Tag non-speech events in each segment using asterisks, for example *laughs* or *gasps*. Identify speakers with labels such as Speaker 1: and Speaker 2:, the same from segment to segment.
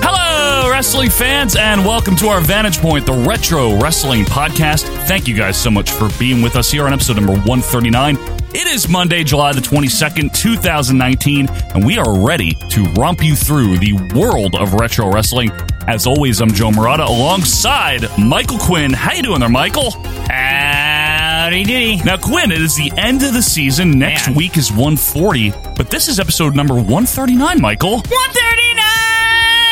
Speaker 1: Hello, wrestling fans, and welcome to our Vantage Point, the Retro Wrestling Podcast. Thank you guys so much for being with us here on episode number 139. It is Monday, July the 22nd, 2019, and we are ready to romp you through the world of retro wrestling. As always, I'm Joe Murata alongside Michael Quinn. How you doing there, Michael? Howdy doody. Now, Quinn, it is the end of the season. Next
Speaker 2: Man.
Speaker 1: week is 140, but this is episode number 139, Michael.
Speaker 2: 139!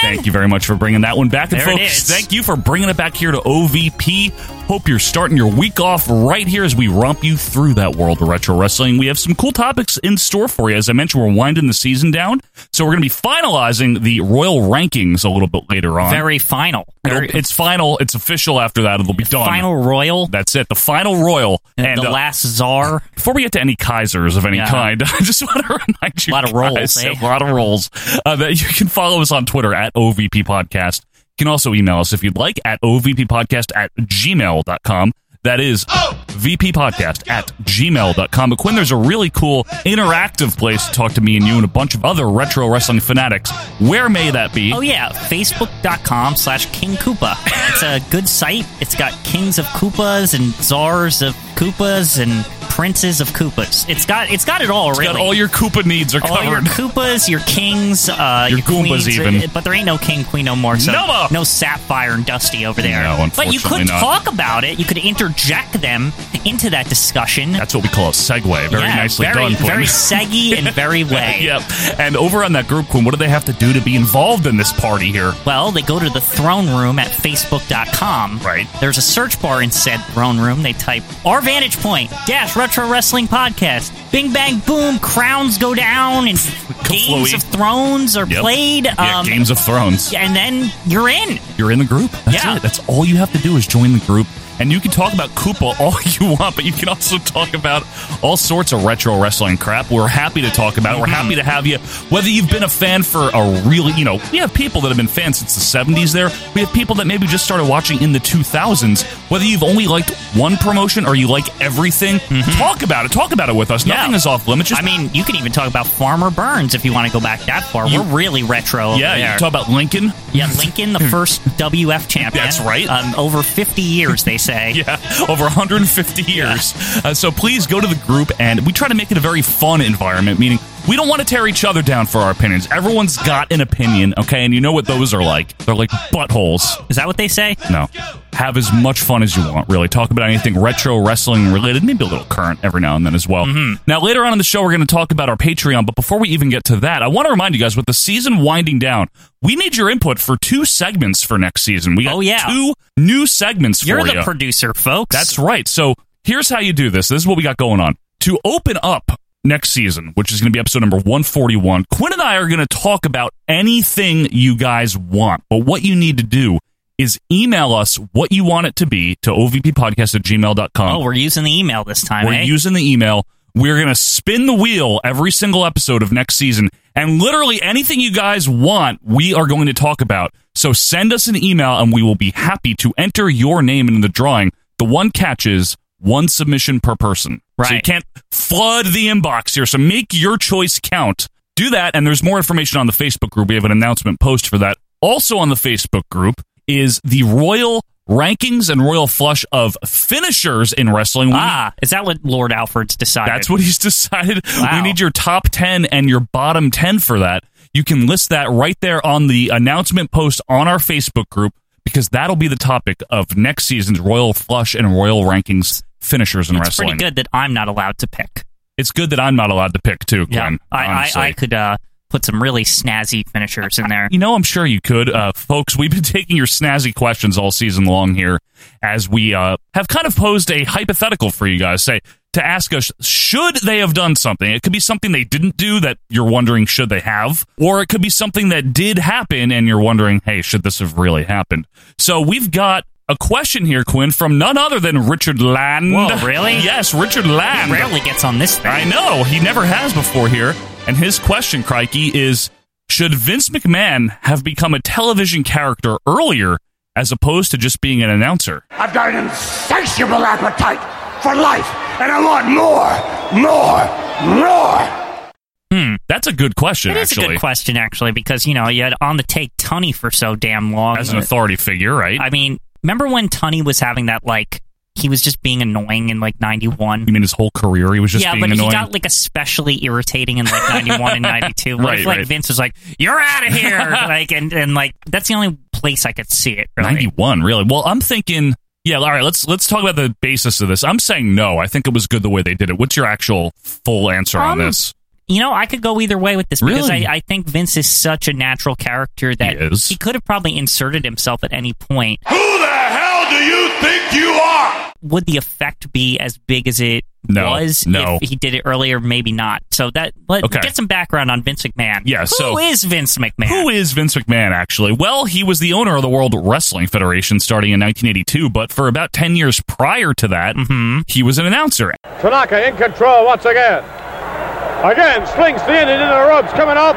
Speaker 1: Thank you very much for bringing that one back. And
Speaker 2: There it
Speaker 1: folks,
Speaker 2: is.
Speaker 1: thank you for bringing it back here to OVP. Hope you're starting your week off right here as we romp you through that world of retro wrestling. We have some cool topics in store for you. As I mentioned, we're winding the season down. So we're going to be finalizing the Royal Rankings a little bit later on.
Speaker 2: Very final.
Speaker 1: It'll-
Speaker 2: Very-
Speaker 1: it's final. It's official after that. It'll be done.
Speaker 2: final royal.
Speaker 1: That's it. The final Royal. And
Speaker 2: the
Speaker 1: uh,
Speaker 2: last
Speaker 1: *laughs*
Speaker 2: czar.
Speaker 1: before we get to any Kaisers of any
Speaker 2: Yeah.
Speaker 1: kind, *laughs* I just want to remind you
Speaker 2: Lot of
Speaker 1: guys,
Speaker 2: rolls, eh?
Speaker 1: a lot of rolls, uh, that you can follow us on Twitter at OVP Podcast. You can also email us if you'd like at OVP Podcast at gmail.com. That is VP Podcast at gmail.com. But Quinn, there's a really cool interactive place to talk to me and you and a bunch of other retro wrestling fanatics. Where may that be?
Speaker 2: Oh, yeah. Facebook.com slash King Koopa. It's a good site. It's got kings of Koopas and czars of Koopas and princes of Koopas. It's got it's got it all,
Speaker 1: Got
Speaker 2: really.
Speaker 1: all your Koopa needs are
Speaker 2: All your
Speaker 1: covered.
Speaker 2: Koopas, your kings, uh,
Speaker 1: Your Goombas
Speaker 2: queens,
Speaker 1: even.
Speaker 2: uh, But there ain't no king, queen no more. So
Speaker 1: No more.
Speaker 2: no Sapphire and Dusty over there.
Speaker 1: No,
Speaker 2: but you
Speaker 1: unfortunately
Speaker 2: could
Speaker 1: not.
Speaker 2: talk about it. You could interject them into that discussion.
Speaker 1: That's what we call a segue. Very
Speaker 2: Yeah,
Speaker 1: nicely
Speaker 2: very,
Speaker 1: done, Quinn. *laughs*
Speaker 2: Very seggy and very way.
Speaker 1: Yep. And over on that group, Quinn, what do they have to do to be involved in this party here?
Speaker 2: Well, they go to the throne room at facebook.com.
Speaker 1: Right.
Speaker 2: There's a search bar in said throne room. They type our vantage point dash retro wrestling podcast. Bing bang boom, crowns go down
Speaker 1: *laughs*
Speaker 2: and games
Speaker 1: Kaflooey.
Speaker 2: of thrones are
Speaker 1: Yep.
Speaker 2: played. um,
Speaker 1: Yeah, Games of Thrones.
Speaker 2: and then you're in.
Speaker 1: You're in the group. That's
Speaker 2: Yeah.
Speaker 1: it. That's all you have to do is join the group. And you can talk about Koopa *laughs* all you want, but you can also talk about all sorts of retro wrestling crap. We're happy to talk about it. We're happy to
Speaker 2: Mm-hmm.
Speaker 1: have you. Whether you've been a fan for a really, you know, we have people that have been fans since the 70s there. We have people that maybe just started watching in the 2000s. Whether you've only liked one promotion or you like everything, talk about it. Talk about it with us.
Speaker 2: Mm-hmm. Yeah.
Speaker 1: Nothing is off limits. Just
Speaker 2: I mean, you can even talk about Farmer Burns if you want to go back that far.
Speaker 1: You-
Speaker 2: We're really retro. over
Speaker 1: Yeah, you
Speaker 2: there.
Speaker 1: can talk about Lincoln.
Speaker 2: yeah,
Speaker 1: *laughs*
Speaker 2: Lincoln, the first WF champion.
Speaker 1: That's right.
Speaker 2: Um, over 50 years, they
Speaker 1: *laughs*
Speaker 2: say.
Speaker 1: Yeah, over 150 years. Uh, so please go to the group, and we try to make it a very fun environment, meaning we don't want to tear each other down for our opinions. Everyone's got an opinion, okay? And you know what those are like. They're like buttholes.
Speaker 2: Is that what they say?
Speaker 1: No. Have as much fun as you want, really. Talk about anything retro wrestling related, maybe a little current every now and then as well.
Speaker 2: Mm-hmm.
Speaker 1: Now, later on in the show, we're going to talk about our Patreon, but before we even get to that, I want to remind you guys with the season winding down, we need your input for two segments for next season. We got
Speaker 2: Oh, yeah.
Speaker 1: two new segments
Speaker 2: You're
Speaker 1: for
Speaker 2: the
Speaker 1: you.
Speaker 2: producer, folks.
Speaker 1: That's right. So here's how you do this. This is what we got going on. To open up next season, which is going to be episode number 141, Quinn and I are going to talk about anything you guys want. But what you need to do is email us what you want it to be to ovppodcast at gmail.com.
Speaker 2: Oh, we're using the email this time.
Speaker 1: We're
Speaker 2: eh?
Speaker 1: using the email. We're going to spin the wheel every single episode of next season. And literally anything you guys want, we are going to talk about. So send us an email and we will be happy to enter your name in the drawing. The one catch is one submission per person. So you
Speaker 2: Right.
Speaker 1: can't flood the inbox here. So make your choice count. Do that. And there's more information on the Facebook group. We have an announcement post for that. Also on the Facebook group is the Royal Rankings and Royal Flush of Finishers in Wrestling. We
Speaker 2: ah, is that what Lord Alfred's decided?
Speaker 1: that's what he's decided.
Speaker 2: Wow.
Speaker 1: We need your top 10 and your bottom 10 for that. You can list that right there on the announcement post on our Facebook group because that'll be the topic of next season's Royal Flush and Royal Rankings finishers in
Speaker 2: It's
Speaker 1: wrestling.
Speaker 2: pretty good that I'm not allowed to pick.
Speaker 1: It's good that I'm not allowed to pick too, Glenn.
Speaker 2: I,
Speaker 1: honestly.
Speaker 2: I, I could uh, put some really snazzy finishers in there.
Speaker 1: *laughs* You know, I'm sure you could. Uh, folks, we've been *laughs* taking your snazzy questions all season long here as we uh, have kind of posed a hypothetical for you guys. Say, to ask us should they have done something. It could be something they didn't do that you're wondering should they have, or it could be something that did happen and you're wondering, hey, should this have really happened? So we've got a question here, Quinn, from none other than Richard Land.
Speaker 2: Whoa, really?
Speaker 1: Yes, Richard Land.
Speaker 2: Rarely gets on this thing.
Speaker 1: I know. He never has before here. And his question, Crikey, is Should Vince McMahon have become a television character earlier as opposed to just being an announcer?
Speaker 3: I've got an insatiable appetite for life, and I want more, more, more.
Speaker 1: That's a good question,
Speaker 2: It is
Speaker 1: actually.
Speaker 2: a good question, actually, because you know you had on the take Tunny for so damn long.
Speaker 1: As an authority figure, right?
Speaker 2: I mean, remember when Tunny was having that like he was just being annoying in like '91.
Speaker 1: you mean his whole career he was just
Speaker 2: yeah,
Speaker 1: being
Speaker 2: but
Speaker 1: annoying?
Speaker 2: he got like especially irritating in like '91 and '92. What
Speaker 1: Right,
Speaker 2: if like
Speaker 1: right.
Speaker 2: Vince was like, "You're out
Speaker 1: *laughs*
Speaker 2: of here," like, and and like that's the only place I could see it. Really.
Speaker 1: 91, really? Well, I'm thinking. Yeah, all right. Let's let's talk about the basis of this. I'm saying no. I think it was good the way they did it. What's your actual full answer on
Speaker 2: Um,
Speaker 1: this?
Speaker 2: You know, I could go either way with this because
Speaker 1: Really?
Speaker 2: I, I think Vince is such a natural character that
Speaker 1: He is.
Speaker 2: he could have probably inserted himself at any point.
Speaker 3: Who the hell do you think you are?
Speaker 2: would the effect be as big as it
Speaker 1: No,
Speaker 2: was
Speaker 1: no.
Speaker 2: if he did it earlier? Maybe not. So that let
Speaker 1: Okay.
Speaker 2: get some background on Vince McMahon.
Speaker 1: Yeah,
Speaker 2: Who
Speaker 1: so-
Speaker 2: is Vince McMahon?
Speaker 1: Who is Vince McMahon, actually? Well, he was the owner of the World Wrestling Federation starting in 1982, but for about 10 years prior to that,
Speaker 2: Mm-hmm.
Speaker 1: he was an announcer.
Speaker 4: Tanaka in control once again. Again, slings the Indian into the ropes, coming up.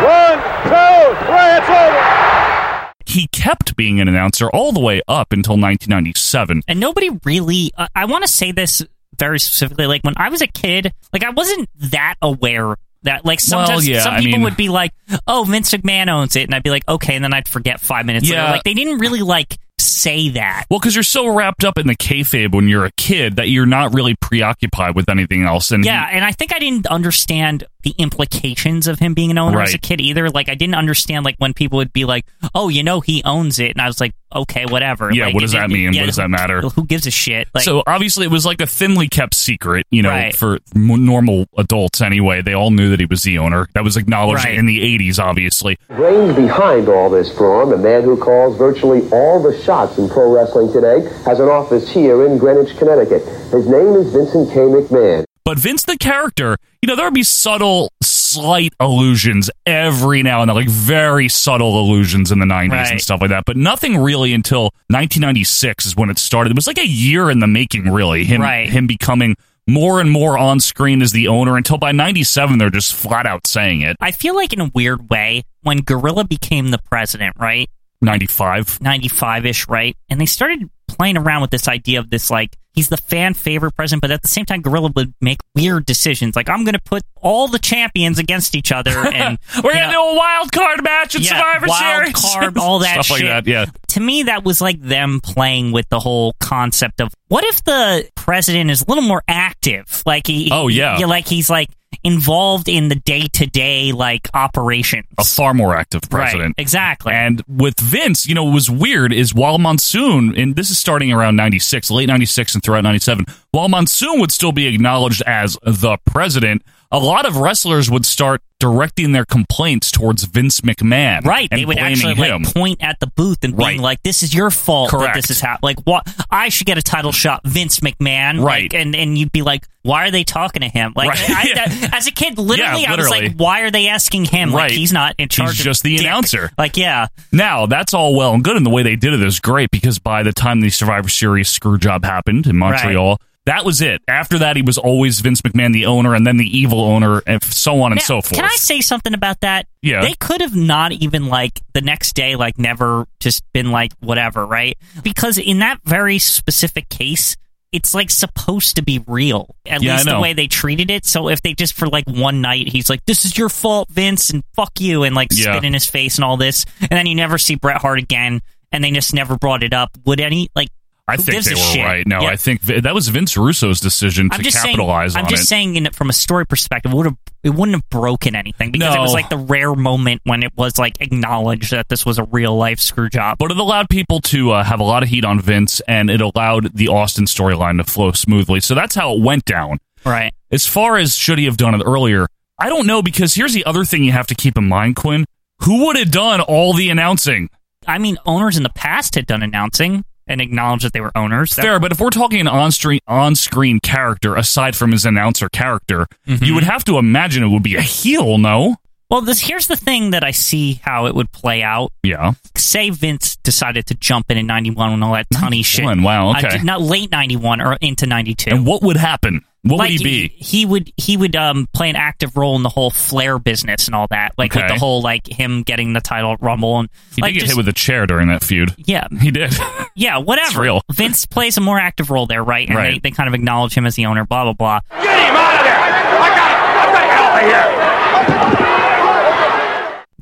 Speaker 4: One, two, three, it's over.
Speaker 1: He kept being an announcer all the way up until 1997.
Speaker 2: and nobody really. Uh, I want to say this very specifically. Like when I was a kid, like I wasn't that aware. That like
Speaker 1: Well,
Speaker 2: sometimes
Speaker 1: yeah,
Speaker 2: some
Speaker 1: I
Speaker 2: people
Speaker 1: mean-
Speaker 2: would be like, "Oh, Vince McMahon owns it," and I'd be like, "Okay," and then I'd forget five minutes
Speaker 1: Yeah.
Speaker 2: later. Like they didn't really like say that.
Speaker 1: Well, because you're so wrapped up in the kayfabe when you're a kid that you're not really preoccupied with anything else. And he-
Speaker 2: Yeah, and I think I didn't understand the implications of him being an owner as a
Speaker 1: Right.
Speaker 2: kid either. Like I didn't understand like when people would be like, "Oh, you know, he owns it," and I was like, "Okay, whatever."
Speaker 1: Yeah,
Speaker 2: Like,
Speaker 1: what
Speaker 2: it
Speaker 1: does that
Speaker 2: didn't-
Speaker 1: mean? What does that matter?
Speaker 2: Who, who gives a shit? Like,
Speaker 1: so obviously, it was like a thinly kept secret, you know,
Speaker 2: Right.
Speaker 1: for m- normal adults anyway. They all knew that he was the owner. That was acknowledged
Speaker 2: Right.
Speaker 1: in the 80s, obviously.
Speaker 5: Brains behind all this fraud, the man who calls virtually all the shots in pro wrestling today, has an office here in Greenwich, Connecticut. His name is Vincent K. McMahon.
Speaker 1: But Vince, the character, you know, there would be subtle, slight allusions every now and then, like very subtle allusions in the 90s and
Speaker 2: Right.
Speaker 1: stuff like that. But nothing really until 1996 is when it started. It was like a year in the making, really. Him,
Speaker 2: Right.
Speaker 1: him becoming more and more on screen as the owner until by 97, they're just flat out saying it.
Speaker 2: I feel like in a weird way when Gorilla became the president, right?
Speaker 1: 95.
Speaker 2: 95 ish, right? And they started playing around with this idea of this like, he's the fan favorite president, but at the same time, Gorilla would make weird decisions. Like, I'm going to put all the champions against
Speaker 1: *laughs*
Speaker 2: each other and
Speaker 1: We're
Speaker 2: you
Speaker 1: going to
Speaker 2: know,
Speaker 1: do a wild card match in
Speaker 2: Yeah,
Speaker 1: Survivor
Speaker 2: wild
Speaker 1: Series. *laughs*
Speaker 2: card, all that
Speaker 1: stuff like
Speaker 2: shit.
Speaker 1: that, yeah.
Speaker 2: to me that was like them playing with the whole concept of what if the president is a little more active like he
Speaker 1: Oh, yeah.
Speaker 2: he- like he's like involved in the day-to-day like operations
Speaker 1: A far more active president.
Speaker 2: right exactly
Speaker 1: And with Vince, you know, what was weird is while Monsoon, and this is starting around 96, late 96 and throughout 97, while Monsoon would still be acknowledged as the president, a lot of wrestlers would start directing their complaints towards Vince McMahon.
Speaker 2: Right,
Speaker 1: And
Speaker 2: they would
Speaker 1: blaming
Speaker 2: actually
Speaker 1: him.
Speaker 2: like point at the booth and being
Speaker 1: Right.
Speaker 2: like, "This is your fault
Speaker 1: Correct.
Speaker 2: that this is happening." Like, what? I should get a title shot, Vince McMahon. Like,
Speaker 1: Right.
Speaker 2: and and you'd be like, "Why are they talking to him?" Like,
Speaker 1: Right. *laughs*
Speaker 2: I, that- as a kid, literally, I was
Speaker 1: literally.
Speaker 2: like, "Why are they asking him?"
Speaker 1: Right.
Speaker 2: Like, he's not in charge. of
Speaker 1: just the
Speaker 2: dick.
Speaker 1: announcer.
Speaker 2: Like, yeah,
Speaker 1: Now, that's all well and good, and the way they did it is great because by the time the Survivor Series screw job happened in Montreal, that was it. After that, he was always Vince McMahon, the owner, and then the evil owner, and so on and
Speaker 2: Now,
Speaker 1: so forth.
Speaker 2: Can I say something about that?
Speaker 1: Yeah.
Speaker 2: They could have not even like the next day, like never just been like whatever, right? Because in that very specific case, it's like supposed to be real. At
Speaker 1: Yeah, I
Speaker 2: least the
Speaker 1: know.
Speaker 2: way they treated it. So if they just for like one night, he's like, "This is your fault, Vince," and fuck you, and like
Speaker 1: Yeah.
Speaker 2: spit in his face and all this, and then you never see Bret Hart again, and they just never brought it up. Would any like?
Speaker 1: I
Speaker 2: who
Speaker 1: think
Speaker 2: gives
Speaker 1: they
Speaker 2: a
Speaker 1: were
Speaker 2: shit?
Speaker 1: right. No,
Speaker 2: Yeah.
Speaker 1: I think vi- that was Vince Russo's decision to
Speaker 2: I'm just
Speaker 1: capitalize
Speaker 2: saying,
Speaker 1: on
Speaker 2: I'm just
Speaker 1: it.
Speaker 2: saying, in, from a story perspective, it would have it wouldn't have broken anything because it was
Speaker 1: No.
Speaker 2: like the rare moment when it was like acknowledged that this was a real life screw job.
Speaker 1: but it allowed people to uh, have a lot of heat on Vince, and it allowed the Austin storyline to flow smoothly. So that's how it went down.
Speaker 2: Right?
Speaker 1: As far as should he have done it earlier, I don't know because here's the other thing you have to keep in mind, Quinn. Who would have done all the announcing?
Speaker 2: I mean, owners in the past had done announcing. and acknowledge that they were owners. That-
Speaker 1: Fair, but if we're talking an on-screen on-screen character aside from his announcer character,
Speaker 2: Mm-hmm.
Speaker 1: you would have to imagine it would be a heel, no?
Speaker 2: well, this here's the thing that I see how it would play out.
Speaker 1: Yeah.
Speaker 2: Say Vince decided to jump in in '91 when all that Tunny shit.
Speaker 1: 91, wow,
Speaker 2: Uh,
Speaker 1: okay.
Speaker 2: not late '91 or into '92.
Speaker 1: And what would happen? What
Speaker 2: like
Speaker 1: would he be?
Speaker 2: He would he would um play an active role in the whole Flair business and all that, like with
Speaker 1: Okay.
Speaker 2: the whole like him getting the title at Rumble and
Speaker 1: He
Speaker 2: like
Speaker 1: did get
Speaker 2: just-
Speaker 1: hit with a chair during that feud.
Speaker 2: yeah
Speaker 1: He did. *laughs*
Speaker 2: yeah whatever.
Speaker 1: real. *laughs*
Speaker 2: Vince plays a more active role there, right? And
Speaker 1: Right.
Speaker 2: They, they kind of acknowledge him as the owner, blah blah blah.
Speaker 3: Get him out of there! I got it! I've got to get over here!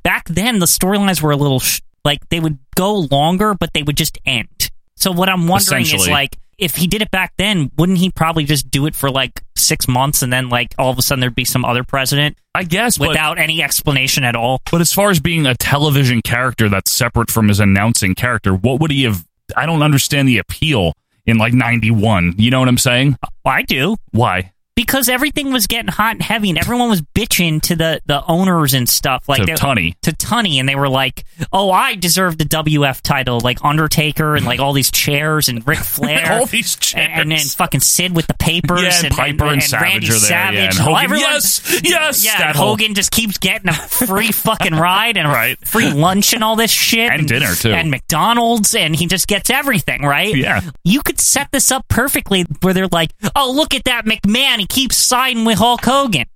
Speaker 2: Back then, the storylines were a little sh- like they would go longer, but they would just end. So what I'm wondering is
Speaker 1: Essentially.
Speaker 2: like if he did it back then, wouldn't he probably just do it for like six months and then like all of a sudden there'd be some other president
Speaker 1: I guess, but,
Speaker 2: without any explanation at all?
Speaker 1: but as far as being a television character that's separate from his announcing character, what would he have? I don't understand the appeal in like 91. You know what I'm saying?
Speaker 2: Well, I do.
Speaker 1: Why?
Speaker 2: because everything was getting hot and heavy, and everyone was bitching to the the owners and stuff like
Speaker 1: To
Speaker 2: they-
Speaker 1: Tunney.
Speaker 2: to Tunney, and they were like, "Oh, I deserve the WF title, like Undertaker, and like all these chairs and
Speaker 1: *laughs*
Speaker 2: Ric Flair,
Speaker 1: All these chairs.
Speaker 2: and, and then fucking Sid with the papers,
Speaker 1: Yeah, and Piper and Savage are
Speaker 2: Randy
Speaker 1: there, yeah,
Speaker 2: Savage,
Speaker 1: and
Speaker 2: Oh,
Speaker 1: Hogan.
Speaker 2: everyone-
Speaker 1: Yes, yes,
Speaker 2: yeah,
Speaker 1: that
Speaker 2: and
Speaker 1: whole-
Speaker 2: Hogan just keeps getting a free fucking ride and
Speaker 1: *laughs*
Speaker 2: a
Speaker 1: Right.
Speaker 2: free lunch and all this shit,
Speaker 1: And dinner, too.
Speaker 2: and McDonald's, and he just gets everything, right?
Speaker 1: Yeah.
Speaker 2: you could set this up perfectly where they're like, oh, look at that McMahon. He keeps siding with Hulk Hogan.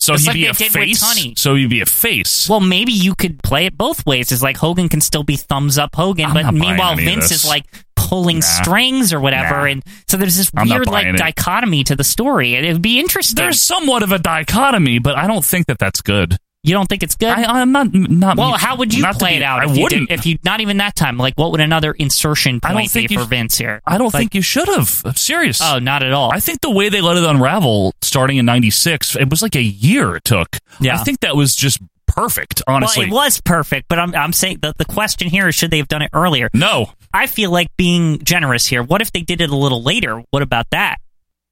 Speaker 1: So
Speaker 2: Just
Speaker 1: he'd
Speaker 2: like
Speaker 1: be
Speaker 2: they
Speaker 1: a
Speaker 2: did with Tunney.
Speaker 1: face. So he'd be a face.
Speaker 2: Well, maybe you could play it both ways. It's like Hogan can still be thumbs up Hogan,
Speaker 1: I'm
Speaker 2: but
Speaker 1: not buying
Speaker 2: meanwhile,
Speaker 1: any of
Speaker 2: Vince
Speaker 1: this.
Speaker 2: is like pulling strings or whatever.
Speaker 1: Nah.
Speaker 2: And so there's this
Speaker 1: I'm not
Speaker 2: weird like
Speaker 1: buying it.
Speaker 2: dichotomy to the story. And it would be interesting.
Speaker 1: There's somewhat of a dichotomy, but I don't think that that's good.
Speaker 2: you don't think it's good?
Speaker 1: I, I'm not not.
Speaker 2: well, how would you
Speaker 1: not to
Speaker 2: play
Speaker 1: be-
Speaker 2: it out?
Speaker 1: I
Speaker 2: if you
Speaker 1: wouldn't.
Speaker 2: Did, if you not even that time, like what would another insertion
Speaker 1: I don't
Speaker 2: point be
Speaker 1: think you-
Speaker 2: for Vince here?
Speaker 1: I don't
Speaker 2: Like,
Speaker 1: think you should have. I'm serious.
Speaker 2: Oh, not at all.
Speaker 1: I think the way they let it unravel starting in 96, it was like a year it took.
Speaker 2: Yeah.
Speaker 1: I think that was just perfect, honestly.
Speaker 2: Well, it was perfect, but I'm, I'm saying the, the question here is should they have done it earlier?
Speaker 1: No,
Speaker 2: I feel like being generous here. What if they did it a little later? What about that?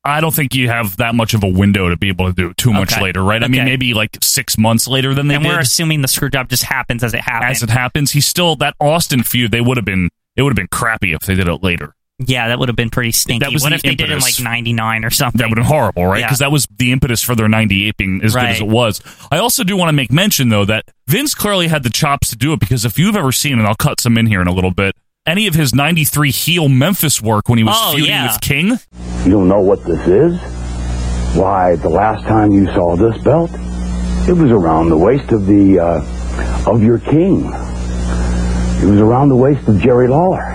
Speaker 1: I don't think you have that much of a window to be able to do it too much
Speaker 2: Okay.
Speaker 1: later, right? I mean,
Speaker 2: Okay.
Speaker 1: maybe like six months later than they
Speaker 2: and
Speaker 1: did.
Speaker 2: we're assuming the screw job just happens as it happens.
Speaker 1: as it happens, he's still that Austin feud. They would have been it would have been crappy if they did it later.
Speaker 2: yeah, that would have been pretty stinky.
Speaker 1: That was
Speaker 2: what
Speaker 1: the
Speaker 2: if they did it in
Speaker 1: impetus.
Speaker 2: like '99 or something?
Speaker 1: That would have been horrible, right?
Speaker 2: Yeah.
Speaker 1: Because that was the impetus for their 98 being as good as
Speaker 2: Right.
Speaker 1: it was. I also do want to make mention, though, that Vince clearly had the chops to do it because if you've ever seen, and I'll cut some in here in a little bit, any of his 93 heel Memphis work when he was
Speaker 2: Oh,
Speaker 1: feuding
Speaker 2: yeah.
Speaker 1: with King,
Speaker 6: You don't know what this is? Why, the last time you saw this belt, it was around the waist of the, uh, of your king. It was around the waist of Jerry Lawler.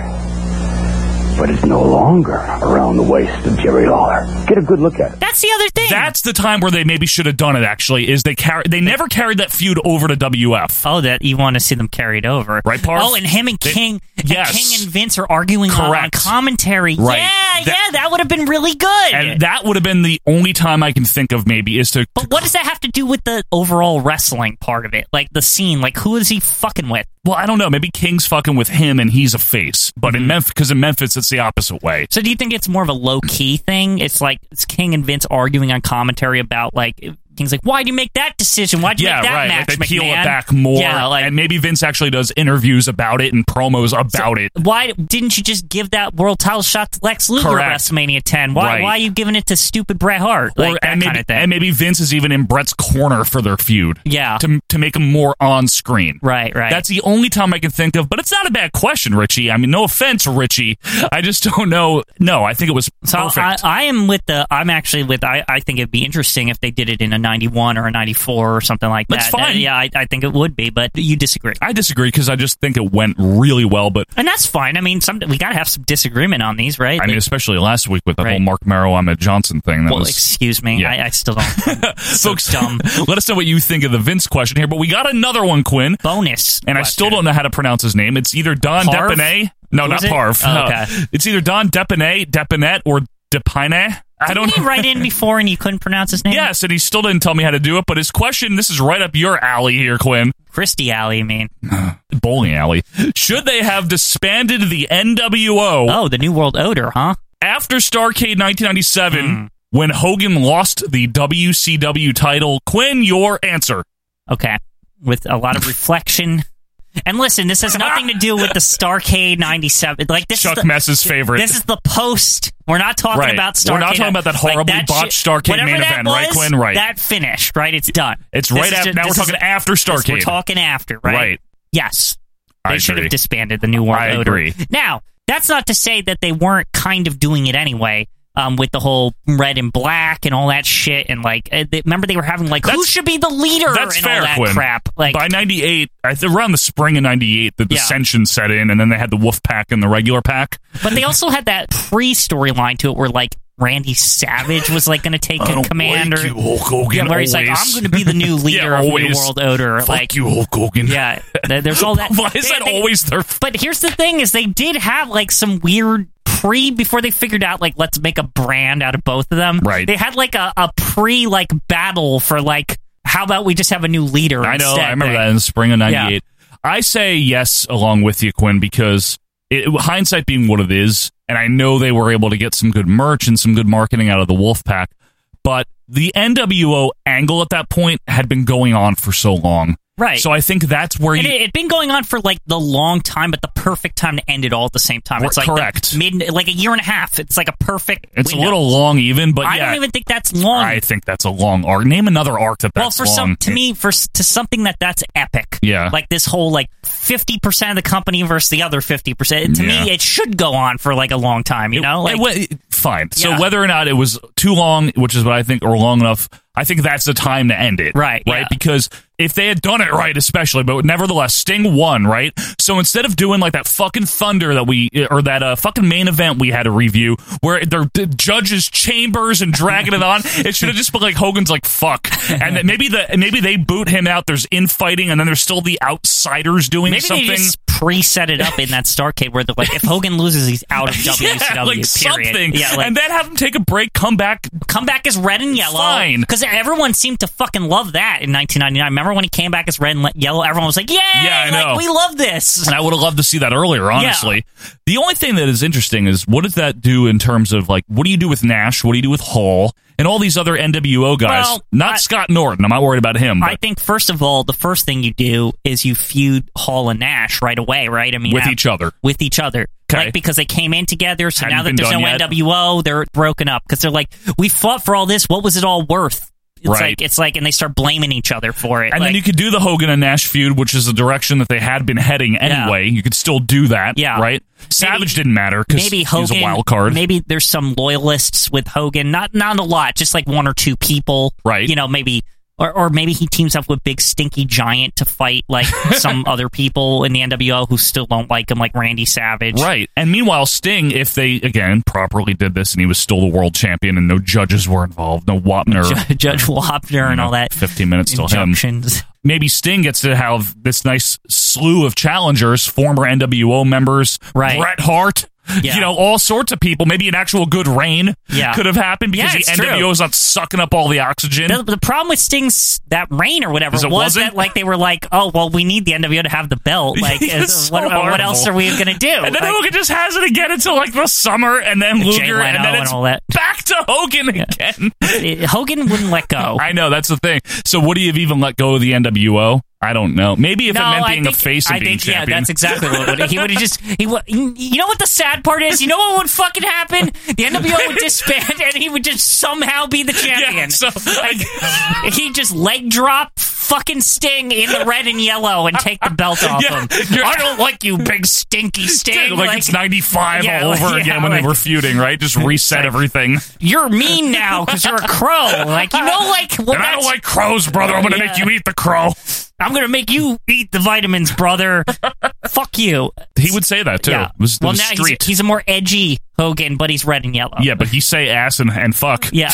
Speaker 6: But it's no longer around the waist of Jerry Lawler. Get a good look at it.
Speaker 2: That's the other thing.
Speaker 1: that's the time where they maybe should have done it, actually, is they carry they never carried that feud over to WF.
Speaker 2: oh, that you want to see them carried over,
Speaker 1: Right, Parv?
Speaker 2: Oh, and him and
Speaker 1: They-
Speaker 2: King, and
Speaker 1: Yes.
Speaker 2: King and Vince are arguing on- on
Speaker 1: Correct.
Speaker 2: commentary.
Speaker 1: Right.
Speaker 2: Yeah,
Speaker 1: That-
Speaker 2: yeah, that would have been really good.
Speaker 1: And that would have been the only time I can think of, maybe, is to.
Speaker 2: but what does that have to do with the overall wrestling part of it? Like the scene, like who is he fucking with?
Speaker 1: Well, I don't know. Maybe King's fucking with him and he's a face. But
Speaker 2: Mm-hmm.
Speaker 1: in Memphis, because in Memphis, it's the opposite way.
Speaker 2: So do you think it's more of a low key thing? It's like it's King and Vince arguing on commentary about like King's like, why'd you make that decision? Why'd you
Speaker 1: yeah,
Speaker 2: make that
Speaker 1: right.
Speaker 2: match?
Speaker 1: like they peel
Speaker 2: McMahon?"
Speaker 1: it back more,
Speaker 2: Yeah, like
Speaker 1: and maybe Vince actually does interviews about it and promos about it.
Speaker 2: why didn't you just give that world title shot to Lex Luger at
Speaker 1: Correct.
Speaker 2: WrestMania 10? Why
Speaker 1: Right.
Speaker 2: why are you giving it to stupid Bret Hart? Like that
Speaker 1: and maybe
Speaker 2: kind of thing.
Speaker 1: and maybe Vince is even in Brett's corner for their feud.
Speaker 2: Yeah.
Speaker 1: to to make him more on screen.
Speaker 2: right, right.
Speaker 1: That's the only time I can think of. But it's not a bad question, Richie. I mean, no offense, Richie. I just don't know. No, I think it was
Speaker 2: so
Speaker 1: perfect.
Speaker 2: I, I am with the. I'm actually with. I, I think it'd be interesting if they did it in a '91 or a '94 or something like
Speaker 1: That's
Speaker 2: that.
Speaker 1: fine.
Speaker 2: Yeah, I, I think it would be, but you disagree.
Speaker 1: I disagree because I just think it went really well. But
Speaker 2: And that's fine. I mean, some we gotta have some disagreement on these, right?
Speaker 1: I mean, especially last week with the
Speaker 2: Right.
Speaker 1: whole Mark Merrow, Ahmed Johnson thing. That
Speaker 2: Well,
Speaker 1: was
Speaker 2: excuse me.
Speaker 1: Yeah.
Speaker 2: I, I
Speaker 1: *laughs*
Speaker 2: still don't. so
Speaker 1: folks.
Speaker 2: dumb.
Speaker 1: let us know what you think of the Vince question here. But we got another one, Quinn.
Speaker 2: Bonus.
Speaker 1: and I still don't know how to pronounce his name. It's either Don
Speaker 2: Parv?
Speaker 1: Depinay. No,
Speaker 2: Who
Speaker 1: not
Speaker 2: is it?
Speaker 1: Parv.
Speaker 2: Oh,
Speaker 1: No.
Speaker 2: okay.
Speaker 1: It's either Don Depinay, Depinet, or Depine. I don't
Speaker 2: Didn't he write in before and you couldn't pronounce his name?
Speaker 1: Yes, and he still didn't tell me how to do it. But his question, this is right up your alley here, Quinn.
Speaker 2: Christy Alley, I mean.
Speaker 1: Bowling alley. Should they have disbanded the NWO
Speaker 2: Oh, the New World Odor, huh?
Speaker 1: after Starcade 1997
Speaker 2: Hmm.
Speaker 1: when Hogan lost the WCW title? Quinn, your answer.
Speaker 2: Okay. With a lot of reflection And listen, this has nothing to do with the Starcade 97. Like this
Speaker 1: Chuck
Speaker 2: is the,
Speaker 1: Mess's favorite.
Speaker 2: This is the post. We're not talking
Speaker 1: Right.
Speaker 2: about Starcade.
Speaker 1: We're not talking about that horribly
Speaker 2: shit-
Speaker 1: botched Starcade
Speaker 2: whatever
Speaker 1: main
Speaker 2: that
Speaker 1: event, right,
Speaker 2: was,
Speaker 1: Quinn? Right.
Speaker 2: That finished, right? It's done.
Speaker 1: It's
Speaker 2: This
Speaker 1: right
Speaker 2: is
Speaker 1: af-
Speaker 2: ju-
Speaker 1: now we're
Speaker 2: this
Speaker 1: talking
Speaker 2: is-
Speaker 1: after
Speaker 2: this- We're
Speaker 1: Starcade.
Speaker 2: talking after, right?
Speaker 1: Right.
Speaker 2: Yes.
Speaker 1: I
Speaker 2: They should
Speaker 1: agree.
Speaker 2: have disbanded the New World
Speaker 1: I
Speaker 2: Order.
Speaker 1: agree.
Speaker 2: Now, that's not to say that they weren't kind of doing it anyway. Um, with the whole red and black and all that shit, and like, uh, they, remember they were having like, who
Speaker 1: That's-
Speaker 2: should be the leader
Speaker 1: That's
Speaker 2: and
Speaker 1: fair,
Speaker 2: all that
Speaker 1: Quinn.
Speaker 2: crap. Like,
Speaker 1: by '98, I th- around the spring of '98, the
Speaker 2: Yeah.
Speaker 1: dissension set in, and then they had the Wolf Pack and the regular pack.
Speaker 2: But they also had that pre storyline to it where like Randy Savage was like going to take
Speaker 1: *laughs* I
Speaker 2: a
Speaker 1: don't
Speaker 2: commander.
Speaker 1: like you, Hulk Hogan,
Speaker 2: yeah, where he's like,
Speaker 1: always.
Speaker 2: I'm going to be the new
Speaker 1: *laughs*
Speaker 2: leader
Speaker 1: yeah,
Speaker 2: of the New
Speaker 1: always.
Speaker 2: World
Speaker 1: *laughs*
Speaker 2: Order.
Speaker 1: Fuck
Speaker 2: like
Speaker 1: you, Hulk Hogan.
Speaker 2: yeah, th-
Speaker 1: *laughs*
Speaker 2: there's all that.
Speaker 1: Why is
Speaker 2: they-
Speaker 1: that
Speaker 2: they-
Speaker 1: always their?
Speaker 2: But here's the thing: is they did have like some weird pre before they figured out like let's make a brand out of both of them.
Speaker 1: Right.
Speaker 2: They had like a, a pre like battle for like how about we just have a new leader?
Speaker 1: I know.
Speaker 2: instead
Speaker 1: I remember
Speaker 2: thing.
Speaker 1: that in the spring of
Speaker 2: Yeah.
Speaker 1: '98. I say yes along with you, Quinn, because it, hindsight being what it is, and I know they were able to get some good merch and some good marketing out of the Wolf Pack, but the NWO angle at that point had been going on for so long.
Speaker 2: Right.
Speaker 1: So I think that's where
Speaker 2: And
Speaker 1: you.
Speaker 2: it had been going on for like the long time, but the perfect time to end it all at the same time. It's like the
Speaker 1: Correct.
Speaker 2: mid, like a year and a half. It's like a perfect.
Speaker 1: it's a
Speaker 2: window.
Speaker 1: little long, even, but
Speaker 2: I
Speaker 1: yeah,
Speaker 2: don't even think that's long.
Speaker 1: I think that's a long arc. Name another arc that
Speaker 2: well,
Speaker 1: that's
Speaker 2: for
Speaker 1: long.
Speaker 2: some, to me, for s- to something that that's epic.
Speaker 1: Yeah.
Speaker 2: like this whole like fifty percent of the company versus the other fifty percent. To
Speaker 1: Yeah.
Speaker 2: me, it should go on for like a long time. You
Speaker 1: It-
Speaker 2: know,
Speaker 1: it
Speaker 2: like
Speaker 1: wa- it- fine.
Speaker 2: Yeah.
Speaker 1: So whether or not it was too long, which is what I think, or long enough, I think that's the time to end it.
Speaker 2: Right,
Speaker 1: Right.
Speaker 2: yeah.
Speaker 1: Because if they had done it right, especially, but nevertheless, Sting won. Right. So instead of doing like that fucking thunder that we or that uh, fucking main event we had to review, where they're the judges' chambers and dragging it on, it should have just been like Hogan's like fuck, and then maybe the maybe they boot him out. There's infighting, and then there's still the outsiders doing
Speaker 2: maybe
Speaker 1: something.
Speaker 2: they just preset it up in that Starcade where they're like, if Hogan loses, he's out of WCW.
Speaker 1: *laughs* *laughs* yeah, like
Speaker 2: period.
Speaker 1: something,
Speaker 2: Yeah, like,
Speaker 1: and then have him take a break, come back,
Speaker 2: come back as red and yellow.
Speaker 1: Fine.
Speaker 2: Because everyone seemed to fucking love that in 1999. Remember when he came back as red and le- yellow? Everyone was like, "Yay!
Speaker 1: Yeah, I
Speaker 2: like,
Speaker 1: know.
Speaker 2: we love this."
Speaker 1: And I would have loved to see that earlier, honestly. The only thing that is interesting is what does that do in terms of like what do you do with Nash? What do you do with Hall and all these other NWO guys?
Speaker 2: Well,
Speaker 1: Not
Speaker 2: I-
Speaker 1: Scott Norton. I'm not worried about him.
Speaker 2: I
Speaker 1: *laughs* But
Speaker 2: think first of all, the first thing you do is you feud Hall and Nash right away, right? I mean,
Speaker 1: With
Speaker 2: uh,
Speaker 1: each other.
Speaker 2: with each other,
Speaker 1: Okay.
Speaker 2: right? Because they came in together. So
Speaker 1: Hadn't
Speaker 2: now that
Speaker 1: been
Speaker 2: there's no
Speaker 1: done yet.
Speaker 2: NWO, they're broken up because they're like, we fought for all this. What was it all worth? It's
Speaker 1: Right.
Speaker 2: like it's like, and they start blaming each other for it.
Speaker 1: and
Speaker 2: like-
Speaker 1: then you could do the Hogan and Nash feud, which is the direction that they had been heading anyway. You could still do that,
Speaker 2: Yeah.
Speaker 1: right? Savage didn't matter because
Speaker 2: maybe
Speaker 1: he
Speaker 2: Hogan
Speaker 1: was a wild card.
Speaker 2: Maybe there's some loyalists with Hogan. Not not a lot, just like one or two people.
Speaker 1: Right.
Speaker 2: You know, maybe or, or maybe he teams up with Big Stinky Giant to fight
Speaker 1: *laughs*
Speaker 2: like some other people in the NWO who still don't like him, like Randy Savage.
Speaker 1: Right. And meanwhile, Sting, if they again properly did this and he was still the world champion and no judges were involved, no
Speaker 2: *laughs*
Speaker 1: Wapner,
Speaker 2: Ju- *laughs* Judge Wapner and all that.
Speaker 1: 15 minutes till Mm-hmm. him.
Speaker 2: injunctions.
Speaker 1: maybe Sting gets to have this nice slew of challengers, former NWO members,
Speaker 2: Right.
Speaker 1: Bret Hart,
Speaker 2: Yeah.
Speaker 1: you know, all sorts of people. Maybe an actual good reign
Speaker 2: Yeah.
Speaker 1: could have happened because
Speaker 2: Yeah,
Speaker 1: the
Speaker 2: it's true.
Speaker 1: NWO is not sucking up all the oxygen.
Speaker 2: The, the problem with Sting's that reign or whatever
Speaker 1: Is it
Speaker 2: was
Speaker 1: wasn't?
Speaker 2: that like they were like, oh well, we need the NWO to have the
Speaker 1: *laughs*
Speaker 2: belt. Like,
Speaker 1: It's
Speaker 2: is-
Speaker 1: so
Speaker 2: what, what
Speaker 1: horrible.
Speaker 2: else are we gonna do?
Speaker 1: and then
Speaker 2: Like-
Speaker 1: Hogan just has it again until like the summer, and then
Speaker 2: Jay
Speaker 1: Luger,
Speaker 2: Leno
Speaker 1: and then
Speaker 2: and
Speaker 1: it's
Speaker 2: all that.
Speaker 1: back to Hogan again. *laughs*
Speaker 2: It- Hogan wouldn't let go.
Speaker 1: I know that's the thing. So would he have even let go of the NWO? I don't know. Maybe if it meant being a face and
Speaker 2: I
Speaker 1: being
Speaker 2: think,
Speaker 1: champion.
Speaker 2: Yeah, that's exactly what it would. He would have just. He would. You know what the sad part is? You know what would fucking happen? The
Speaker 1: *laughs*
Speaker 2: NWO would disband, and he would just somehow be the champion.
Speaker 1: Yeah, so
Speaker 2: *laughs* like, he just leg drop fucking Sting in the red and yellow and take the belt off
Speaker 1: Yeah,
Speaker 2: him.
Speaker 1: you're-
Speaker 2: I don't like you, big stinky Sting.
Speaker 1: Dude, like, it's 95
Speaker 2: Yeah,
Speaker 1: all
Speaker 2: like-
Speaker 1: over
Speaker 2: *laughs* yeah,
Speaker 1: again when they
Speaker 2: like-
Speaker 1: were feuding, right? Just
Speaker 2: *laughs*
Speaker 1: reset everything.
Speaker 2: You're mean now because you're a crow. Like you know, like well,
Speaker 1: and I don't
Speaker 2: that's-
Speaker 1: like crows, brother. I'm going to
Speaker 2: Yeah.
Speaker 1: make you eat the crow.
Speaker 2: I'm gonna make you eat the
Speaker 1: *laughs*
Speaker 2: vitamins, brother. Fuck you.
Speaker 1: He would say that, too.
Speaker 2: Yeah.
Speaker 1: It was, it
Speaker 2: well,
Speaker 1: was
Speaker 2: now he's-
Speaker 1: street.
Speaker 2: He's, a more edgy Hogan, but he's red and yellow.
Speaker 1: yeah, but he say ass and, and fuck.
Speaker 2: Yeah.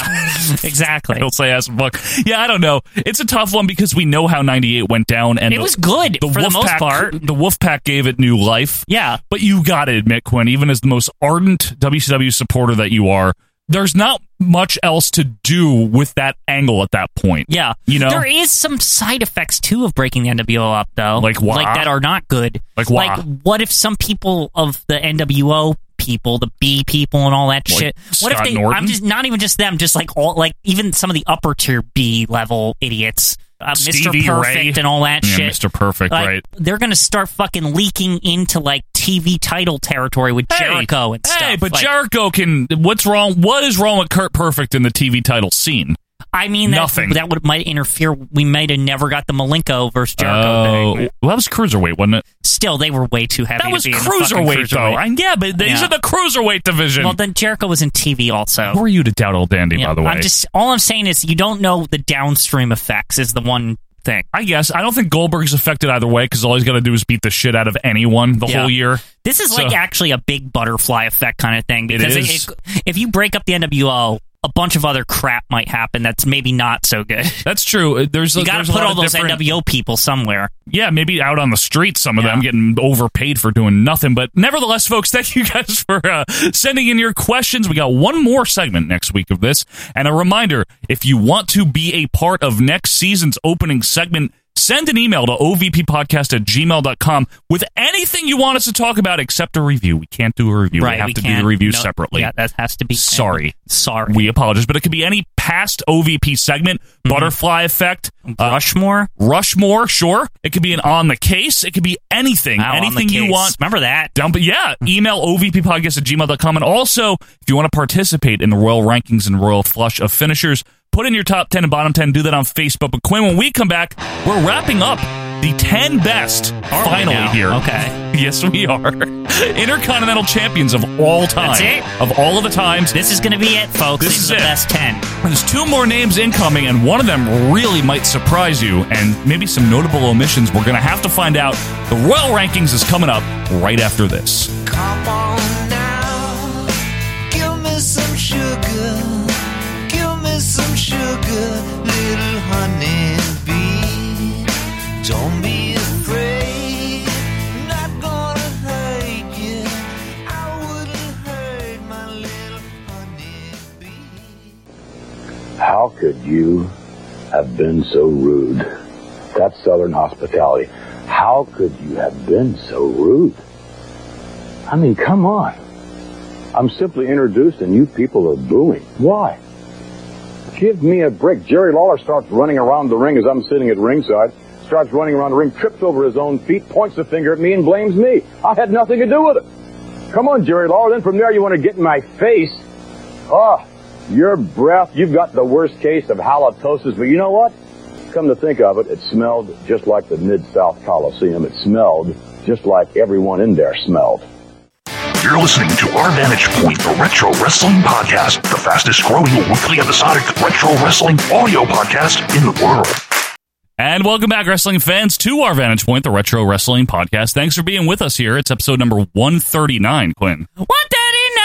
Speaker 2: *laughs* Exactly.
Speaker 1: He'll say ass and fuck. Yeah, I don't know. It's a tough one because we know how 98 went down. and
Speaker 2: It was good for the most
Speaker 1: Wolfpack-
Speaker 2: part.
Speaker 1: The Wolfpack gave it new life.
Speaker 2: Yeah.
Speaker 1: But you got to admit, Quinn, even as the most ardent WCW supporter that you are, there's not much else to do with that angle at that point.
Speaker 2: Yeah.
Speaker 1: You know?
Speaker 2: There is some side effects too of breaking the NWO up though.
Speaker 1: Like what?
Speaker 2: Like that are not good.
Speaker 1: Like what?
Speaker 2: what if some people of the NWO people, the B people and all that
Speaker 1: Like
Speaker 2: shit. What if
Speaker 1: Scott
Speaker 2: they
Speaker 1: Norton?
Speaker 2: I'm just not even just them, just like all like even some of the upper tier B level idiots uh, Mr.
Speaker 1: Stevie
Speaker 2: Perfect
Speaker 1: Ray.
Speaker 2: and all that
Speaker 1: Yeah,
Speaker 2: shit.
Speaker 1: Mr. Perfect,
Speaker 2: Like,
Speaker 1: right.
Speaker 2: They're gonna start fucking leaking into like TV title territory with Jericho and stuff.
Speaker 1: Hey, but
Speaker 2: Like,
Speaker 1: Jericho can. What's wrong? What is wrong with Kurt Perfect in the TV title scene?
Speaker 2: I mean, that,
Speaker 1: Nothing.
Speaker 2: that would might interfere. We might have never got the Malenko versus Jericho
Speaker 1: Oh,
Speaker 2: thing.
Speaker 1: well, that was cruiserweight, wasn't it?
Speaker 2: Still, they were way too heavy.
Speaker 1: That
Speaker 2: to
Speaker 1: was
Speaker 2: be in the fucking
Speaker 1: cruiserweight, though.
Speaker 2: cruiserweight.
Speaker 1: I, yeah, but these
Speaker 2: Yeah.
Speaker 1: are the cruiserweight division.
Speaker 2: Well, then Jericho was in TV also.
Speaker 1: Who are you to doubt old Dandy,
Speaker 2: Yeah,
Speaker 1: by the way?
Speaker 2: I'm just all I'm saying is you don't know the downstream effects is the one thing.
Speaker 1: I guess. I don't think Goldberg's affected either way because all he's got to do is beat the shit out of anyone the
Speaker 2: Yeah.
Speaker 1: whole year.
Speaker 2: This is
Speaker 1: So-
Speaker 2: like actually a big butterfly effect kind of thing because
Speaker 1: is.
Speaker 2: if you break up the NWO, a bunch of other crap might happen that's maybe not so good. *laughs*
Speaker 1: That's true. Uh, There's
Speaker 2: You
Speaker 1: a-
Speaker 2: got
Speaker 1: there's
Speaker 2: to
Speaker 1: a
Speaker 2: put
Speaker 1: lot
Speaker 2: all
Speaker 1: of
Speaker 2: those
Speaker 1: different-
Speaker 2: NWO people somewhere.
Speaker 1: Yeah, maybe out on the streets, some of them
Speaker 2: Yeah.
Speaker 1: getting overpaid for doing nothing. But nevertheless, folks, *laughs* thank you guys for uh, sending in your questions. We got one more segment next week of this. And a reminder if you want to be a part of next season's opening segment, send an email to ovppodcast at gmail.com with anything you want us to talk about except a review. We can't do a review.
Speaker 2: right,
Speaker 1: we have
Speaker 2: we
Speaker 1: to do
Speaker 2: can't-
Speaker 1: the review
Speaker 2: no,
Speaker 1: separately.
Speaker 2: Yeah, that has to be.
Speaker 1: Sorry.
Speaker 2: sorry.
Speaker 1: We apologize, but it could be any past OVP segment, butterfly effect, uh,
Speaker 2: Mm-hmm. Rushmore.
Speaker 1: Rushmore, sure. It could be an on the case. It could be anything.
Speaker 2: Wow, on the
Speaker 1: anything you
Speaker 2: case. Hmm.
Speaker 1: want.
Speaker 2: Remember that.
Speaker 1: Dump it. Yeah. Email ovppodcast at gmail.com. And also, if you want to participate in the Royal Rankings and Royal Flush of Finishers, put in your top 10 and bottom 10. Do that on Facebook. But Quinn, when we come back, we're wrapping up the 10 best
Speaker 2: we
Speaker 1: finally
Speaker 2: now?
Speaker 1: here.
Speaker 2: Okay.
Speaker 1: *laughs* Yes, we are. *laughs* Intercontinental champions of all time.
Speaker 2: That's it?
Speaker 1: Of all of the times.
Speaker 2: This is going to be it, folks.
Speaker 1: This
Speaker 2: These
Speaker 1: is
Speaker 2: are the
Speaker 1: it.
Speaker 2: best ten.
Speaker 1: There's two more names incoming, and one of them really might surprise you, and maybe some notable omissions. We're going to have to find out. The Royal Rankings is coming up right after this.
Speaker 7: Come on now, give me some sugar, give me some sugar, little honey bee. Don't be afraid, not gonna hurt you. I wouldn't hurt my little honey bee.
Speaker 8: How could you have been so rude? That's Southern hospitality. How could you have been so rude? I mean, come on. I'm simply introduced and you people are booing. Why? Give me a break. Jerry Lawler starts running around the ring as I'm sitting at ringside, starts running around the ring, trips over his own feet, points the finger at me and blames me. I had nothing to do with it. Come on, Jerry Lawler. Then from there you want to get in my face. Oh, your breath, you've got the worst case of halitosis, but you know what? Come to think of it, it smelled just like the Mid-South Coliseum. It smelled just like everyone in there smelled.
Speaker 3: You're listening to Our Vantage Point, the Retro Wrestling Podcast, the fastest growing weekly episodic retro wrestling audio podcast in the world.
Speaker 1: And welcome back, wrestling fans, to our Vantage Point, the Retro Wrestling Podcast. Thanks for being with us here. It's episode number 139, Quinn.
Speaker 2: 139!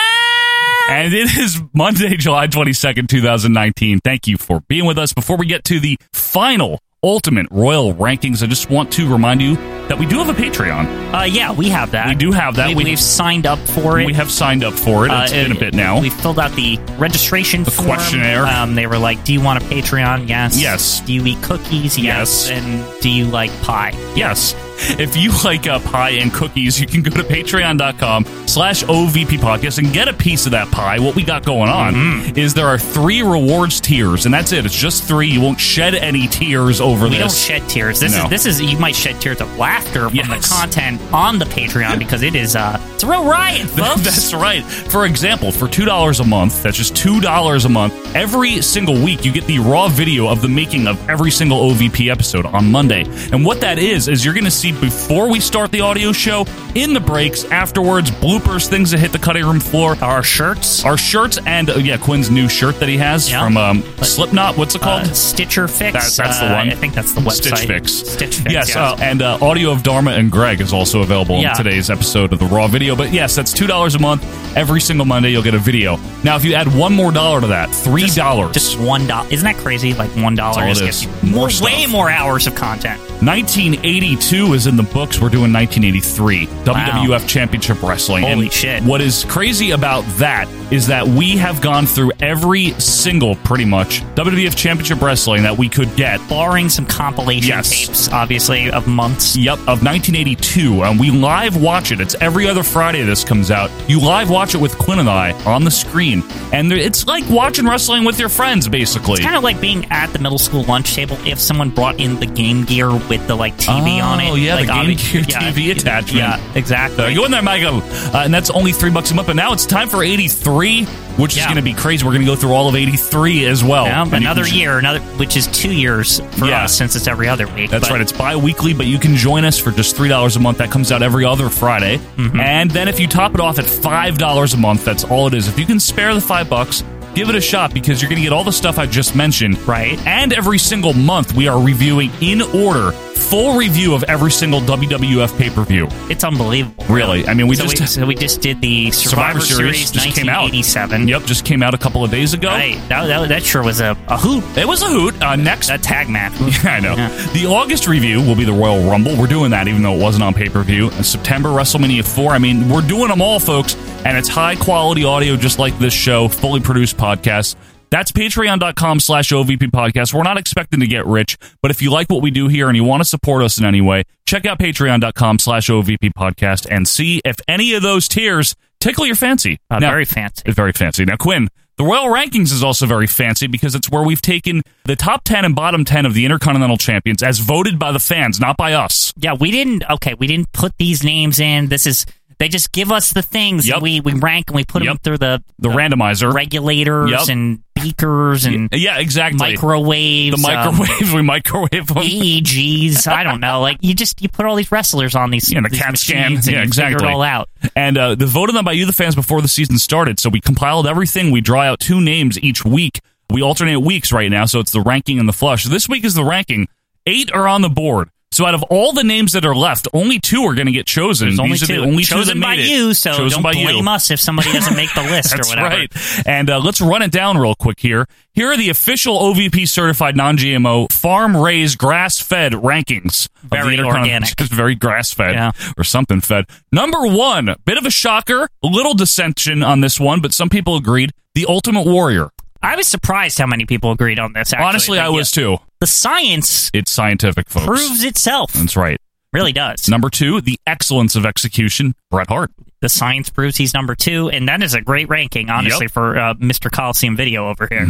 Speaker 1: And it is Monday, July 22nd, 2019. Thank you for being with us. Before we get to the final ultimate Royal Rankings, I just want to remind you that we do have a Patreon.
Speaker 2: Uh, yeah, we have that.
Speaker 1: We do have that.
Speaker 2: We,
Speaker 1: We-
Speaker 2: have signed up for it.
Speaker 1: We have signed up for it.
Speaker 2: Uh,
Speaker 1: It's been a
Speaker 2: it-
Speaker 1: bit now.
Speaker 2: We filled out the registration
Speaker 1: The
Speaker 2: form.
Speaker 1: questionnaire.
Speaker 2: Um, they were like, "Do you want a Patreon? Yes.
Speaker 1: Yes.
Speaker 2: Do you eat cookies?
Speaker 1: Yes.
Speaker 2: Yes. And do you like pie?
Speaker 1: Yes. If you like uh, pie and cookies, you can go to patreon.com slash OVP podcast and get a piece of that pie. What we got going on is there are three rewards tiers, and that's it. It's just three. You won't shed any tears over
Speaker 2: We
Speaker 1: this.
Speaker 2: don't shed tears. This
Speaker 1: No.
Speaker 2: is this is you might shed tears of laughter from
Speaker 1: Yes.
Speaker 2: the content on the Patreon because it is uh it's a
Speaker 1: *laughs*
Speaker 2: real riot,
Speaker 1: That-
Speaker 2: folks.
Speaker 1: That's right. For example, for $2 a month, that's just $2 a month, every single week you get the raw video of the making of every single OVP episode on Monday. And what that is, is you're going to see before we start the audio show, in the breaks, afterwards, bloopers, things that hit the cutting room floor.
Speaker 2: Our shirts.
Speaker 1: Our shirts and, uh, yeah, Quinn's new shirt that he has
Speaker 2: Yeah.
Speaker 1: from um, Slipknot. What's it
Speaker 2: uh,
Speaker 1: called?
Speaker 2: Stitcher Fix.
Speaker 1: That- that's the
Speaker 2: Uh,
Speaker 1: one.
Speaker 2: I think that's the website.
Speaker 1: Stitch Fix.
Speaker 2: Stitch Fix.
Speaker 1: Yes, uh, and uh, audio of Dharma and Greg is also available
Speaker 2: Yeah.
Speaker 1: in today's episode of the Raw Video. But yes, that's two dollars a month. Every single Monday, you'll get a video. Now, if you add one more dollar to that, three
Speaker 2: Just-
Speaker 1: dollars.
Speaker 2: Just one dollar. Isn't that crazy? Like one dollar
Speaker 1: all
Speaker 2: just
Speaker 1: it is.
Speaker 2: gives you
Speaker 1: More
Speaker 2: way
Speaker 1: stuff.
Speaker 2: more hours of content.
Speaker 1: 1982 is in the books. We're doing 1983 WWF Championship Wrestling.
Speaker 2: Holy
Speaker 1: and
Speaker 2: shit.
Speaker 1: What is crazy about that is that we have gone through every single, pretty much, WWF Championship Wrestling that we could get.
Speaker 2: Barring some compilation
Speaker 1: Yes.
Speaker 2: tapes, obviously, of months.
Speaker 1: Yep, of 1982, and we live watch it. It's every other Friday this comes out. You live watch it with Quinn and I on the screen, and there- it's like watching wrestling with your friends, basically.
Speaker 2: It's kind of like being at the middle school lunch table if someone brought in the Game Gear with the like TV on it.
Speaker 1: Oh, yeah,
Speaker 2: like,
Speaker 1: the Game
Speaker 2: obvi-
Speaker 1: Gear TV attachment.
Speaker 2: Yeah, exactly.
Speaker 1: Uh, go in there, Michael. Uh, and that's only three bucks a month. But now it's time for 83, which is
Speaker 2: Yeah.
Speaker 1: going to be crazy. We're going to go through all of 83 as well.
Speaker 2: Yeah,
Speaker 1: Oh, And you
Speaker 2: another
Speaker 1: can-
Speaker 2: year, another which is two years for
Speaker 1: Yeah.
Speaker 2: us since it's every other week.
Speaker 1: That's
Speaker 2: but-
Speaker 1: right. It's bi weekly, but you can join us for just $3 a month. That comes out every other Friday.
Speaker 2: Mm-hmm.
Speaker 1: And then if you top it off at $5 a month, that's all it is. If you can spare the five bucks, give it a shot because you're going to get all the stuff I just mentioned.
Speaker 2: Right.
Speaker 1: And every single month, we are reviewing in order, full review of every single WWF pay per view.
Speaker 2: It's unbelievable.
Speaker 1: Really? I mean, we
Speaker 2: So
Speaker 1: just-
Speaker 2: we, so we just did the Survivor, Series,
Speaker 1: just came out.
Speaker 2: 1987.
Speaker 1: Yep, just came out a couple of days ago.
Speaker 2: Right. That, that, that sure was a, a hoot.
Speaker 1: It was a hoot. Uh, next,
Speaker 2: A tag match.
Speaker 1: *laughs* Yeah, I know.
Speaker 2: Yeah.
Speaker 1: The August review will be the Royal Rumble. We're doing that, even though it wasn't on pay per view. September WrestleMania four. I mean, we're doing them all, folks, and it's high quality audio, just like this show, fully produced podcast. That's patreon.com slash OVP podcast. We're not expecting to get rich, but if you like what we do here and you want to support us in any way, check out patreon.com slash OVP podcast and see if any of those tiers tickle your fancy.
Speaker 2: Uh,
Speaker 1: Now-
Speaker 2: very fancy.
Speaker 1: it's very fancy. Now, Quinn, the Royal Rankings is also very fancy because it's where we've taken the top 10 and bottom 10 of the Intercontinental Champions as voted by the fans, not by us.
Speaker 2: Yeah, we didn't. Okay, we didn't put these names in. This is they just give us the things
Speaker 1: Yep.
Speaker 2: and we we rank and we put them
Speaker 1: Yep.
Speaker 2: through the
Speaker 1: The randomizer.
Speaker 2: regulators
Speaker 1: Yep.
Speaker 2: and beakers and
Speaker 1: yeah, exactly. The
Speaker 2: microwaves. um, *laughs*
Speaker 1: microwave. *laughs* we microwave them.
Speaker 2: EEGs. I don't know. Like you just you put all these wrestlers on these,
Speaker 1: Yeah, the
Speaker 2: these
Speaker 1: CAT scan.
Speaker 2: machines and
Speaker 1: Yeah,
Speaker 2: you
Speaker 1: exactly.
Speaker 2: figure it all out.
Speaker 1: And uh, the voted on by you, the fans, before the season started. So we compiled everything. We draw out two names each week. We alternate weeks right now, so it's the ranking and the flush. This week is the ranking. Eight are on the board. So out of all the names that are left, only two are going to get chosen.
Speaker 2: There's only
Speaker 1: These
Speaker 2: two.
Speaker 1: are the only two
Speaker 2: chosen
Speaker 1: that
Speaker 2: by
Speaker 1: made it.
Speaker 2: you, so
Speaker 1: Chosen
Speaker 2: don't
Speaker 1: by you.
Speaker 2: blame us if somebody doesn't make
Speaker 1: *laughs*
Speaker 2: the list or whatever.
Speaker 1: right. And uh, let's run it down real quick here. Here are the official OVP certified non GMO farm raised grass fed rankings. of the
Speaker 2: Very
Speaker 1: Intercontinental- *laughs*
Speaker 2: organic.
Speaker 1: Just very grass fed
Speaker 2: Yeah.
Speaker 1: or something fed. Number one, bit of a shocker, a little dissension on this one, but some people agreed. The Ultimate Warrior.
Speaker 2: I was surprised how many people agreed on this. Actually.
Speaker 1: Honestly,
Speaker 2: Like,
Speaker 1: I was too.
Speaker 2: The science
Speaker 1: It's scientific, folks.
Speaker 2: proves itself.
Speaker 1: That's right.
Speaker 2: Really does.
Speaker 1: Number two, the excellence of execution, Bret Hart.
Speaker 2: The science proves he's number two, and that is a great ranking, honestly,
Speaker 1: Yep. Mm-hmm.
Speaker 2: for uh, Mr. Coliseum Video over here.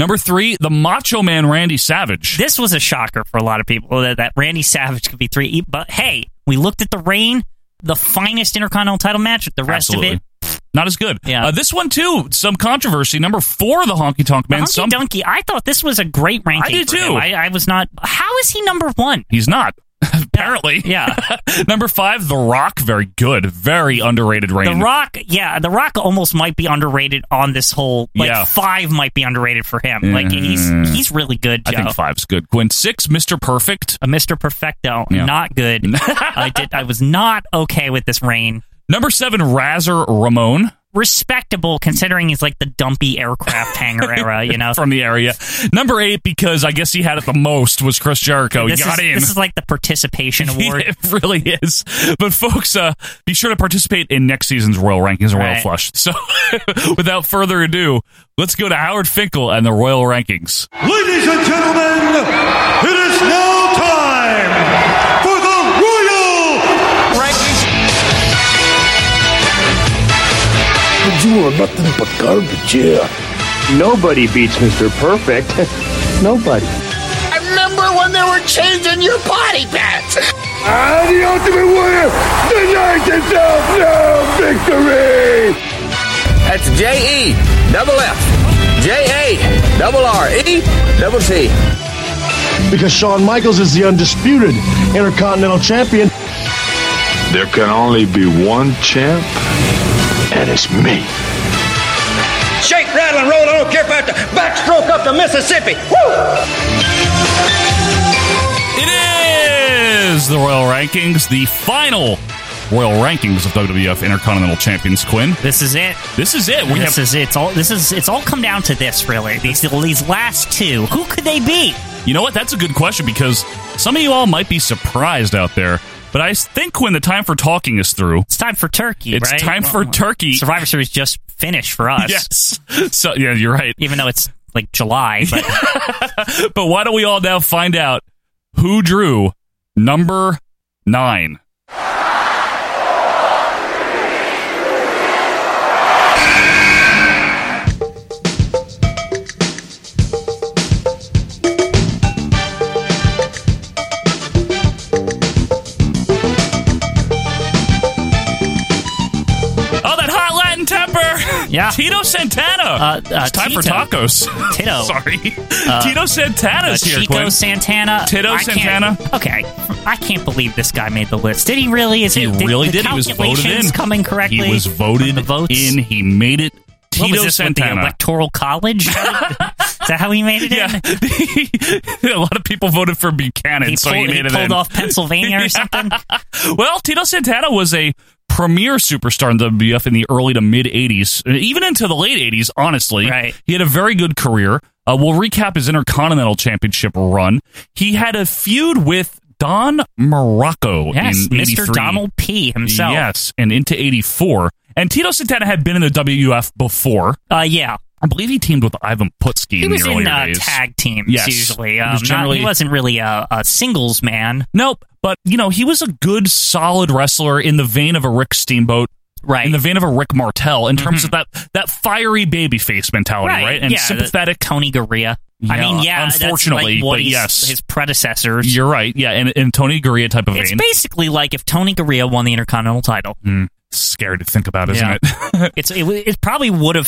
Speaker 1: Number three, the Macho Man Randy Savage.
Speaker 2: This was a shocker for a lot of people that, that Randy Savage could be three. e, But hey, we looked at the rain, the finest Intercontinental title match. The rest of it,
Speaker 1: Not as good.
Speaker 2: Yeah.
Speaker 1: Uh, this one too. Some controversy. Number four, the Honky Tonk Man.
Speaker 2: Hunky
Speaker 1: some
Speaker 2: Donkey. I thought this was a great ranking.
Speaker 1: I did
Speaker 2: for him.
Speaker 1: too.
Speaker 2: I, I was not. How is he number one?
Speaker 1: he's not. *laughs* Apparently.
Speaker 2: Yeah.
Speaker 1: *laughs* number five, The Rock. Very good. Very underrated.
Speaker 2: The
Speaker 1: Rain.
Speaker 2: Rock, yeah, The Rock almost might be underrated on this whole. Like
Speaker 1: Yeah. Mm-hmm.
Speaker 2: five might be underrated for him. Like he's he's really good.
Speaker 1: I
Speaker 2: Joe.
Speaker 1: think five's good. Quinn six, Mister Perfect.
Speaker 2: a Mr. Perfecto,
Speaker 1: Yeah. *laughs*
Speaker 2: not good. I did. I was not okay with this rain.
Speaker 1: Number seven, Razor Ramon
Speaker 2: Respectable, considering he's like the dumpy aircraft hangar era. You
Speaker 1: *laughs*
Speaker 2: know,
Speaker 1: from the area. Number eight, because I guess he had it the most, was Chris Jericho.
Speaker 2: this
Speaker 1: he got
Speaker 2: is,
Speaker 1: in.
Speaker 2: This is like the
Speaker 1: *laughs*
Speaker 2: participation award.
Speaker 1: It really is. But folks, uh, be sure to participate in next season's Royal Rankings and Royal
Speaker 2: Right.
Speaker 1: Flush. So, *laughs* without further ado, let's go to Howard Finkel and the Royal Rankings.
Speaker 9: Ladies and gentlemen, it is now time for the Royal
Speaker 6: You are nothing but garbage. Yeah. Nobody beats Mr. Perfect. Nobody.
Speaker 3: I remember when they were changing your body parts.
Speaker 9: and the Ultimate Warrior denies himself no victory!
Speaker 3: That's J E double F J A double R E double T.
Speaker 9: Because Shawn Michaels is the undisputed Intercontinental Champion.
Speaker 10: There can only be one champ, and it's me.
Speaker 3: Shake, rattle, and roll. I don't care about the backstroke up the Mississippi. Woo!
Speaker 1: It is the Royal Rankings, the final Royal Rankings of WWF Intercontinental Champions. Quinn,
Speaker 2: This is it.
Speaker 1: this is it. We
Speaker 2: this
Speaker 1: have,
Speaker 2: is it. It's all. This is. It's all come down to this, really. These these last two. Who could they be?
Speaker 1: you know what? That's a good question because Some of you all might be surprised out there, but I think when the time for talking is through,
Speaker 2: it's time for turkey.
Speaker 1: It's
Speaker 2: right?
Speaker 1: time for turkey.
Speaker 2: Survivor Series just finished for
Speaker 1: *laughs*
Speaker 2: us.
Speaker 1: Yes. So yeah, you're right.
Speaker 2: Even though it's like July,
Speaker 1: *laughs*
Speaker 2: but
Speaker 1: But why don't we all now find out who drew number nine? Oh, Oh, that hot Latin temper!
Speaker 2: Yeah.
Speaker 1: Tito Santana.
Speaker 2: Uh, uh,
Speaker 1: it's time for
Speaker 2: Tito.
Speaker 1: tacos.
Speaker 2: Tito.
Speaker 1: *laughs* Sorry.
Speaker 2: Uh,
Speaker 1: Tito
Speaker 2: uh,
Speaker 1: Santana's here,
Speaker 2: Chico
Speaker 1: Quinn.
Speaker 2: Santana.
Speaker 1: Tito
Speaker 2: I can't-
Speaker 1: Santana.
Speaker 2: Okay, I can't believe this guy made the list. Did he really? Is
Speaker 1: He
Speaker 2: it,
Speaker 1: really
Speaker 2: the
Speaker 1: did. He was voted
Speaker 2: calculations
Speaker 1: in.
Speaker 2: Coming correctly.
Speaker 1: He was voted
Speaker 2: from the votes?
Speaker 1: in. He made it. Tito
Speaker 2: What was this with the
Speaker 1: Santana.
Speaker 2: electoral
Speaker 1: *laughs*
Speaker 2: college? Is that how he made it
Speaker 1: yeah, *laughs*
Speaker 2: in?
Speaker 1: a lot of people voted for Buchanan,
Speaker 2: He
Speaker 1: so
Speaker 2: pulled,
Speaker 1: he made it
Speaker 2: pulled
Speaker 1: in.
Speaker 2: off Pennsylvania
Speaker 1: *laughs*
Speaker 2: or something.
Speaker 1: Well, Tito Santana was a premier superstar in the WWF in the early to mid 80s, even into the late 80s, honestly.
Speaker 2: Right.
Speaker 1: He had a very good career. Uh, we'll recap his Intercontinental Championship run. He had a feud with Don Morocco
Speaker 2: yes,
Speaker 1: in
Speaker 2: Mr.
Speaker 1: 83.
Speaker 2: Donald P. himself.
Speaker 1: Yes, and into 84. And Tito Santana had been in the WWF before.
Speaker 2: Uh, yeah.
Speaker 1: I believe he teamed with Ivan Putski
Speaker 2: He
Speaker 1: in
Speaker 2: was
Speaker 1: the
Speaker 2: in
Speaker 1: earlier
Speaker 2: uh,
Speaker 1: days.
Speaker 2: tag teams
Speaker 1: Yes. He
Speaker 2: usually.
Speaker 1: was
Speaker 2: Um, not-
Speaker 1: generally-
Speaker 2: he wasn't really a, a singles man,
Speaker 1: Nope. But, you know, he was a good, solid wrestler in the vein of a Rick Steamboat,
Speaker 2: right?
Speaker 1: in the vein of a Rick Martel, in terms of that, that fiery babyface mentality, right? And
Speaker 2: Mm-hmm. yeah, the-
Speaker 1: sympathetic.
Speaker 2: Tony Garea. I
Speaker 1: Yeah,
Speaker 2: mean, yeah, uh, that's like
Speaker 1: unfortunately,
Speaker 2: what
Speaker 1: but
Speaker 2: he's-
Speaker 1: yes.
Speaker 2: his predecessors.
Speaker 1: You're right. Yeah. And, and Tony Gurria type of
Speaker 2: It's
Speaker 1: vein.
Speaker 2: basically like if Tony Garea won the Intercontinental title.
Speaker 1: Mm-hmm. Scary to think about, isn't
Speaker 2: Yeah. *laughs*
Speaker 1: it? Uh,
Speaker 2: It's it, w- it probably would have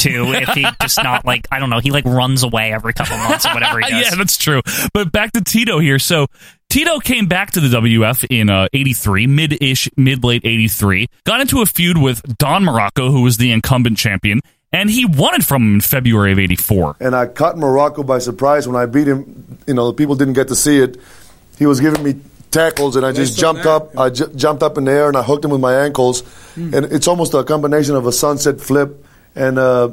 Speaker 1: *laughs*
Speaker 2: too if he just not like I don't know he like runs away every couple months or whatever he does.
Speaker 1: *laughs* yeah, that's true. But back to Tito here. So Tito came back to the WF in uh, 83, mid ish, mid late 83, got into a feud with Don Morocco, who was the incumbent champion, and he won it from him in February of 84.
Speaker 11: and I caught Morocco by surprise when I beat him. You know, the people didn't get to see it. He was giving me tackles, and I just jumped up. I ju- jumped up in the air, and I hooked him with my ankles. And it's almost a combination of a sunset flip, and uh,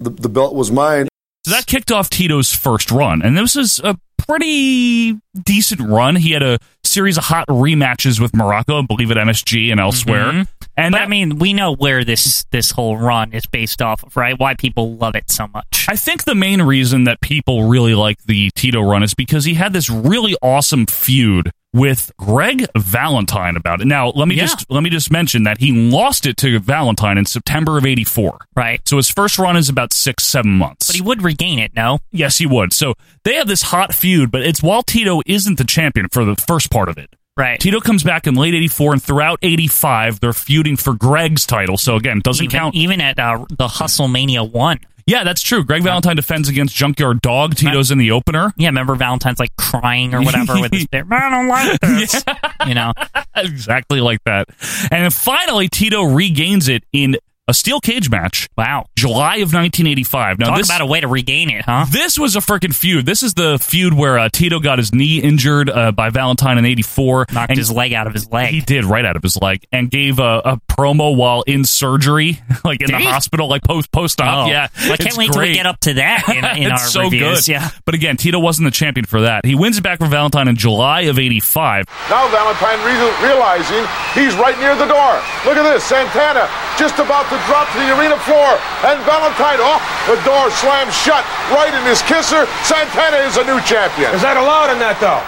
Speaker 11: the, the belt was mine.
Speaker 1: So that kicked off Tito's first run, and this is a pretty decent run. He had a series of hot rematches with Morocco, I believe at MSG and elsewhere.
Speaker 2: Mhm.
Speaker 1: And
Speaker 2: but
Speaker 1: that,
Speaker 2: I mean, we know where this this whole run is based off of, right? Why people love it so much.
Speaker 1: I think the main reason that people really like the Tito run is because he had this really awesome feud with Greg Valentine about it. Now, let me
Speaker 2: Yeah.
Speaker 1: just let me just mention that he lost it to Valentine in September of 84.
Speaker 2: Right.
Speaker 1: So his first run is about 6-7 months.
Speaker 2: But he would regain it, no?
Speaker 1: yes, he would. So they have this hot feud, but it's while Tito isn't the champion for the first part of it.
Speaker 2: Right.
Speaker 1: Tito comes back in late 84 and throughout 85 they're feuding for Greg's title. So again, it doesn't
Speaker 2: even,
Speaker 1: count.
Speaker 2: even at uh, the Hustlemania one.
Speaker 1: Yeah, that's true. Greg Valentine defends against Junkyard Dog. Tito's in the opener.
Speaker 2: Yeah, remember Valentine's like crying or whatever
Speaker 1: *laughs*
Speaker 2: with his bear. I don't like this. You know,
Speaker 1: Oh, exactly like that. And then finally, Tito regains it in a steel cage match. Wow, July of 1985. Now
Speaker 2: talk
Speaker 1: this
Speaker 2: about a way to regain it, huh?
Speaker 1: this was a freaking feud. This is the feud where uh, Tito got his knee injured uh, by Valentine in '84.
Speaker 2: Knocked
Speaker 1: and
Speaker 2: his leg out of his leg.
Speaker 1: He did right out of his leg and gave a, a promo while in surgery, *laughs* like in
Speaker 2: Did
Speaker 1: the
Speaker 2: he?
Speaker 1: hospital, like post post op.
Speaker 2: Oh.
Speaker 1: Yeah,
Speaker 2: Well, I can't
Speaker 1: It's
Speaker 2: wait till
Speaker 1: great.
Speaker 2: we get up to that
Speaker 1: *laughs*
Speaker 2: in,
Speaker 1: it's
Speaker 2: in our
Speaker 1: so
Speaker 2: reviews.
Speaker 1: good.
Speaker 2: Yeah.
Speaker 1: But again, Tito wasn't the champion for that. He wins it back from Valentine in July of '85.
Speaker 12: Now Valentine re- realizing he's right near the door. Look at this, Santana just about to drop to the arena floor, and Valentine, oh, the door slams shut right in his kisser. Santana is a new champion.
Speaker 4: Is that allowed in that, though?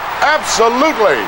Speaker 12: Absolutely.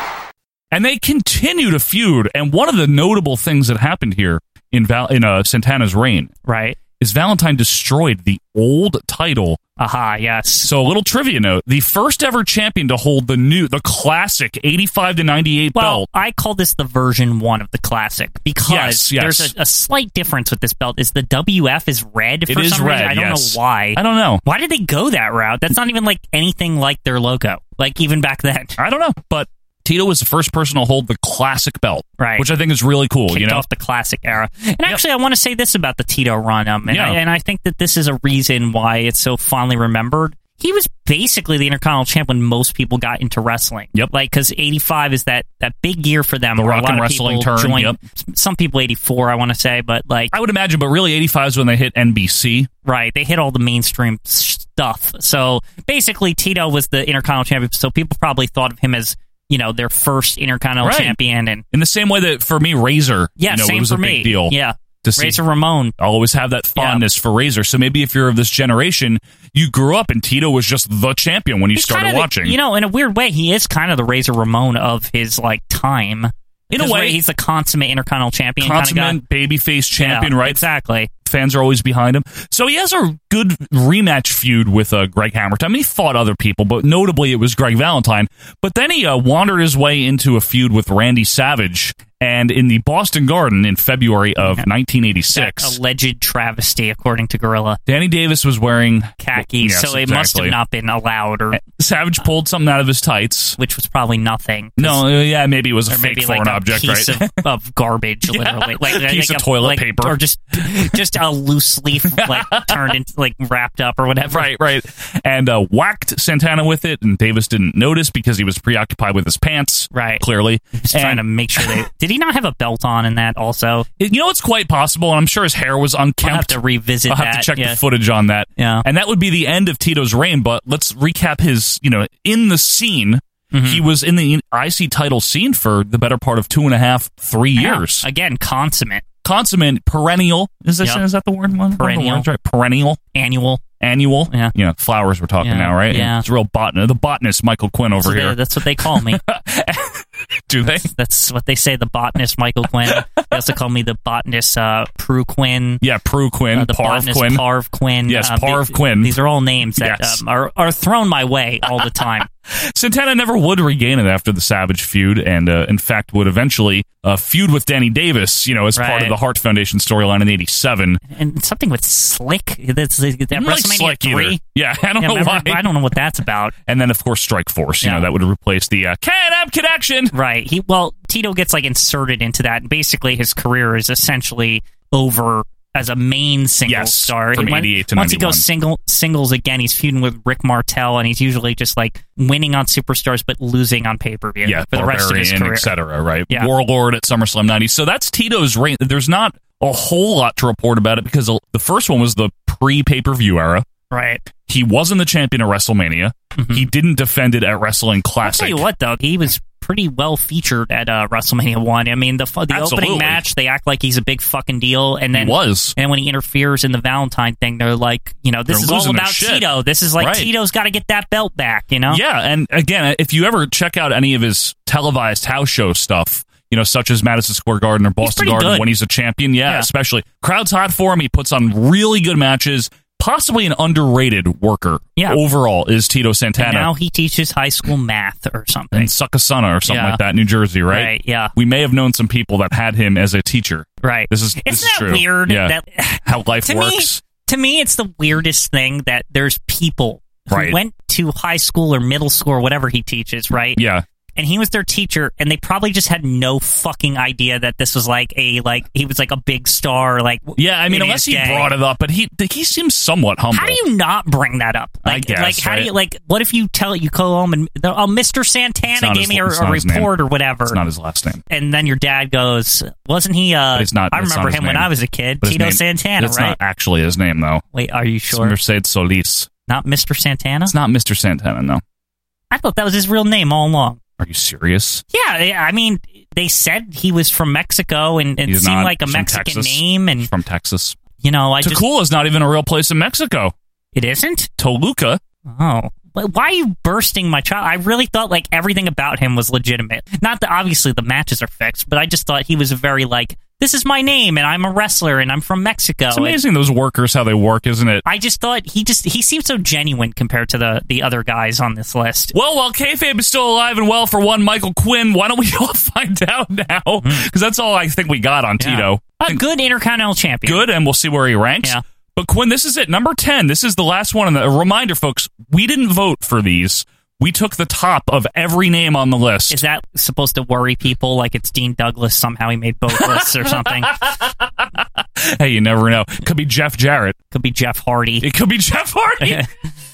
Speaker 1: And they continue to feud. And one of the notable things that happened here in Val- in uh, Santana's reign
Speaker 2: Right.
Speaker 1: is Valentine destroyed the old title.
Speaker 2: Aha, yes.
Speaker 1: So a little trivia note: the first ever champion to hold the new, the classic eighty-five to ninety-eight
Speaker 2: Well,
Speaker 1: belt.
Speaker 2: I call this the version one of the classic because
Speaker 1: Yes, yes.
Speaker 2: there's a, a slight difference with this belt. Is the WF is red for
Speaker 1: It is
Speaker 2: some
Speaker 1: red.
Speaker 2: reason? I don't
Speaker 1: yes.
Speaker 2: know why.
Speaker 1: I don't know.
Speaker 2: Why did they go that route? That's not even like anything like their logo. Like even back then,
Speaker 1: I don't know. But Tito was the first person to hold the classic belt,
Speaker 2: Right.
Speaker 1: Which I think is really cool.
Speaker 2: kicked
Speaker 1: you know,
Speaker 2: off the classic era. And actually, I want to say this about the Tito run, um, and,
Speaker 1: Yeah.
Speaker 2: I, and I think that this is a reason why it's so fondly remembered. He was basically the Intercontinental Champ when most people got into wrestling.
Speaker 1: Yep.
Speaker 2: like because '85 is that that big year for them.
Speaker 1: The
Speaker 2: where a
Speaker 1: rock
Speaker 2: lot
Speaker 1: and
Speaker 2: of
Speaker 1: wrestling
Speaker 2: people
Speaker 1: turn,
Speaker 2: joined-
Speaker 1: yep.
Speaker 2: Some people '84, I want to say, but like
Speaker 1: I would imagine. But really, eighty-five is when they hit NBC.
Speaker 2: Right. They hit all the mainstream stuff. So basically, Tito was the Intercontinental Champion. So people probably thought of him as you know, their first Intercontinental
Speaker 1: Right.
Speaker 2: Champion. And
Speaker 1: in the same way that for me, Razor,
Speaker 2: Yeah,
Speaker 1: you know,
Speaker 2: same
Speaker 1: it was
Speaker 2: for
Speaker 1: a
Speaker 2: me.
Speaker 1: big deal.
Speaker 2: Yeah.
Speaker 1: to see.
Speaker 2: Razor Ramon.
Speaker 1: I always have that fondness for Razor. So maybe if you're of this generation, you grew up and Tito was just the champion when you started
Speaker 2: kind of the-
Speaker 1: watching.
Speaker 2: you know, in a weird way, he is kind of the Razor Ramon of his like time.
Speaker 1: In a
Speaker 2: Because
Speaker 1: way-
Speaker 2: Ray- he's the consummate Intercontinental Champion kind
Speaker 1: consummate
Speaker 2: of guy.
Speaker 1: babyface champion,
Speaker 2: Yeah,
Speaker 1: right?
Speaker 2: Exactly.
Speaker 1: Fans are always behind him. So he has a good rematch feud with uh, Greg Hammerton. I mean, he fought other people, but notably it was Greg Valentine. But then he uh, wandered his way into a feud with Randy Savage. And in the Boston Garden in February of 1986,
Speaker 2: Alleged travesty, according to Gorilla.
Speaker 1: Danny Davis was wearing
Speaker 2: Khaki,
Speaker 1: Yes,
Speaker 2: so it must have
Speaker 1: exactly.
Speaker 2: not been allowed, or
Speaker 1: Savage pulled something out of his tights,
Speaker 2: which was probably nothing. *laughs* 'cause-
Speaker 1: No, uh, yeah, maybe it was a
Speaker 2: or
Speaker 1: fake
Speaker 2: maybe
Speaker 1: foreign
Speaker 2: like a
Speaker 1: object,
Speaker 2: piece
Speaker 1: right?
Speaker 2: of, of garbage,
Speaker 1: Yeah.
Speaker 2: literally, like
Speaker 1: Piece
Speaker 2: like
Speaker 1: of toilet
Speaker 2: like-
Speaker 1: paper.
Speaker 2: or just just a loose
Speaker 1: *laughs*
Speaker 2: leaf, like turned into like wrapped up or whatever.
Speaker 1: *laughs* right, right. And uh, whacked Santana with it, and Davis didn't notice because he was preoccupied with his pants.
Speaker 2: Right.
Speaker 1: Clearly,
Speaker 2: Just trying to make sure they did. He not have a belt on in that also.
Speaker 1: You know, it's quite possible, and I'm sure his hair was unkempt.
Speaker 2: I'll have to revisit.
Speaker 1: I'll have
Speaker 2: that,
Speaker 1: to check
Speaker 2: yeah.
Speaker 1: the footage on that.
Speaker 2: Yeah.
Speaker 1: And that would be the end of Tito's reign, but let's recap his, you know, in the scene.
Speaker 2: Mm-hmm.
Speaker 1: He was in the IC title scene for the better part of two and a half, three
Speaker 2: Yeah.
Speaker 1: years.
Speaker 2: Again, consummate.
Speaker 1: Consummate, perennial. Is this
Speaker 2: Yep.
Speaker 1: is that the word? One of the
Speaker 2: Perennial.
Speaker 1: words, right? Perennial,
Speaker 2: Annual.
Speaker 1: annual. Yeah. You know, flowers we're talking
Speaker 2: Yeah.
Speaker 1: now, right?
Speaker 2: Yeah.
Speaker 1: It's real botanist. The botanist Michael Quinn over
Speaker 2: So they-
Speaker 1: here.
Speaker 2: that's what they
Speaker 1: *laughs*
Speaker 2: call me.
Speaker 1: Do they?
Speaker 2: That's what they say. The botanist Michael Quinn. They also call me the botanist uh, Prue Quinn.
Speaker 1: Yeah, Prue Quinn,
Speaker 2: uh, the
Speaker 1: Parv
Speaker 2: botanist
Speaker 1: Quinn.
Speaker 2: Parv Quinn.
Speaker 1: Yes,
Speaker 2: uh,
Speaker 1: Parv
Speaker 2: the-
Speaker 1: Quinn.
Speaker 2: These are all names that
Speaker 1: Yes.
Speaker 2: um, are are thrown my way all the time. *laughs*
Speaker 1: Santana never would regain it after the Savage feud, and uh, in fact would eventually uh, feud with Danny Davis, you know, as part of
Speaker 2: Right.
Speaker 1: the Hart Foundation storyline in '87.
Speaker 2: and something with Slick. That's that
Speaker 1: really
Speaker 2: WrestleMania
Speaker 1: slick either. *laughs*
Speaker 2: three.
Speaker 1: Yeah, I don't know
Speaker 2: remember?
Speaker 1: why.
Speaker 2: I don't know what that's about.
Speaker 1: And then of course Strike Force, you know, that would replace the uh, Can Am Connection.
Speaker 2: Right. He well, Tito gets like inserted into that. and Basically, his career is essentially over as a main single
Speaker 1: Yes,
Speaker 2: star.
Speaker 1: from
Speaker 2: He went-
Speaker 1: 88 to
Speaker 2: once he
Speaker 1: 91.
Speaker 2: goes single singles again, he's feuding with Rick Martel, and he's usually just like winning on superstars but losing on pay per view
Speaker 1: yeah,
Speaker 2: for the rest of his
Speaker 1: Barbarian,
Speaker 2: career.
Speaker 1: et cetera, right?
Speaker 2: Yeah.
Speaker 1: Warlord at SummerSlam 90. So that's Tito's reign. There's not a whole lot to report about it because the first one was the pre pay per view era.
Speaker 2: Right.
Speaker 1: He wasn't the champion of WrestleMania. He didn't defend it at Wrestling
Speaker 2: Mm-hmm. I'll tell
Speaker 1: Classic.
Speaker 2: you what, though, he was pretty well featured at uh, WrestleMania One. I mean, the fu- the
Speaker 1: Absolutely.
Speaker 2: opening match, they act like he's a big fucking deal, and then
Speaker 1: He was.
Speaker 2: and when he interferes in the Valentine thing, they're like, you know, this
Speaker 1: They're
Speaker 2: is all
Speaker 1: losing their
Speaker 2: about
Speaker 1: shit.
Speaker 2: Tito. This is like
Speaker 1: Right.
Speaker 2: Tito's got to get that belt back, you know?
Speaker 1: Yeah, and again, if you ever check out any of his televised house show stuff, you know, such as Madison Square Garden or Boston
Speaker 2: pretty
Speaker 1: Garden
Speaker 2: good.
Speaker 1: when he's a champion, yeah,
Speaker 2: Yeah.
Speaker 1: especially. Crowd's hot for him. He puts on really good matches. Possibly an underrated worker.
Speaker 2: Yeah.
Speaker 1: Overall, is Tito
Speaker 2: And
Speaker 1: Santana.
Speaker 2: now he teaches high school math or something.
Speaker 1: in Sucasana or something
Speaker 2: Yeah.
Speaker 1: like that, New Jersey, right?
Speaker 2: Right, yeah.
Speaker 1: We may have known some people that had him as a teacher.
Speaker 2: Right.
Speaker 1: This is this
Speaker 2: Isn't
Speaker 1: is
Speaker 2: that
Speaker 1: true.
Speaker 2: weird?
Speaker 1: Yeah.
Speaker 2: That
Speaker 1: *sighs* How life
Speaker 2: to
Speaker 1: works.
Speaker 2: me, to me, it's the weirdest thing that there's people who
Speaker 1: Right.
Speaker 2: went to high school or middle school or whatever he teaches, right?
Speaker 1: Yeah.
Speaker 2: and he was their teacher and they probably just had no fucking idea that this was like a like he was like a big star like w-
Speaker 1: Yeah, I mean,
Speaker 2: in
Speaker 1: unless he
Speaker 2: his day.
Speaker 1: brought it up, but he he seems somewhat humble.
Speaker 2: how do you not bring that up
Speaker 1: I
Speaker 2: like
Speaker 1: guess,
Speaker 2: like how
Speaker 1: right?
Speaker 2: do you like what if you tell you go home and oh mr
Speaker 1: It's
Speaker 2: santana
Speaker 1: not
Speaker 2: gave
Speaker 1: his-
Speaker 2: me a,
Speaker 1: it's
Speaker 2: a
Speaker 1: not his name.
Speaker 2: report or whatever
Speaker 1: It's not his last name.
Speaker 2: and then your dad goes wasn't he uh
Speaker 1: But it's not.
Speaker 2: i
Speaker 1: it's not
Speaker 2: remember
Speaker 1: his
Speaker 2: him when
Speaker 1: name.
Speaker 2: i was a kid
Speaker 1: But his
Speaker 2: tito
Speaker 1: name-
Speaker 2: santana
Speaker 1: That's
Speaker 2: right
Speaker 1: not actually his name, though.
Speaker 2: wait are you
Speaker 1: It's
Speaker 2: sure
Speaker 1: Mercedes Solis.
Speaker 2: not mr santana
Speaker 1: It's not Mr. Santana, no.
Speaker 2: i thought that was his real name all along
Speaker 1: Are you serious?
Speaker 2: yeah they- i mean they said he was from mexico and it
Speaker 1: He's
Speaker 2: seemed
Speaker 1: not.
Speaker 2: like a
Speaker 1: He's from
Speaker 2: mexican
Speaker 1: Texas.
Speaker 2: name and
Speaker 1: He's from Texas.
Speaker 2: you know i just
Speaker 1: Tacula is not even a real place in Mexico.
Speaker 2: It isn't?
Speaker 1: Toluca.
Speaker 2: Oh. But Why are you bursting my child? I really thought like everything about him was legitimate. Not that obviously the matches are fixed, but I just thought he was very like, this is my name and I'm a wrestler and I'm from Mexico.
Speaker 1: It's
Speaker 2: And
Speaker 1: amazing those workers how they work, isn't it?
Speaker 2: I just thought he just he seemed so genuine compared to the the other guys on this list.
Speaker 1: Well, while kayfabe is still alive and well for one Michael Quinn, why don't we *laughs* all find out now?
Speaker 2: Hmm.
Speaker 1: Because that's all I think we got on Tito.
Speaker 2: A good intercontinental champion.
Speaker 1: Good, and we'll see where he ranks.
Speaker 2: Yeah.
Speaker 1: But Quinn, this is it, number ten. This is the last one. And a reminder, folks, we didn't vote for these. We took the top of every name on the list.
Speaker 2: Is that supposed to worry people like it's Dean Douglas somehow he made both
Speaker 1: *laughs*
Speaker 2: lists or something?
Speaker 1: hey, you never know. Could be Jeff Jarrett.
Speaker 2: Could be Jeff Hardy.
Speaker 1: It could be Jeff
Speaker 2: *laughs*
Speaker 1: Hardy.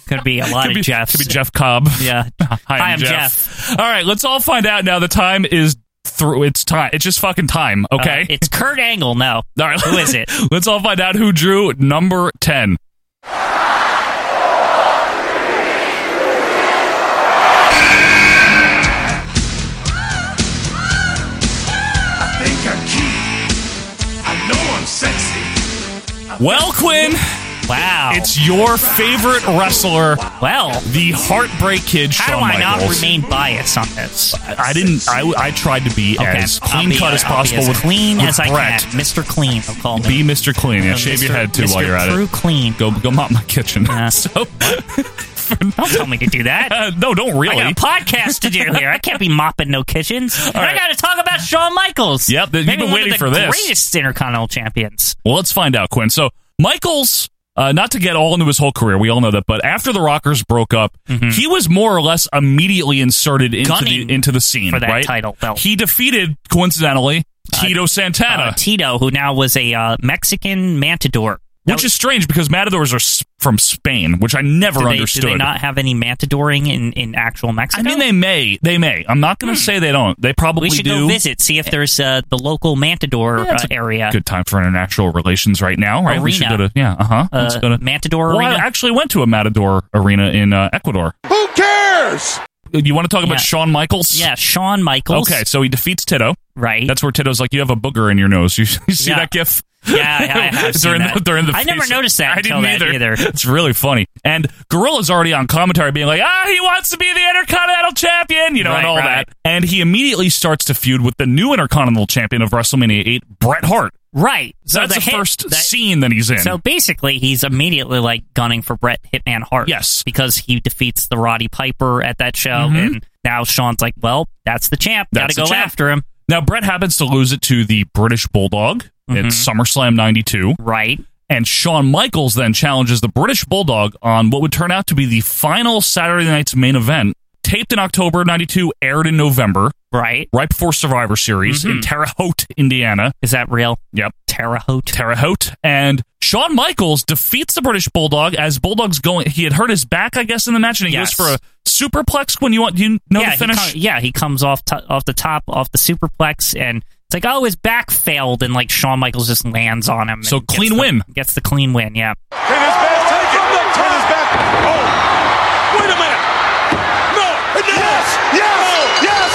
Speaker 2: Could be a lot
Speaker 1: could
Speaker 2: of
Speaker 1: be,
Speaker 2: Jeffs.
Speaker 1: Could be Jeff Cobb.
Speaker 2: Yeah.
Speaker 1: *laughs* Hi, I'm,
Speaker 2: Hi, I'm Uh,
Speaker 1: Jeff. All right, let's all find out now. The time is through. It's time. It's just fucking time. Okay.
Speaker 2: Uh, it's Kurt Angle, no.
Speaker 1: all right.
Speaker 2: Who is it?
Speaker 1: *laughs* Let's all find out who drew number ten. Well, Quinn.
Speaker 2: Wow.
Speaker 1: It's your favorite wrestler.
Speaker 2: Well,
Speaker 1: the Heartbreak Kid.
Speaker 2: How
Speaker 1: Shawn
Speaker 2: do I not
Speaker 1: Michaels.
Speaker 2: remain biased on this?
Speaker 1: I didn't. I, I tried to be
Speaker 2: Okay,
Speaker 1: as
Speaker 2: I'll
Speaker 1: clean
Speaker 2: be- uh,
Speaker 1: cut as
Speaker 2: I'll be
Speaker 1: possible
Speaker 2: as
Speaker 1: with
Speaker 2: clean
Speaker 1: with
Speaker 2: as I
Speaker 1: Brett.
Speaker 2: can. Mr. Clean, they'll call me.
Speaker 1: Be Mr. Clean. Yeah,
Speaker 2: Uh,
Speaker 1: shave your
Speaker 2: Mr.
Speaker 1: head too while you're at
Speaker 2: True
Speaker 1: it.
Speaker 2: Clean.
Speaker 1: Go go mop my kitchen. *laughs* So-
Speaker 2: Don't tell me to
Speaker 1: *laughs*
Speaker 2: do that.
Speaker 1: Uh, no, don't really.
Speaker 2: I got a podcast to do here. I can't be mopping
Speaker 1: *laughs*
Speaker 2: no kitchens. And I
Speaker 1: right.
Speaker 2: got to talk about Shawn Michaels.
Speaker 1: Yep, th- you've
Speaker 2: Maybe
Speaker 1: been
Speaker 2: one
Speaker 1: waiting
Speaker 2: of the
Speaker 1: for this.
Speaker 2: Greatest Intercontinental Champions.
Speaker 1: Well, let's find out, Quinn. So Michaels, uh, not to get all into his whole career, we all know that, but after the Rockers broke up, he was more or less immediately inserted into
Speaker 2: Mm-hmm. Gunning
Speaker 1: the into the scene
Speaker 2: for that
Speaker 1: right?
Speaker 2: title belt.
Speaker 1: He defeated coincidentally Tito Santana,
Speaker 2: Uh, Tito, who now was a uh, Mexican matador. Now,
Speaker 1: which is strange because Matadors are s- from Spain, which I never
Speaker 2: do they,
Speaker 1: understood.
Speaker 2: Do they not have any matadoring in, in actual Mexico?
Speaker 1: I mean, they may, they may. I'm not going to say they don't. They probably
Speaker 2: Hmm. we should
Speaker 1: do.
Speaker 2: go visit, see if there's uh, the local matador
Speaker 1: Yeah, it's
Speaker 2: uh, area.
Speaker 1: Good time for international relations right now, right? We should
Speaker 2: Arena.
Speaker 1: go to yeah, uh-huh. Let's
Speaker 2: Uh,
Speaker 1: go to-
Speaker 2: matador
Speaker 1: Well, I
Speaker 2: arena?
Speaker 1: actually went to a Matador arena in uh, Ecuador.
Speaker 12: Who cares?
Speaker 1: You want to talk
Speaker 2: Yeah.
Speaker 1: about Shawn Michaels?
Speaker 2: Yeah, Shawn Michaels.
Speaker 1: Okay, so he defeats Tito.
Speaker 2: Right.
Speaker 1: That's where Tito's like, you have a booger in your nose. *laughs* You, you see
Speaker 2: Yeah.
Speaker 1: that gif?
Speaker 2: Yeah, yeah, I have
Speaker 1: *laughs*
Speaker 2: seen
Speaker 1: during the,
Speaker 2: that.
Speaker 1: during the
Speaker 2: I never
Speaker 1: face-
Speaker 2: noticed that
Speaker 1: I
Speaker 2: until
Speaker 1: didn't
Speaker 2: that either.
Speaker 1: It's really funny. And Gorilla's already on commentary being like, ah, he wants to be the Intercontinental Champion, you know,
Speaker 2: Right,
Speaker 1: and all
Speaker 2: right.
Speaker 1: that. And he immediately starts to feud with the new Intercontinental Champion of WrestleMania 8, Bret Hart.
Speaker 2: Right. So
Speaker 1: That's the,
Speaker 2: hit-
Speaker 1: first
Speaker 2: that-
Speaker 1: scene that he's in.
Speaker 2: So basically, he's immediately like gunning for Brett Hitman Hart.
Speaker 1: Yes. Mm-hmm.
Speaker 2: because he defeats the Roddy Piper at that show, and now Sean's like, "Well, that's the champ. Got
Speaker 1: That's
Speaker 2: to
Speaker 1: the
Speaker 2: go
Speaker 1: champ."
Speaker 2: after him."
Speaker 1: now, Bret happens to lose it to the British Bulldog at
Speaker 2: Mhm.
Speaker 1: SummerSlam 92.
Speaker 2: Right.
Speaker 1: And Shawn Michaels then challenges the British Bulldog on what would turn out to be the final Saturday night's main event, taped in October of 92, aired in November,
Speaker 2: Right.
Speaker 1: right before Survivor Series
Speaker 2: Mm-hmm.
Speaker 1: in Terre Haute, Indiana.
Speaker 2: Is that real?
Speaker 1: Yep.
Speaker 2: Terre Haute.
Speaker 1: Terre Haute. And Shawn Michaels defeats the British Bulldog as Bulldog's going. He had hurt his back, I guess, in the match, and he
Speaker 2: Yes.
Speaker 1: goes for a superplex when you want. Do you know
Speaker 2: yeah,
Speaker 1: the finish?
Speaker 2: He com- yeah, he comes off to off the top off the superplex, and it's like, "Oh, his back failed," and like Shawn Michaels just lands on him.
Speaker 1: So
Speaker 2: and gets
Speaker 1: clean
Speaker 2: the-
Speaker 1: win.
Speaker 2: Gets the clean win. Yeah.
Speaker 12: Pin his back, take it. Pin his back. Oh. Wait a minute. No. Yes. Yes. Yes.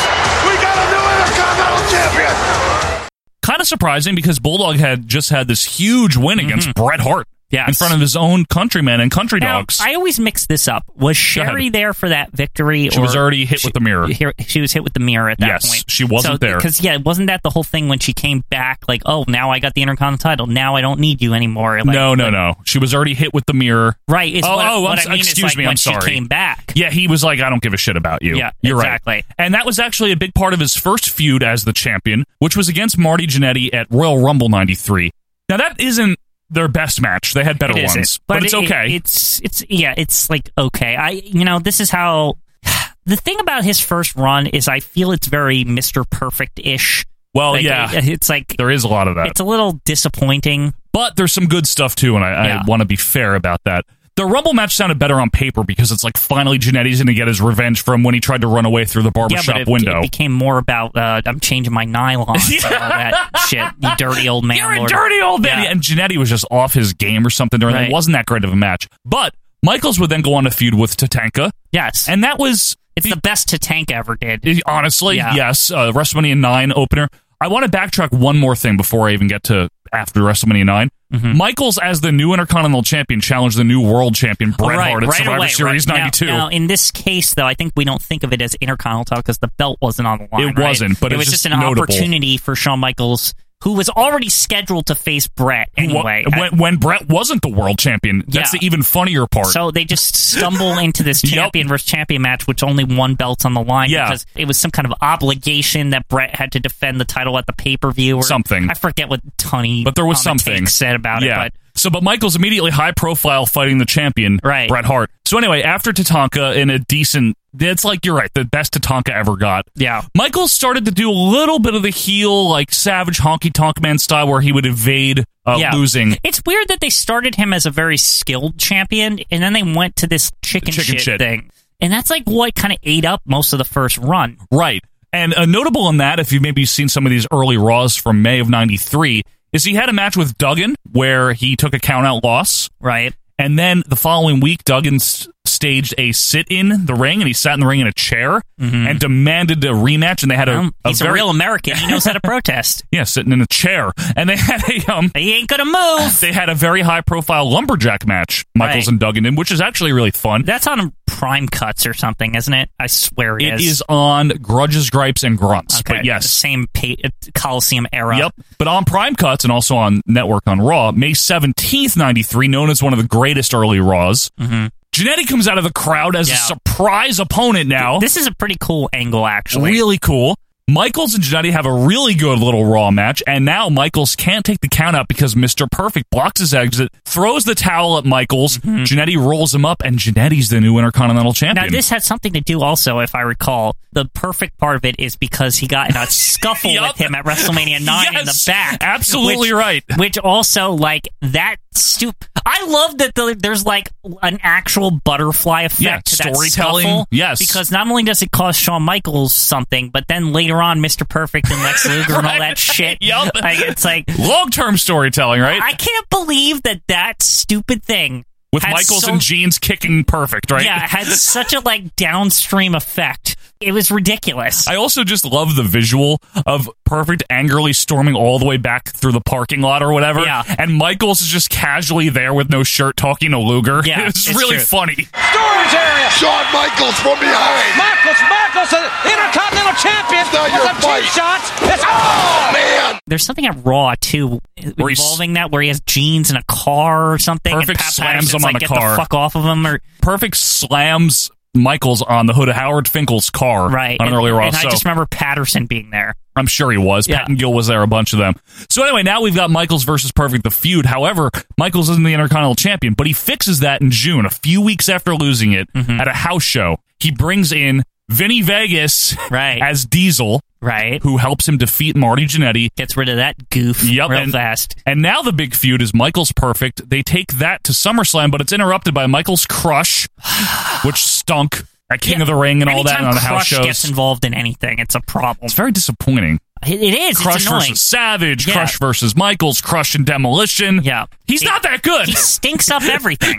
Speaker 12: We got a new Intercontinental Champion.
Speaker 1: kind of surprising because Bulldog had just had this huge win against Bret Hart
Speaker 2: Mm-hmm. Yes.
Speaker 1: in front of his own countrymen and country
Speaker 2: Now,
Speaker 1: dogs.
Speaker 2: I always mix this up. Was Sherry there for that victory?
Speaker 1: She was
Speaker 2: or-
Speaker 1: already hit with the mirror.
Speaker 2: Here- She was hit with the mirror at that
Speaker 1: Yes,
Speaker 2: point.
Speaker 1: she wasn't there.
Speaker 2: Because, yeah, wasn't that the whole thing when she came back? Like, oh, now I got the Intercontinental title. Now I don't need you anymore. Like,
Speaker 1: no, no, no. She was already hit with the mirror.
Speaker 2: Right. Is
Speaker 1: Oh,
Speaker 2: what,
Speaker 1: oh, I'm
Speaker 2: what
Speaker 1: so-
Speaker 2: I mean is,
Speaker 1: excuse
Speaker 2: like,
Speaker 1: me,
Speaker 2: When
Speaker 1: I'm sorry.
Speaker 2: She came back.
Speaker 1: Yeah, he was like, I don't give a shit about you.
Speaker 2: Yeah,
Speaker 1: You're
Speaker 2: exactly.
Speaker 1: right. And that was actually a big part of his first feud as the champion, which was against Marty Jannetty at Royal Rumble 93. Now, that isn't their best match. They had better
Speaker 2: It
Speaker 1: ones,
Speaker 2: isn't.
Speaker 1: but, it's
Speaker 2: it-
Speaker 1: okay.
Speaker 2: it's it's yeah, it's like okay. I you know this is how *sighs* the thing about his first run is I feel it's very Mister Perfect ish.
Speaker 1: well,
Speaker 2: Like,
Speaker 1: Oh, yeah, Uh,
Speaker 2: it- *laughs* it's like
Speaker 1: there is a lot of that.
Speaker 2: it's a little disappointing.
Speaker 1: but there's some good stuff too, and I,
Speaker 2: Yeah.
Speaker 1: I want to be fair about that. The Rumble match sounded better on paper because it's like finally Jannetty's going to get his revenge from when he tried to run away through the
Speaker 2: yeah,
Speaker 1: barbershop
Speaker 2: but it,
Speaker 1: window.
Speaker 2: it became more about uh, I'm changing
Speaker 1: *laughs*
Speaker 2: my nylons and all that shit. You dirty old man.
Speaker 1: You're a
Speaker 2: lord.
Speaker 1: dirty old man.
Speaker 2: Yeah.
Speaker 1: And Janetti was just off his game or something during that.
Speaker 2: Right.
Speaker 1: It wasn't that great of a match. But Michaels would then go on a feud with Tatanka.
Speaker 2: Yes,
Speaker 1: And that was,
Speaker 2: it's the best Tatanka ever did.
Speaker 1: eh, honestly,
Speaker 2: Yeah.
Speaker 1: yes, uh, WrestleMania 9 opener. I want to backtrack one more thing before I even get to after WrestleMania 9.
Speaker 2: Mm-hmm.
Speaker 1: Michaels, as the new Intercontinental Champion, challenged the new World Champion, Bret
Speaker 2: right,
Speaker 1: Hart, at
Speaker 2: right
Speaker 1: Survivor
Speaker 2: away,
Speaker 1: Series
Speaker 2: right. Now-
Speaker 1: 92.
Speaker 2: Now, in this case, though, I think we don't think of it as intercontinental because the belt wasn't on the line.
Speaker 1: It
Speaker 2: right?
Speaker 1: wasn't, but
Speaker 2: it
Speaker 1: it's
Speaker 2: was
Speaker 1: just
Speaker 2: just an
Speaker 1: notable.
Speaker 2: opportunity for Shawn Michaels, who was already scheduled to face Brett
Speaker 1: Wha-
Speaker 2: anyway. Uh,
Speaker 1: when, when Bret wasn't the World Champion, that's
Speaker 2: Yeah.
Speaker 1: the even funnier part.
Speaker 2: so they
Speaker 1: *laughs*
Speaker 2: just stumble into this
Speaker 1: Yep.
Speaker 2: champion versus champion match, which only one belt's on the line
Speaker 1: Yeah.
Speaker 2: because it was some kind of obligation that Brett had to defend the title at the pay per view or
Speaker 1: Something.
Speaker 2: I forget what Tony,
Speaker 1: but there was
Speaker 2: on the
Speaker 1: something
Speaker 2: take said about
Speaker 1: yeah.
Speaker 2: it.
Speaker 1: so, but Michaels immediately high profile fighting the champion,
Speaker 2: Right.
Speaker 1: Bret Hart. So anyway, after Tatanka in a decent, it's like you're right, the best Tatanka ever got.
Speaker 2: But yeah,
Speaker 1: Michaels started to do a little bit of the heel, like savage honky tonk man style, where he would evade uh,
Speaker 2: Yeah.
Speaker 1: losing.
Speaker 2: It's weird that they started him as a very skilled champion, and then they went to this chicken,
Speaker 1: Chicken
Speaker 2: shit,
Speaker 1: shit.
Speaker 2: thing, and that's like what kind of ate up most of the first run.
Speaker 1: Right. And uh, notable in that, if you've maybe seen some of these early Raws from May of 93, is he had a match with Duggan where he took a count out loss.
Speaker 2: Right.
Speaker 1: And then the following week, Duggan s- staged a sit in the ring, and he sat in the ring in a chair and demanded a rematch. And they had a,
Speaker 2: Um,
Speaker 1: a
Speaker 2: Mm-hmm. he's a
Speaker 1: very-
Speaker 2: real American. He knows how to protest.
Speaker 1: *laughs* yeah, sitting in a chair, and they had a um.
Speaker 2: He ain't gonna move.
Speaker 1: They had a very high profile lumberjack match, Michaels
Speaker 2: Right.
Speaker 1: and Duggan, in, which is actually really fun.
Speaker 2: That's on Prime Cuts or something, isn't it? I swear
Speaker 1: It is on Grudges, Gripes, and Grunts.
Speaker 2: Okay,
Speaker 1: But yes.
Speaker 2: same pa- Coliseum era.
Speaker 1: Yep. But on Prime Cuts and also on Network on Raw, May 17th, 93, known as one of the greatest early Raws. Mm-hmm. Janetti comes out of the crowd as
Speaker 2: Yeah.
Speaker 1: a surprise opponent now.
Speaker 2: This is a pretty cool angle, actually.
Speaker 1: really cool. Michaels and Janetti have a really good little Raw match, and now Michaels can't take the count out because Mr. Perfect blocks his exit, throws the towel at Michaels, Janetti rolls him up, and Janetti's the new Intercontinental Champion.
Speaker 2: Mm-hmm. Now, this had something to do also, if I recall. The perfect part of it is because he got
Speaker 1: *laughs*
Speaker 2: in a scuffle
Speaker 1: Yup.
Speaker 2: with him at WrestleMania 9 in the
Speaker 1: Yes,
Speaker 2: back.
Speaker 1: absolutely
Speaker 2: which-
Speaker 1: right.
Speaker 2: Which also, like, that stupid. I love that the, there's, like, an actual butterfly effect
Speaker 1: Yeah,
Speaker 2: to that
Speaker 1: storytelling,
Speaker 2: scuffle,
Speaker 1: yes.
Speaker 2: Because not only does it cost Shawn Michaels something, but then later on, Mr. Perfect
Speaker 1: *laughs*
Speaker 2: and Lex Luger and all
Speaker 1: Right.
Speaker 2: that shit.
Speaker 1: Yup.
Speaker 2: Like, it's like.
Speaker 1: *laughs* long term storytelling, right?
Speaker 2: I can't believe that that stupid thing.
Speaker 1: With
Speaker 2: had
Speaker 1: Michaels
Speaker 2: so
Speaker 1: and Jeans kicking perfect, right?
Speaker 2: yeah, it had such a like downstream effect. It was ridiculous.
Speaker 1: *laughs* I also just love the visual of Perfect angrily storming all the way back through the parking lot or whatever.
Speaker 2: Yeah.
Speaker 1: And Michaels is just casually there with no shirt talking to Luger. *laughs*
Speaker 2: Yeah,
Speaker 1: it's,
Speaker 2: it's
Speaker 1: really
Speaker 2: true.
Speaker 1: funny.
Speaker 13: Storage area.
Speaker 12: Shawn Michaels from behind.
Speaker 13: Michaels, Michaels, the Intercontinental Champion.
Speaker 12: not
Speaker 13: with
Speaker 12: your
Speaker 13: some cheap
Speaker 12: fight.
Speaker 13: shots. It's, oh, man.
Speaker 2: There's something at Raw too
Speaker 1: he's-
Speaker 2: involving that where he has jeans and a car or something. and
Speaker 1: Perfect
Speaker 2: Pat
Speaker 1: slams
Speaker 2: Patterson's
Speaker 1: him on
Speaker 2: like,
Speaker 1: the
Speaker 2: Get
Speaker 1: car.
Speaker 2: the fuck off of him, or
Speaker 1: Perfect slams Michaels on the hood of Howard Finkel's car
Speaker 2: right?
Speaker 1: on an
Speaker 2: and,
Speaker 1: early Raw.
Speaker 2: and
Speaker 1: so
Speaker 2: I just remember Patterson being there.
Speaker 1: I'm sure he was.
Speaker 2: Yeah.
Speaker 1: Pat and Gill was there, a bunch of them. So anyway, now we've got Michaels versus Perfect, the feud. However, Michaels isn't the Intercontinental Champion, but he fixes that in June, a few weeks after losing it
Speaker 2: Mm-hmm.
Speaker 1: at a house show. He brings in Vinny Vegas
Speaker 2: Right.
Speaker 1: as Diesel,
Speaker 2: right?
Speaker 1: who helps him defeat Marty Jannetty.
Speaker 2: Gets rid of that goof
Speaker 1: Yep,
Speaker 2: real
Speaker 1: and-
Speaker 2: fast.
Speaker 1: And now the big feud is Michaels Perfect. They take that to SummerSlam, but it's interrupted by Michaels Crush,
Speaker 2: *sighs*
Speaker 1: which stunk at King
Speaker 2: Yeah.
Speaker 1: of the Ring and all that
Speaker 2: Anytime
Speaker 1: on the
Speaker 2: Crush
Speaker 1: house shows.
Speaker 2: gets involved in anything, it's a problem.
Speaker 1: it's very disappointing.
Speaker 2: It it is.
Speaker 1: Crush
Speaker 2: it's annoying.
Speaker 1: versus Savage,
Speaker 2: Yeah.
Speaker 1: Crush versus Michaels, Crush and Demolition.
Speaker 2: Yeah.
Speaker 1: He's
Speaker 2: He-
Speaker 1: not that good.
Speaker 2: He stinks up everything.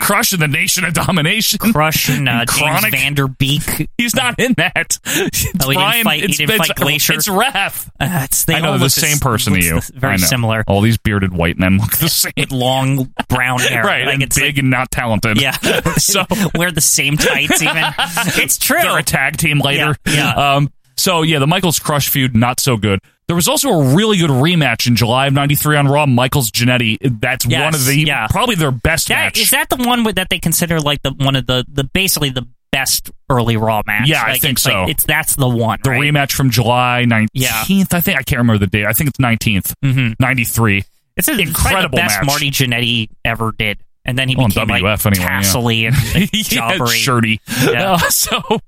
Speaker 1: *laughs* Crush and the Nation of Domination.
Speaker 2: Crush and uh,
Speaker 1: And
Speaker 2: James
Speaker 1: Chronic.
Speaker 2: Vanderbeek.
Speaker 1: He's not in that. It's
Speaker 2: *laughs* Oh, he didn't fight- he
Speaker 1: it's,
Speaker 2: didn't
Speaker 1: it's-
Speaker 2: fight Glacier?
Speaker 1: It's Ref.
Speaker 2: Uh, it's, they
Speaker 1: I know
Speaker 2: all
Speaker 1: they're the
Speaker 2: look
Speaker 1: same
Speaker 2: this-
Speaker 1: person to
Speaker 2: looks
Speaker 1: you.
Speaker 2: this- *laughs* Very
Speaker 1: I know.
Speaker 2: similar.
Speaker 1: All these bearded white men look the same.
Speaker 2: with long brown hair.
Speaker 1: right,
Speaker 2: Like,
Speaker 1: and
Speaker 2: it's
Speaker 1: big and not talented.
Speaker 2: like- yeah.
Speaker 1: *laughs* so
Speaker 2: *laughs* wear the same tights
Speaker 1: *laughs*
Speaker 2: even. it's true.
Speaker 1: they're a tag team later. *laughs*
Speaker 2: Yeah,
Speaker 1: Um, so yeah, the Michaels Crush feud not so good. There was also a really good rematch in July of '93 on Raw. Michaels Jannetty. That's
Speaker 2: Yes,
Speaker 1: one of the
Speaker 2: yeah.
Speaker 1: probably their best
Speaker 2: That,
Speaker 1: match.
Speaker 2: is that the one with, that they consider like the one of the, the basically the best early Raw match?
Speaker 1: Yeah, I
Speaker 2: Like,
Speaker 1: think
Speaker 2: it's like-
Speaker 1: so.
Speaker 2: it's that's the one.
Speaker 1: the
Speaker 2: right?
Speaker 1: rematch from July 19th.
Speaker 2: Yeah.
Speaker 1: I think I can't remember the date. I think it's 19th,
Speaker 2: Mhm. *laughs*
Speaker 1: 93.
Speaker 2: It's an
Speaker 1: incredible
Speaker 2: the best
Speaker 1: match.
Speaker 2: Marty Jannetty ever did, and then he
Speaker 1: Well, on
Speaker 2: became
Speaker 1: WF
Speaker 2: like
Speaker 1: anyway, yeah. *laughs*
Speaker 2: Tassily and like,
Speaker 1: yeah,
Speaker 2: jobbery.
Speaker 1: shirty. *laughs*
Speaker 2: Yeah.
Speaker 1: Uh, so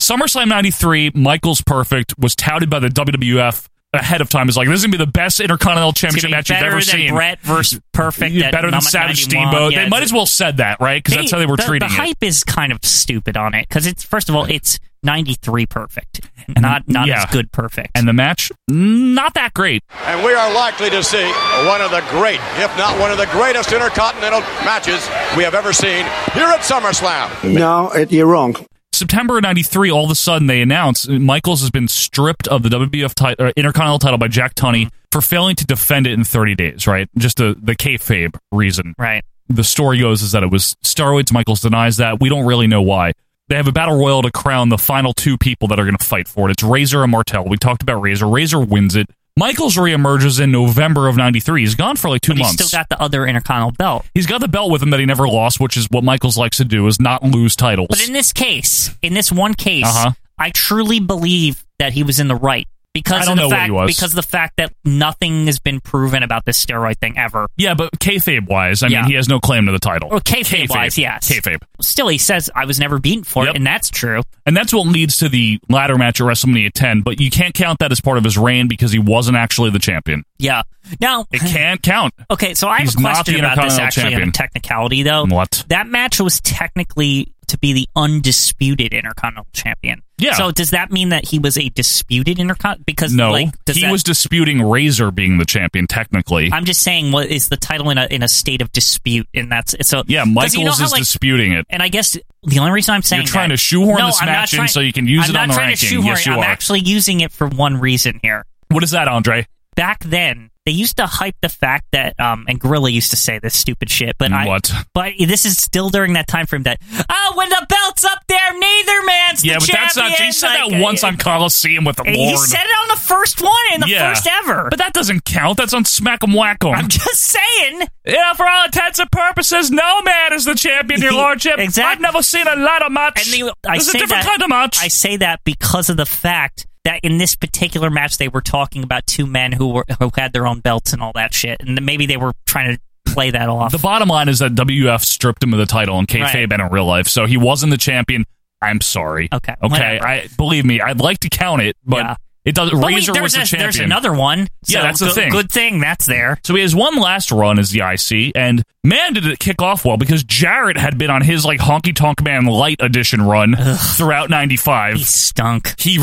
Speaker 1: SummerSlam 93, Michaels Perfect was touted by the WWF ahead of time as like, this is going to be the best Intercontinental
Speaker 2: It's
Speaker 1: Championship
Speaker 2: gonna be
Speaker 1: match you've
Speaker 2: better
Speaker 1: ever
Speaker 2: than
Speaker 1: seen.
Speaker 2: Brett versus Perfect.
Speaker 1: Yeah,
Speaker 2: at
Speaker 1: better than
Speaker 2: Num-
Speaker 1: Savage
Speaker 2: 91.
Speaker 1: Steamboat.
Speaker 2: Yeah,
Speaker 1: they might
Speaker 2: it's-
Speaker 1: as well said that, right? Because that's how they were
Speaker 2: the,
Speaker 1: treating
Speaker 2: the
Speaker 1: it.
Speaker 2: hype is kind of stupid on it because it's first of all it's 93 perfect not not
Speaker 1: yeah.
Speaker 2: as good perfect
Speaker 1: And the match, not that great.
Speaker 14: And we are likely to see one of the great, if not one of the greatest intercontinental matches we have ever seen here at SummerSlam.
Speaker 15: No, it, you're wrong.
Speaker 1: September of '93, all of a sudden they announce Michaels has been stripped of the WWF title, uh, Intercontinental title by Jack Tunney for failing to defend it in 30 days. Right, just the the kayfabe reason.
Speaker 2: Right.
Speaker 1: The story goes is that it was steroids. Michaels denies that. We don't really know why. They have a battle royal to crown the final two people that are going to fight for it. It's Razor and Martel. We talked about Razor. Razor wins it. Michaels reemerges in November of '93. He's gone for like two
Speaker 2: but he's
Speaker 1: months.
Speaker 2: still got the other intercontinental belt
Speaker 1: He's got the belt with him that he never lost, which is what Michaels likes to do: is not lose titles.
Speaker 2: but in this case in this one case
Speaker 1: Uh-huh.
Speaker 2: i truly believe that he was in the right because
Speaker 1: I don't
Speaker 2: of the
Speaker 1: know what
Speaker 2: fact
Speaker 1: he was.
Speaker 2: because of the fact that nothing has been proven about this steroid thing ever
Speaker 1: Yeah, but kayfabe wise, I
Speaker 2: Yeah.
Speaker 1: mean, he has no claim to the title.
Speaker 2: or kayfabe, wise yes
Speaker 1: Kayfabe.
Speaker 2: still he says i was never beaten for
Speaker 1: Yep.
Speaker 2: it and that's true
Speaker 1: And that's what leads to the ladder match at WrestleMania 10, but you can't count that as part of his reign because he wasn't actually the champion.
Speaker 2: yeah now *sighs*
Speaker 1: It can't count.
Speaker 2: Okay, so I have
Speaker 1: He's
Speaker 2: a
Speaker 1: not
Speaker 2: question
Speaker 1: the
Speaker 2: about this
Speaker 1: Intercontinental
Speaker 2: actually on
Speaker 1: Champion.
Speaker 2: the technicality though.
Speaker 1: What?
Speaker 2: That match was technically to be the undisputed Intercontinental Champion.
Speaker 1: Yeah.
Speaker 2: So does that mean that he was a disputed Intercontinental? Because
Speaker 1: No,
Speaker 2: like, does
Speaker 1: he
Speaker 2: that-
Speaker 1: was disputing Razor being the champion technically.
Speaker 2: I'm just saying, what is the title in a in a state of dispute, and that's so.
Speaker 1: yeah,
Speaker 2: 'cause
Speaker 1: Michaels
Speaker 2: you know how,
Speaker 1: is
Speaker 2: like-
Speaker 1: disputing it.
Speaker 2: And I guess the only reason I'm saying
Speaker 1: You're trying
Speaker 2: that-
Speaker 1: to shoehorn
Speaker 2: No,
Speaker 1: this
Speaker 2: I'm not
Speaker 1: match in
Speaker 2: trying-
Speaker 1: so you can use
Speaker 2: I'm
Speaker 1: it on
Speaker 2: not
Speaker 1: the
Speaker 2: trying
Speaker 1: ranking.
Speaker 2: To shoehorn
Speaker 1: Yes,
Speaker 2: it.
Speaker 1: you
Speaker 2: I'm
Speaker 1: are.
Speaker 2: actually using it for one reason here.
Speaker 1: What is that, Andre?
Speaker 2: Back then, they used to hype the fact that, um, and Gorilla used to say this stupid shit, but I,
Speaker 1: What?
Speaker 2: But this is still during that time frame that
Speaker 16: Oh, when the belt's up there, neither man's
Speaker 1: Yeah,
Speaker 16: the
Speaker 1: but
Speaker 16: champion.
Speaker 1: that's not. He said
Speaker 16: Like,
Speaker 1: that once on Coliseum with the
Speaker 2: Hey,
Speaker 1: Lord.
Speaker 2: he said it on the first one and the
Speaker 1: Yeah.
Speaker 2: first ever.
Speaker 1: But that doesn't count. That's on Smack 'em Whack 'em.
Speaker 2: *laughs* I'm just saying.
Speaker 1: Yeah, for all intents and purposes, no man is the champion, Your Lordship.
Speaker 2: Exactly.
Speaker 1: I've never seen a lot of match.
Speaker 2: And the, I
Speaker 1: There's a
Speaker 2: say
Speaker 1: different
Speaker 2: that,
Speaker 1: kind of match.
Speaker 2: I say that because of the fact that in this particular match they were talking about two men who were who had their own belts and all that shit, and then maybe they were trying to play that off.
Speaker 1: The bottom line is that WF stripped him of the title in kayfabe and in real life, so he wasn't the champion. I'm sorry.
Speaker 2: Okay.
Speaker 1: Okay.
Speaker 2: whatever.
Speaker 1: I believe me. I'd like to count it, but
Speaker 2: Yeah.
Speaker 1: it doesn't.
Speaker 2: But wait,
Speaker 1: Razor
Speaker 2: there's
Speaker 1: was the
Speaker 2: a-
Speaker 1: champion.
Speaker 2: There's another one. So
Speaker 1: yeah, that's the
Speaker 2: good-
Speaker 1: thing.
Speaker 2: Good thing that's there.
Speaker 1: So he has one last run as the IC, and man, did it kick off well because Jarrett had been on his like honky tonk man light edition run throughout '95. *laughs* He
Speaker 2: stunk. *laughs*
Speaker 1: He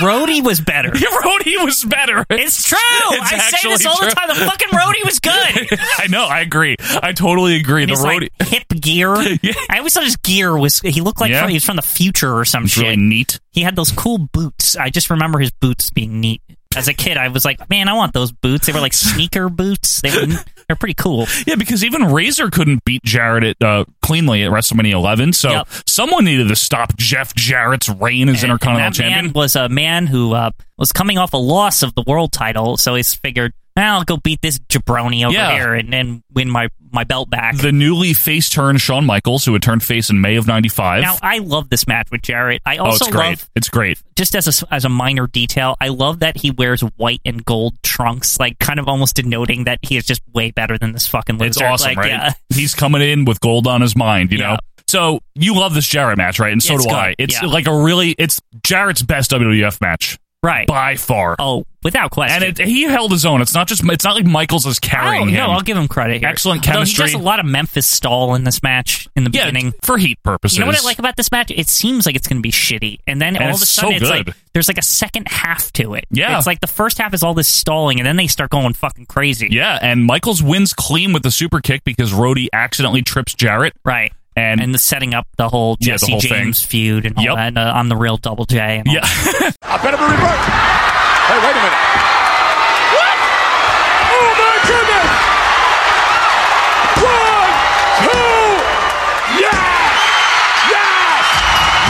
Speaker 2: Rhodey was *laughs* better.
Speaker 1: Rhodey was better.
Speaker 2: It's true.
Speaker 1: It's
Speaker 2: I say this
Speaker 1: actually
Speaker 2: all
Speaker 1: true.
Speaker 2: the time. The fucking Rhodey
Speaker 1: *laughs*
Speaker 2: was good.
Speaker 1: *laughs* I know. I agree. I totally agree.
Speaker 2: And
Speaker 1: the
Speaker 2: his, like,
Speaker 1: Rhodey. *laughs*
Speaker 2: hip gear. I always thought his gear was. He looked like
Speaker 1: Yeah.
Speaker 2: from- he was from the future or some shit.
Speaker 1: really neat.
Speaker 2: He had those cool boots. I just remember his boots being neat. As a kid, I was like, man, I want those boots. They were like sneaker boots. They were they're pretty cool.
Speaker 1: Yeah, because even Razor couldn't beat Jarrett at, uh, cleanly at WrestleMania 11. So
Speaker 2: Yep.
Speaker 1: someone needed to stop Jeff Jarrett's reign as Intercontinental
Speaker 2: that
Speaker 1: Champion.
Speaker 2: man was a man who uh, was coming off a loss of the world title, so he's figured, "Ah, I'll go beat this jabroni over
Speaker 1: Yeah.
Speaker 2: here and, and win my, my belt back.
Speaker 1: The newly face turned Shawn Michaels, who had turned face in May of '95.
Speaker 2: now, I love this match with Jarrett. I also
Speaker 1: oh, it's great!
Speaker 2: love,
Speaker 1: It's great.
Speaker 2: just as a, as a minor detail, I love that he wears white and gold trunks, like kind of almost denoting that he is just way better than this fucking loser.
Speaker 1: It's awesome,
Speaker 2: Like,
Speaker 1: right?
Speaker 2: yeah. *laughs*
Speaker 1: He's coming in with gold on his mind, you know. So you love this Jarrett match, right? And so
Speaker 2: It's
Speaker 1: do
Speaker 2: good,
Speaker 1: I. It's
Speaker 2: yeah.
Speaker 1: like a really it's Jarrett's best WWF match,
Speaker 2: Right.
Speaker 1: By far.
Speaker 2: Oh, without question.
Speaker 1: And it, he held his own. It's not just it's not like Michaels is carrying
Speaker 2: Oh,
Speaker 1: him.
Speaker 2: no, I'll give him credit here.
Speaker 1: Excellent
Speaker 2: Though
Speaker 1: chemistry.
Speaker 2: he does a lot of Memphis stall in this match in the
Speaker 1: Yeah,
Speaker 2: beginning.
Speaker 1: for heat purposes.
Speaker 2: You know what I like about this match? It seems like it's going to be shitty, and then
Speaker 1: And
Speaker 2: all of
Speaker 1: it's
Speaker 2: a sudden
Speaker 1: so
Speaker 2: it's
Speaker 1: good.
Speaker 2: like there's like a second half to it.
Speaker 1: Yeah.
Speaker 2: it's like the first half is all this stalling, and then they start going fucking crazy.
Speaker 1: Yeah, and Michaels wins clean with the super kick because Rhodey accidentally trips Jarrett.
Speaker 2: Right.
Speaker 1: And,
Speaker 2: and the setting up the whole
Speaker 1: Yeah, the
Speaker 2: Jesse
Speaker 1: whole thing.
Speaker 2: James feud and all that, and, uh, on the real Double J. And all
Speaker 1: Yeah.
Speaker 14: A bit of a revert. Hey, wait a minute.
Speaker 16: What? Oh my goodness! One, two, yes, yes,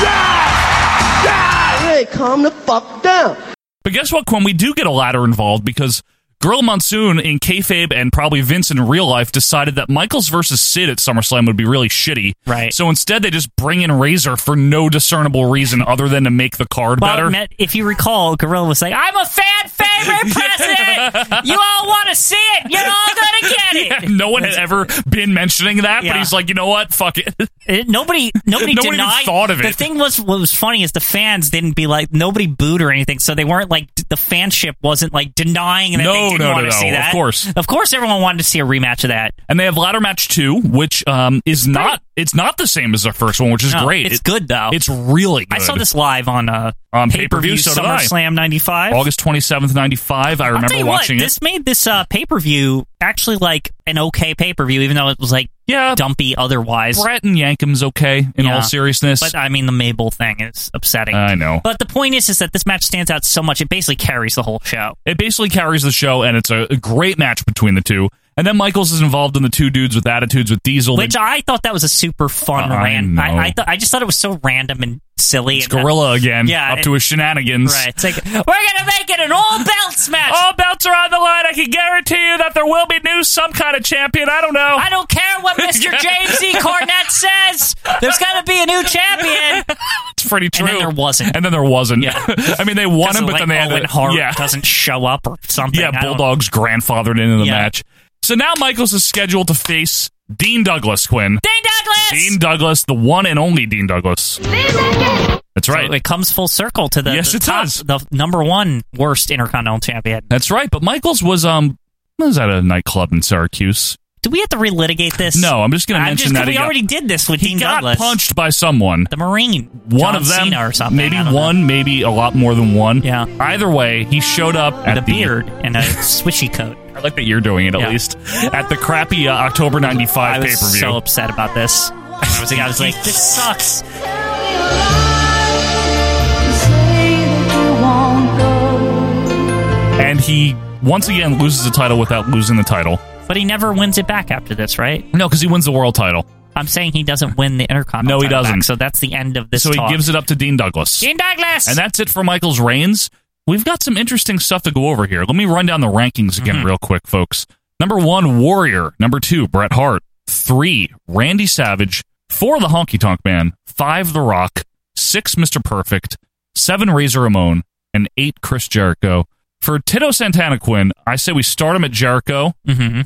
Speaker 16: yes, yes. Hey, calm the fuck down.
Speaker 1: But guess what, Quinn? We do get a ladder involved because Girl Monsoon in kayfabe and probably Vince in real life decided that Michaels versus Sid at SummerSlam would be really shitty. Right. So instead, they just bring in Razor for no discernible reason other than to make the card
Speaker 2: Well,
Speaker 1: *laughs* better.
Speaker 2: Matt, if you recall, Gorilla was like, "I'm
Speaker 16: I'm a fan
Speaker 1: *laughs*
Speaker 16: favorite president. you all want to see it. You're all gonna get it.
Speaker 1: *laughs* Yeah, no one had ever been mentioning that, but he's like, you know what? Fuck it. *laughs*
Speaker 2: It- nobody nobody
Speaker 1: No one even
Speaker 2: denied
Speaker 1: thought of
Speaker 2: the
Speaker 1: it.
Speaker 2: thing was what was funny is the fans didn't be like nobody booed or anything so they weren't like d- the fanship wasn't like denying that
Speaker 1: No,
Speaker 2: they didn't
Speaker 1: no, no,
Speaker 2: want to
Speaker 1: no,
Speaker 2: see
Speaker 1: of
Speaker 2: that
Speaker 1: course.
Speaker 2: of course everyone wanted to see a rematch of that
Speaker 1: And they have ladder match two, which um, is not it's not the same as the first one, which is
Speaker 2: No,
Speaker 1: great.
Speaker 2: it's good, though.
Speaker 1: It's really good.
Speaker 2: I saw this live on uh
Speaker 1: on pay per
Speaker 2: pay-per-view
Speaker 1: view. So did I.
Speaker 2: SummerSlam 95
Speaker 1: August twenty seventh, ninety five. I
Speaker 2: I'll
Speaker 1: remember
Speaker 2: tell you
Speaker 1: watching
Speaker 2: what,
Speaker 1: it.
Speaker 2: this made this uh pay-per-view actually like an okay pay-per-view even though it was like
Speaker 1: yeah
Speaker 2: dumpy otherwise
Speaker 1: Brett and Yankum's okay in
Speaker 2: Yeah.
Speaker 1: all seriousness.
Speaker 2: But I mean, the Mabel thing is upsetting.
Speaker 1: I know.
Speaker 2: But the point is, is that this match stands out so much; it basically carries the whole show.
Speaker 1: It basically carries the show, and it's a, a great match between the two. And then Michaels is involved in the two dudes with attitudes with Diesel.
Speaker 2: Which
Speaker 1: They-
Speaker 2: I thought that was a super fun
Speaker 1: I
Speaker 2: random.
Speaker 1: know.
Speaker 2: I, I, thought I just thought it was so random and silly.
Speaker 1: it's
Speaker 2: and-
Speaker 1: Gorilla again,
Speaker 2: Yeah,
Speaker 1: up to his shenanigans.
Speaker 2: Right. It's like
Speaker 16: We're gonna make it an all belts match.
Speaker 1: All belts are on the line. I can guarantee you that there will be new some kind of champion. I don't know.
Speaker 16: I don't care
Speaker 1: *laughs*
Speaker 16: what Mr. James E. Cornett says. There's gonna be a new champion.
Speaker 1: It's pretty true.
Speaker 2: And then there wasn't.
Speaker 1: And then there wasn't. *laughs* I mean, they won
Speaker 2: Because
Speaker 1: him,
Speaker 2: of,
Speaker 1: but
Speaker 2: like,
Speaker 1: then they had
Speaker 2: Owen
Speaker 1: to-
Speaker 2: Hart
Speaker 1: yeah.
Speaker 2: doesn't show up or something. I
Speaker 1: Yeah,
Speaker 2: don't-
Speaker 1: Bulldog's grandfathered into the
Speaker 2: Yeah.
Speaker 1: match. So now Michaels is scheduled to face Dean Douglas, Quinn.
Speaker 16: Dean Douglas.
Speaker 1: Dean Douglas, the one and only Dean Douglas. That's right.
Speaker 2: So it comes full circle to the
Speaker 1: Yes,
Speaker 2: the
Speaker 1: it
Speaker 2: top-
Speaker 1: does.
Speaker 2: the number one worst Intercontinental Champion.
Speaker 1: That's right. But Michaels was um was at a nightclub in Syracuse.
Speaker 2: Do we have to relitigate this?
Speaker 1: No, I'm just going to
Speaker 2: I'm
Speaker 1: mention
Speaker 2: just- 'cause
Speaker 1: that
Speaker 2: we
Speaker 1: he got-
Speaker 2: already did this with
Speaker 1: he
Speaker 2: Dean
Speaker 1: got
Speaker 2: Douglas.
Speaker 1: punched by someone.
Speaker 2: The Marine,
Speaker 1: One
Speaker 2: John
Speaker 1: of them,
Speaker 2: Cena or something.
Speaker 1: maybe
Speaker 2: I don't know.
Speaker 1: one, maybe a lot more than one. Yeah. Either way, he showed up at
Speaker 2: a beard
Speaker 1: *laughs*
Speaker 2: and a swishy coat.
Speaker 1: I like that you're doing it at
Speaker 2: Yeah.
Speaker 1: least at the crappy uh, October
Speaker 2: I
Speaker 1: '95 pay
Speaker 2: was
Speaker 1: per view.
Speaker 2: so upset about this. I was, I
Speaker 1: *laughs*
Speaker 2: was like, this sucks.
Speaker 1: and he once again loses the title without losing the title.
Speaker 2: But he never wins it back after this, right?
Speaker 1: No, because he wins the world title.
Speaker 2: I'm saying he doesn't win the Intercontinental.
Speaker 1: No, he
Speaker 2: title back,
Speaker 1: doesn't.
Speaker 2: so that's the end of this.
Speaker 1: So
Speaker 2: talk.
Speaker 1: he gives it up to Dean Douglas.
Speaker 2: Dean Douglas.
Speaker 1: And that's it for Michael's reigns. We've got some interesting stuff to go over here. Let me run down the rankings again, real quick, folks. Number one, Warrior. Number two, Bret Hart. Three, Randy Savage. Four, The Honky Tonk Man. Five, The Rock. Six, Mr. Perfect. Seven, Razor Ramon. And eight, Chris Jericho. For Tito Santana Quinn, I say we start him at Jericho.
Speaker 2: Mm-hmm.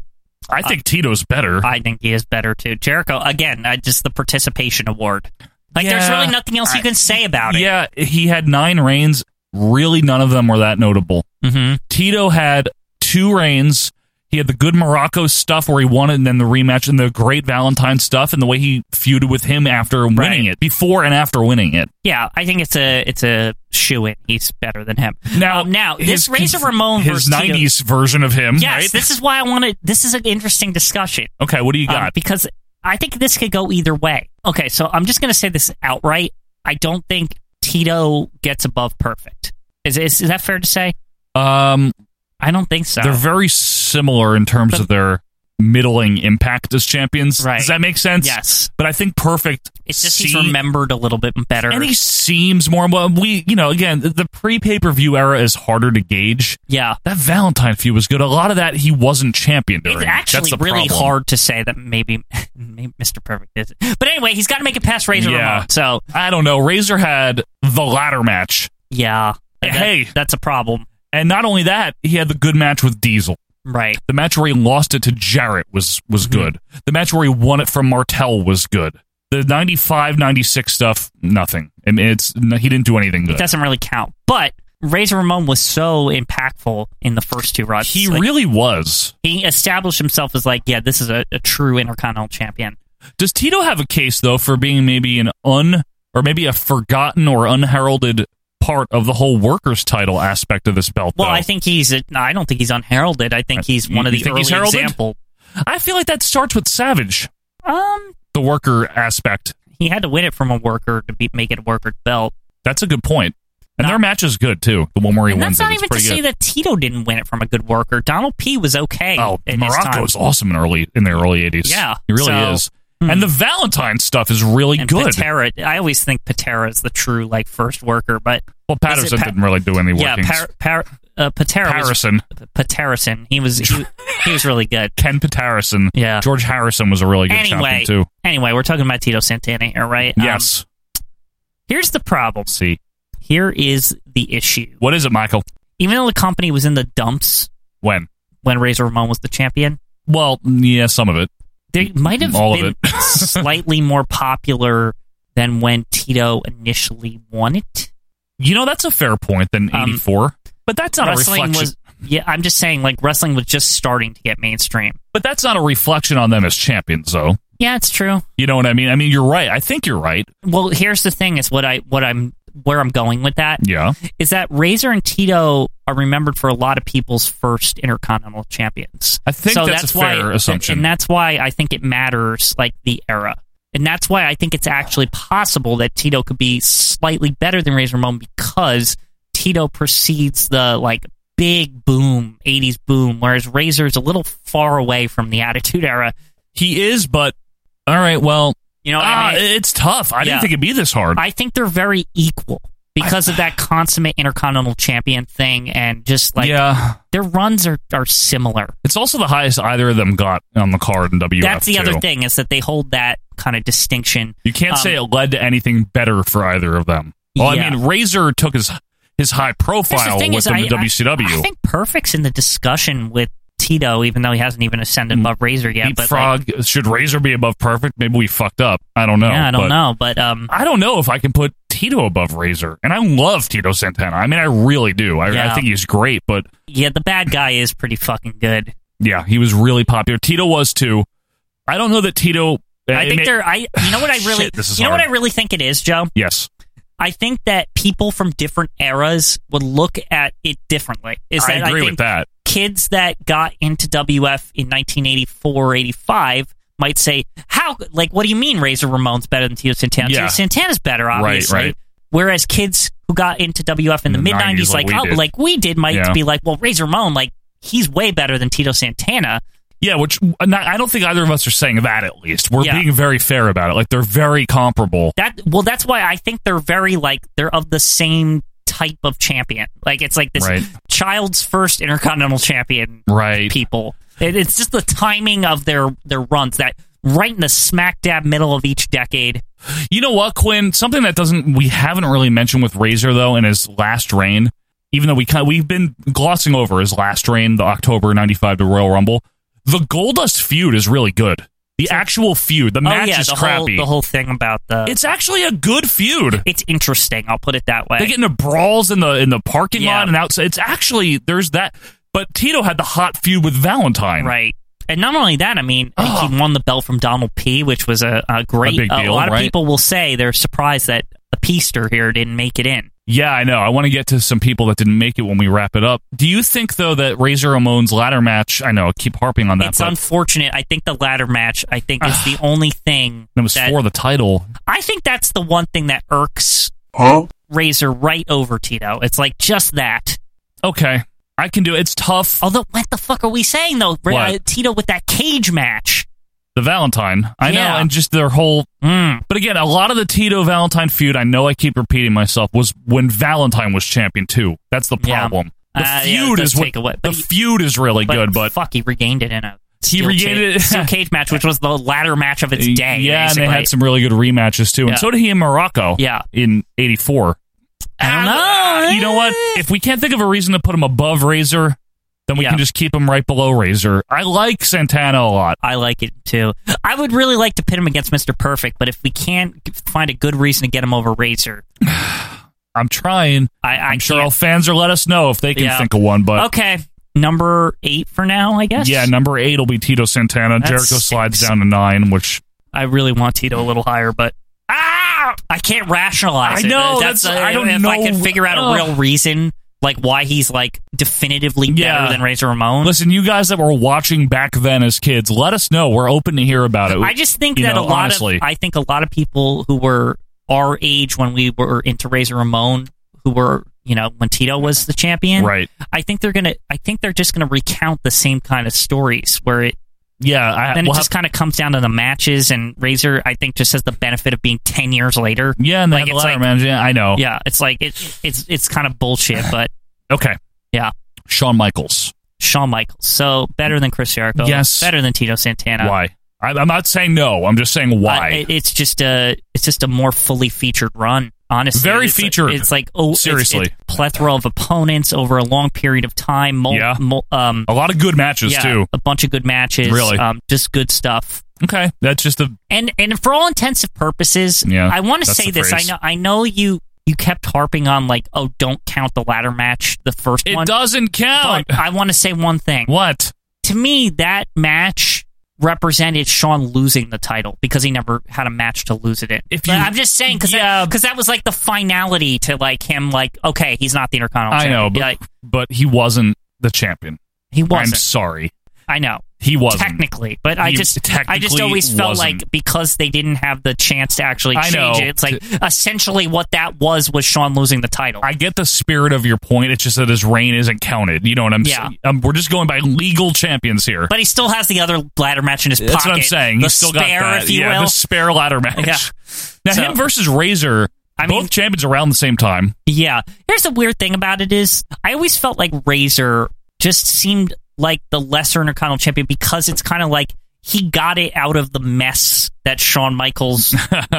Speaker 1: I think Tito's better.
Speaker 2: I think he is better too. Jericho again, uh, just the participation award. Like, there's
Speaker 1: Yeah.
Speaker 2: really nothing else you can say about it.
Speaker 1: Yeah, he had nine reigns. Really, none of them were that notable.
Speaker 2: Mm-hmm.
Speaker 1: Tito had two reigns. He had the good Morocco stuff where he won it, and then the rematch, and the great Valentine stuff, and the way he feuded with him after winning it, before and after winning it.
Speaker 2: Yeah, I think it's a it's a shoe in. He's better than him.
Speaker 1: Now,
Speaker 2: Oh, now
Speaker 1: his
Speaker 2: this Razor
Speaker 1: conf-
Speaker 2: Ramon
Speaker 1: his
Speaker 2: versus Tito-
Speaker 1: '90s version of him.
Speaker 2: Yes,
Speaker 1: right? Oh
Speaker 2: this is why I wanted. This is an interesting discussion.
Speaker 1: okay. What do you
Speaker 2: um,
Speaker 1: got?
Speaker 2: because I think this could go either way. Okay, so I'm just going to say this outright. I don't think Tito gets above perfect. Is is, is that fair to say?
Speaker 1: um,
Speaker 2: I don't think so.
Speaker 1: they're very similar in terms of their middling impact as champions. Right. Does that make sense?
Speaker 2: Yes.
Speaker 1: But I think perfect.
Speaker 2: It's just he's
Speaker 1: see-
Speaker 2: remembered a little bit better.
Speaker 1: And he seems more. Well, we, you know, again, the pre pay per view era is harder to gauge.
Speaker 2: Yeah.
Speaker 1: That Valentine feud was good. A lot of that he wasn't champion during.
Speaker 2: It's actually
Speaker 1: That's the
Speaker 2: really
Speaker 1: problem.
Speaker 2: hard to say that maybe, *laughs* maybe Mr. Perfect is. But anyway, he's got to make it past Razor
Speaker 1: Yeah.
Speaker 2: Ramon. So
Speaker 1: I don't know. Razor had the ladder match.
Speaker 2: yeah, That-
Speaker 1: hey,
Speaker 2: that's a problem.
Speaker 1: And not only that, he had the good match with Diesel.
Speaker 2: Right.
Speaker 1: The match where he lost it to Jarrett was was
Speaker 2: Mm-hmm.
Speaker 1: good. The match where he won it from Martel was good. The 95 96 stuff, nothing. I mean, it's no, he didn't do anything
Speaker 2: it
Speaker 1: good.
Speaker 2: doesn't really count. But Razor Ramon was so impactful in the first two runs.
Speaker 1: He
Speaker 2: Like,
Speaker 1: really was.
Speaker 2: he established himself as like, yeah, this is a, a true Intercontinental champion.
Speaker 1: Does Tito have a case though for being maybe an un or maybe a forgotten or unheralded part of the whole workers title aspect of this belt?
Speaker 2: Well,
Speaker 1: though?
Speaker 2: I think he's. A, no, I don't think he's unheralded. I think he's
Speaker 1: You-
Speaker 2: one of
Speaker 1: you
Speaker 2: the
Speaker 1: think
Speaker 2: early
Speaker 1: he's heralded?
Speaker 2: example.
Speaker 1: I feel like that starts with Savage,
Speaker 2: Um,
Speaker 1: the worker aspect.
Speaker 2: he had to win it from a worker to be, make it a worker belt.
Speaker 1: That's a good point. And their match is good too. The one where he
Speaker 2: And
Speaker 1: wins
Speaker 2: that's not
Speaker 1: it. It's
Speaker 2: even to
Speaker 1: pretty
Speaker 2: say
Speaker 1: good.
Speaker 2: that Tito didn't win it from a good worker. Donald P was okay.
Speaker 1: Oh,
Speaker 2: in his
Speaker 1: Morocco is
Speaker 2: time.
Speaker 1: awesome in early in the early eighties.
Speaker 2: Yeah,
Speaker 1: he really
Speaker 2: so- hmm.
Speaker 1: is. And the Valentine stuff is really
Speaker 2: And
Speaker 1: good.
Speaker 2: Patera, I always think Patera is the true like first worker, but
Speaker 1: well, Patterson didn't really do any
Speaker 2: Yeah,
Speaker 1: workings.
Speaker 2: Par, Par, uh, Patera was-
Speaker 1: Patterson,
Speaker 2: Paterson. He was he, he was really good.
Speaker 1: Ken Patterson,
Speaker 2: Yeah.
Speaker 1: George Harrison was a really good
Speaker 2: anyway,
Speaker 1: champion too.
Speaker 2: anyway, we're talking about Tito Santana here, right? Um,
Speaker 1: Yes.
Speaker 2: here's the problem.
Speaker 1: See,
Speaker 2: Here is the issue.
Speaker 1: what is it, Michael?
Speaker 2: Even though the company was in the dumps
Speaker 1: When?
Speaker 2: when Razor Ramon was the champion,
Speaker 1: Well, yeah, some of it.
Speaker 2: they might have
Speaker 1: All of
Speaker 2: been
Speaker 1: *laughs*
Speaker 2: slightly more popular than when Tito initially won it.
Speaker 1: You know, that's a fair point than
Speaker 2: Um,
Speaker 1: '84, but that's not a
Speaker 2: wrestling
Speaker 1: reflection.
Speaker 2: was yeah. I'm just saying, like wrestling was just starting to get mainstream.
Speaker 1: but that's not a reflection on them as champions, though.
Speaker 2: Yeah, it's true.
Speaker 1: You know what I mean? I mean, you're right. I think you're right.
Speaker 2: Well, here's the thing: is what I what I'm where I'm going with that.
Speaker 1: Yeah.
Speaker 2: is that Razor and Tito are remembered for a lot of people's first Intercontinental champions.
Speaker 1: I think
Speaker 2: so
Speaker 1: that's a
Speaker 2: why,
Speaker 1: fair assumption.
Speaker 2: and that's why I think it matters, like the era, and that's why I think it's actually possible that Tito could be slightly better than Razor Ramon because Tito precedes the like big boom '80s boom, whereas Razor is a little far away from the Attitude Era.
Speaker 1: He is, but all right. Well,
Speaker 2: You know, what
Speaker 1: ah,
Speaker 2: I mean?
Speaker 1: it's tough. I
Speaker 2: Yeah.
Speaker 1: didn't think it'd be this hard.
Speaker 2: I think they're very equal because of that consummate intercontinental champion thing and just like
Speaker 1: yeah,
Speaker 2: their runs are, are similar.
Speaker 1: it's also the highest either of them got on the card in WF.
Speaker 2: That's the other
Speaker 1: too.
Speaker 2: thing is that they hold that kind of distinction.
Speaker 1: You can't
Speaker 2: Um,
Speaker 1: say it led to anything better for either of them. Well,
Speaker 2: Yeah.
Speaker 1: I mean, Razor took his his high
Speaker 2: That's
Speaker 1: profile
Speaker 2: the thing
Speaker 1: within
Speaker 2: is,
Speaker 1: the
Speaker 2: I, I-
Speaker 1: WCW.
Speaker 2: I, think Perfect's in the discussion with Tito, even though he hasn't even ascended above Razor yet. But like,
Speaker 1: Leapfrog should Razor be above Perfect? Maybe we fucked up. I don't know.
Speaker 2: yeah, I
Speaker 1: but-
Speaker 2: don't know. But um,
Speaker 1: I don't know if I can put Tito above Razor, and I love Tito Santana. I mean, I really do. I,
Speaker 2: Yeah.
Speaker 1: I think he's great, but
Speaker 2: yeah, the bad guy is pretty fucking good.
Speaker 1: Yeah, he was really popular. Tito was too. I don't know that Tito. uh,
Speaker 2: I think they're. I you *sighs* know what I really.
Speaker 1: Shit, this is
Speaker 2: you know what
Speaker 1: hard.
Speaker 2: I really think it is, Joe.
Speaker 1: Yes.
Speaker 2: I think that people from different eras would look at it differently. Is
Speaker 1: I
Speaker 2: that
Speaker 1: agree with
Speaker 2: think
Speaker 1: that.
Speaker 2: Kids that got into WF in 1984, 85 might say, "How? Like, what do you mean Razor Ramon's better than Tito Santana?
Speaker 1: Yeah.
Speaker 2: Tito Santana's better,
Speaker 1: Right,
Speaker 2: obviously."
Speaker 1: right.
Speaker 2: Whereas kids who got into WF in the,
Speaker 1: the
Speaker 2: mid 90s,
Speaker 1: 90s, like
Speaker 2: like
Speaker 1: we
Speaker 2: oh,
Speaker 1: did.
Speaker 2: like we did, might
Speaker 1: Yeah.
Speaker 2: be like, "Well, Razor Ramon, like he's way better than Tito Santana."
Speaker 1: Yeah, which uh, not, I don't think either of us are saying that. At least we're
Speaker 2: Yeah.
Speaker 1: being very fair about it. Like they're very comparable.
Speaker 2: That well, that's why I think they're very like they're of the same type of champion. Like it's like this
Speaker 1: Right.
Speaker 2: child's first intercontinental champion.
Speaker 1: Right.
Speaker 2: People. It, it's just the timing of their their runs that right in the smack dab middle of each decade.
Speaker 1: You know what, Quinn? Something that doesn't we haven't really mentioned with Razor though in his last reign, even though we kind we've been glossing over his last reign, the October '95 to Royal Rumble. The Goldust feud is really good. The actual feud, the match
Speaker 2: oh yeah,
Speaker 1: is
Speaker 2: the
Speaker 1: crappy.
Speaker 2: whole the whole thing about the.
Speaker 1: it's actually a good feud.
Speaker 2: It's interesting. I'll put it that way.
Speaker 1: They get into brawls in the in the parking
Speaker 2: Yeah.
Speaker 1: lot and outside. It's actually there's that. But Tito had the hot feud with Valentine.
Speaker 2: Right. And not only that, I mean, I think he *gasps* won the belt from Donald P, which was a, a great.
Speaker 1: big deal,
Speaker 2: a lot
Speaker 1: right?
Speaker 2: of people will say they're surprised that the Peaster here didn't make it in.
Speaker 1: Yeah, I know. I want to get to some people that didn't make it when we wrap it up. Do you think though that Razor Ramon's ladder match? I know. I keep harping on that.
Speaker 2: it's
Speaker 1: but
Speaker 2: unfortunate. I think the ladder match, I think, is *sighs* the only thing.
Speaker 1: it was
Speaker 2: that-
Speaker 1: for the title.
Speaker 2: I think that's the one thing that irks
Speaker 1: Huh?
Speaker 2: Razor right over Tito. It's like just that.
Speaker 1: Okay, I can do it. It's tough.
Speaker 2: Although, what the fuck are we saying though? Ra-
Speaker 1: What?
Speaker 2: uh, Tito with that cage match.
Speaker 1: The Valentine. I know,
Speaker 2: Yeah.
Speaker 1: and just their whole.
Speaker 2: Hmm.
Speaker 1: But again, a lot of the Tito Valentine feud. I know. I keep repeating myself. Was when Valentine was champion too. That's the
Speaker 2: Yeah.
Speaker 1: problem. The
Speaker 2: Uh, yeah, it
Speaker 1: feud
Speaker 2: does
Speaker 1: is what
Speaker 2: take away-
Speaker 1: the
Speaker 2: but he-
Speaker 1: feud is really
Speaker 2: but
Speaker 1: good, but
Speaker 2: fuck, he regained it in a
Speaker 1: he
Speaker 2: steel
Speaker 1: regained
Speaker 2: cha-
Speaker 1: it.
Speaker 2: steel cage match, which was the ladder match of its day.
Speaker 1: Yeah,
Speaker 2: basically.
Speaker 1: and they had some really good rematches too.
Speaker 2: Yeah.
Speaker 1: And so did he in Morocco.
Speaker 2: Yeah.
Speaker 1: in '84.
Speaker 2: I don't know.
Speaker 1: You know what? If we can't think of a reason to put him above Razor, then we
Speaker 2: Yeah.
Speaker 1: can just keep him right below Razor. I like Santana a lot.
Speaker 2: I like it too. I would really like to pit him against Mr. Perfect, but if we can't g- find a good reason to get him over Razor,
Speaker 1: I'm trying.
Speaker 2: I, I
Speaker 1: I'm sure
Speaker 2: can't-
Speaker 1: all fans are let us know if they can
Speaker 2: Yeah.
Speaker 1: think of one. But
Speaker 2: okay, number eight for now, I guess.
Speaker 1: yeah, number eight will be Tito Santana.
Speaker 2: That
Speaker 1: Jericho
Speaker 2: stinks.
Speaker 1: slides down to nine, which
Speaker 2: I really want Tito a little higher, but ah, I can't rationalize.
Speaker 1: I know,
Speaker 2: It. uh,
Speaker 1: that's- I don't
Speaker 2: if I
Speaker 1: know.
Speaker 2: can figure out a
Speaker 1: Ugh.
Speaker 2: real reason, like why he's like definitively
Speaker 1: Yeah.
Speaker 2: better than Razor Ramon.
Speaker 1: listen, you guys that were watching back then as kids, let us know. We're open to hear about it.
Speaker 2: I just think
Speaker 1: You
Speaker 2: that
Speaker 1: know,
Speaker 2: a lot
Speaker 1: honestly.
Speaker 2: of I think a lot of people who were our age when we were into Razor Ramon, who were you know when Tito was the champion,
Speaker 1: Right.
Speaker 2: I think they're gonna. I think they're just gonna recount the same kind of stories where it.
Speaker 1: yeah, I,
Speaker 2: Then it
Speaker 1: we'll
Speaker 2: just kind of comes down to the matches, and Razor, I think, just has the benefit of being ten years later.
Speaker 1: have, yeah, and
Speaker 2: like,
Speaker 1: like,
Speaker 2: it's
Speaker 1: ladder
Speaker 2: like-
Speaker 1: match. Yeah, I know.
Speaker 2: *laughs* Yeah, it's like it, it's it's kind
Speaker 1: *laughs*
Speaker 2: of bullshit, but
Speaker 1: Okay,
Speaker 2: yeah,
Speaker 1: Shawn Michaels.
Speaker 2: Shawn Michaels, so better than Chris Jericho,
Speaker 1: Yes.
Speaker 2: better than Tito Santana.
Speaker 1: Why? I, I'm not saying no. I'm just saying why.
Speaker 2: I- it- it's just a it's just a more fully featured run. Honestly,
Speaker 1: Very
Speaker 2: It's like-
Speaker 1: featured.
Speaker 2: it's like oh, it's-
Speaker 1: Seriously.
Speaker 2: it's plethora of opponents over a long period of time. Mul-
Speaker 1: Yeah.
Speaker 2: mul- um,
Speaker 1: a lot of good matches
Speaker 2: yeah,
Speaker 1: too.
Speaker 2: A bunch of good matches.
Speaker 1: Really.
Speaker 2: um, just good stuff.
Speaker 1: Okay, that's just a
Speaker 2: And and for all intents and purposes,
Speaker 1: Yeah,
Speaker 2: I want to
Speaker 1: that's
Speaker 2: say
Speaker 1: the
Speaker 2: this. I
Speaker 1: phrase.
Speaker 2: know I know you you kept harping on like oh don't count the ladder match the first
Speaker 1: It
Speaker 2: one.
Speaker 1: doesn't count.
Speaker 2: But I want to say one thing.
Speaker 1: What?
Speaker 2: To me, that match represented Sean losing the title because he never had a match to lose it in.
Speaker 1: If
Speaker 2: But
Speaker 1: you-
Speaker 2: I'm just saying because that, 'cause that was like the finality to like him like okay he's not the Intercontinental.
Speaker 1: I know,
Speaker 2: champion.
Speaker 1: but
Speaker 2: Like,
Speaker 1: but he wasn't the champion.
Speaker 2: he wasn't.
Speaker 1: I'm sorry,
Speaker 2: I know.
Speaker 1: he wasn't.
Speaker 2: Technically, but I
Speaker 1: He
Speaker 2: just I just
Speaker 1: technically
Speaker 2: always felt
Speaker 1: wasn't.
Speaker 2: like because they didn't have the chance to actually
Speaker 1: I
Speaker 2: change
Speaker 1: know.
Speaker 2: it, it's like essentially what that was was Sean losing the title.
Speaker 1: I get the spirit of your point. It's just that his reign isn't counted. You know what I'm
Speaker 2: Yeah.
Speaker 1: saying? Um, we're just going by legal champions here.
Speaker 2: but he still has the other ladder match in his
Speaker 1: That's
Speaker 2: pocket.
Speaker 1: what I'm saying.
Speaker 2: The
Speaker 1: He's still
Speaker 2: spare,
Speaker 1: got that.
Speaker 2: if you
Speaker 1: yeah,
Speaker 2: will.
Speaker 1: the spare ladder match.
Speaker 2: Yeah.
Speaker 1: Now
Speaker 2: So-
Speaker 1: him versus Razor.
Speaker 2: I mean-
Speaker 1: both champions around the same time.
Speaker 2: Yeah. Here's the weird thing about it is I always felt like Razor just seemed like the lesser Intercontinental champion because it's kind of like he got it out of the mess that Shawn
Speaker 1: *laughs*
Speaker 2: Michaels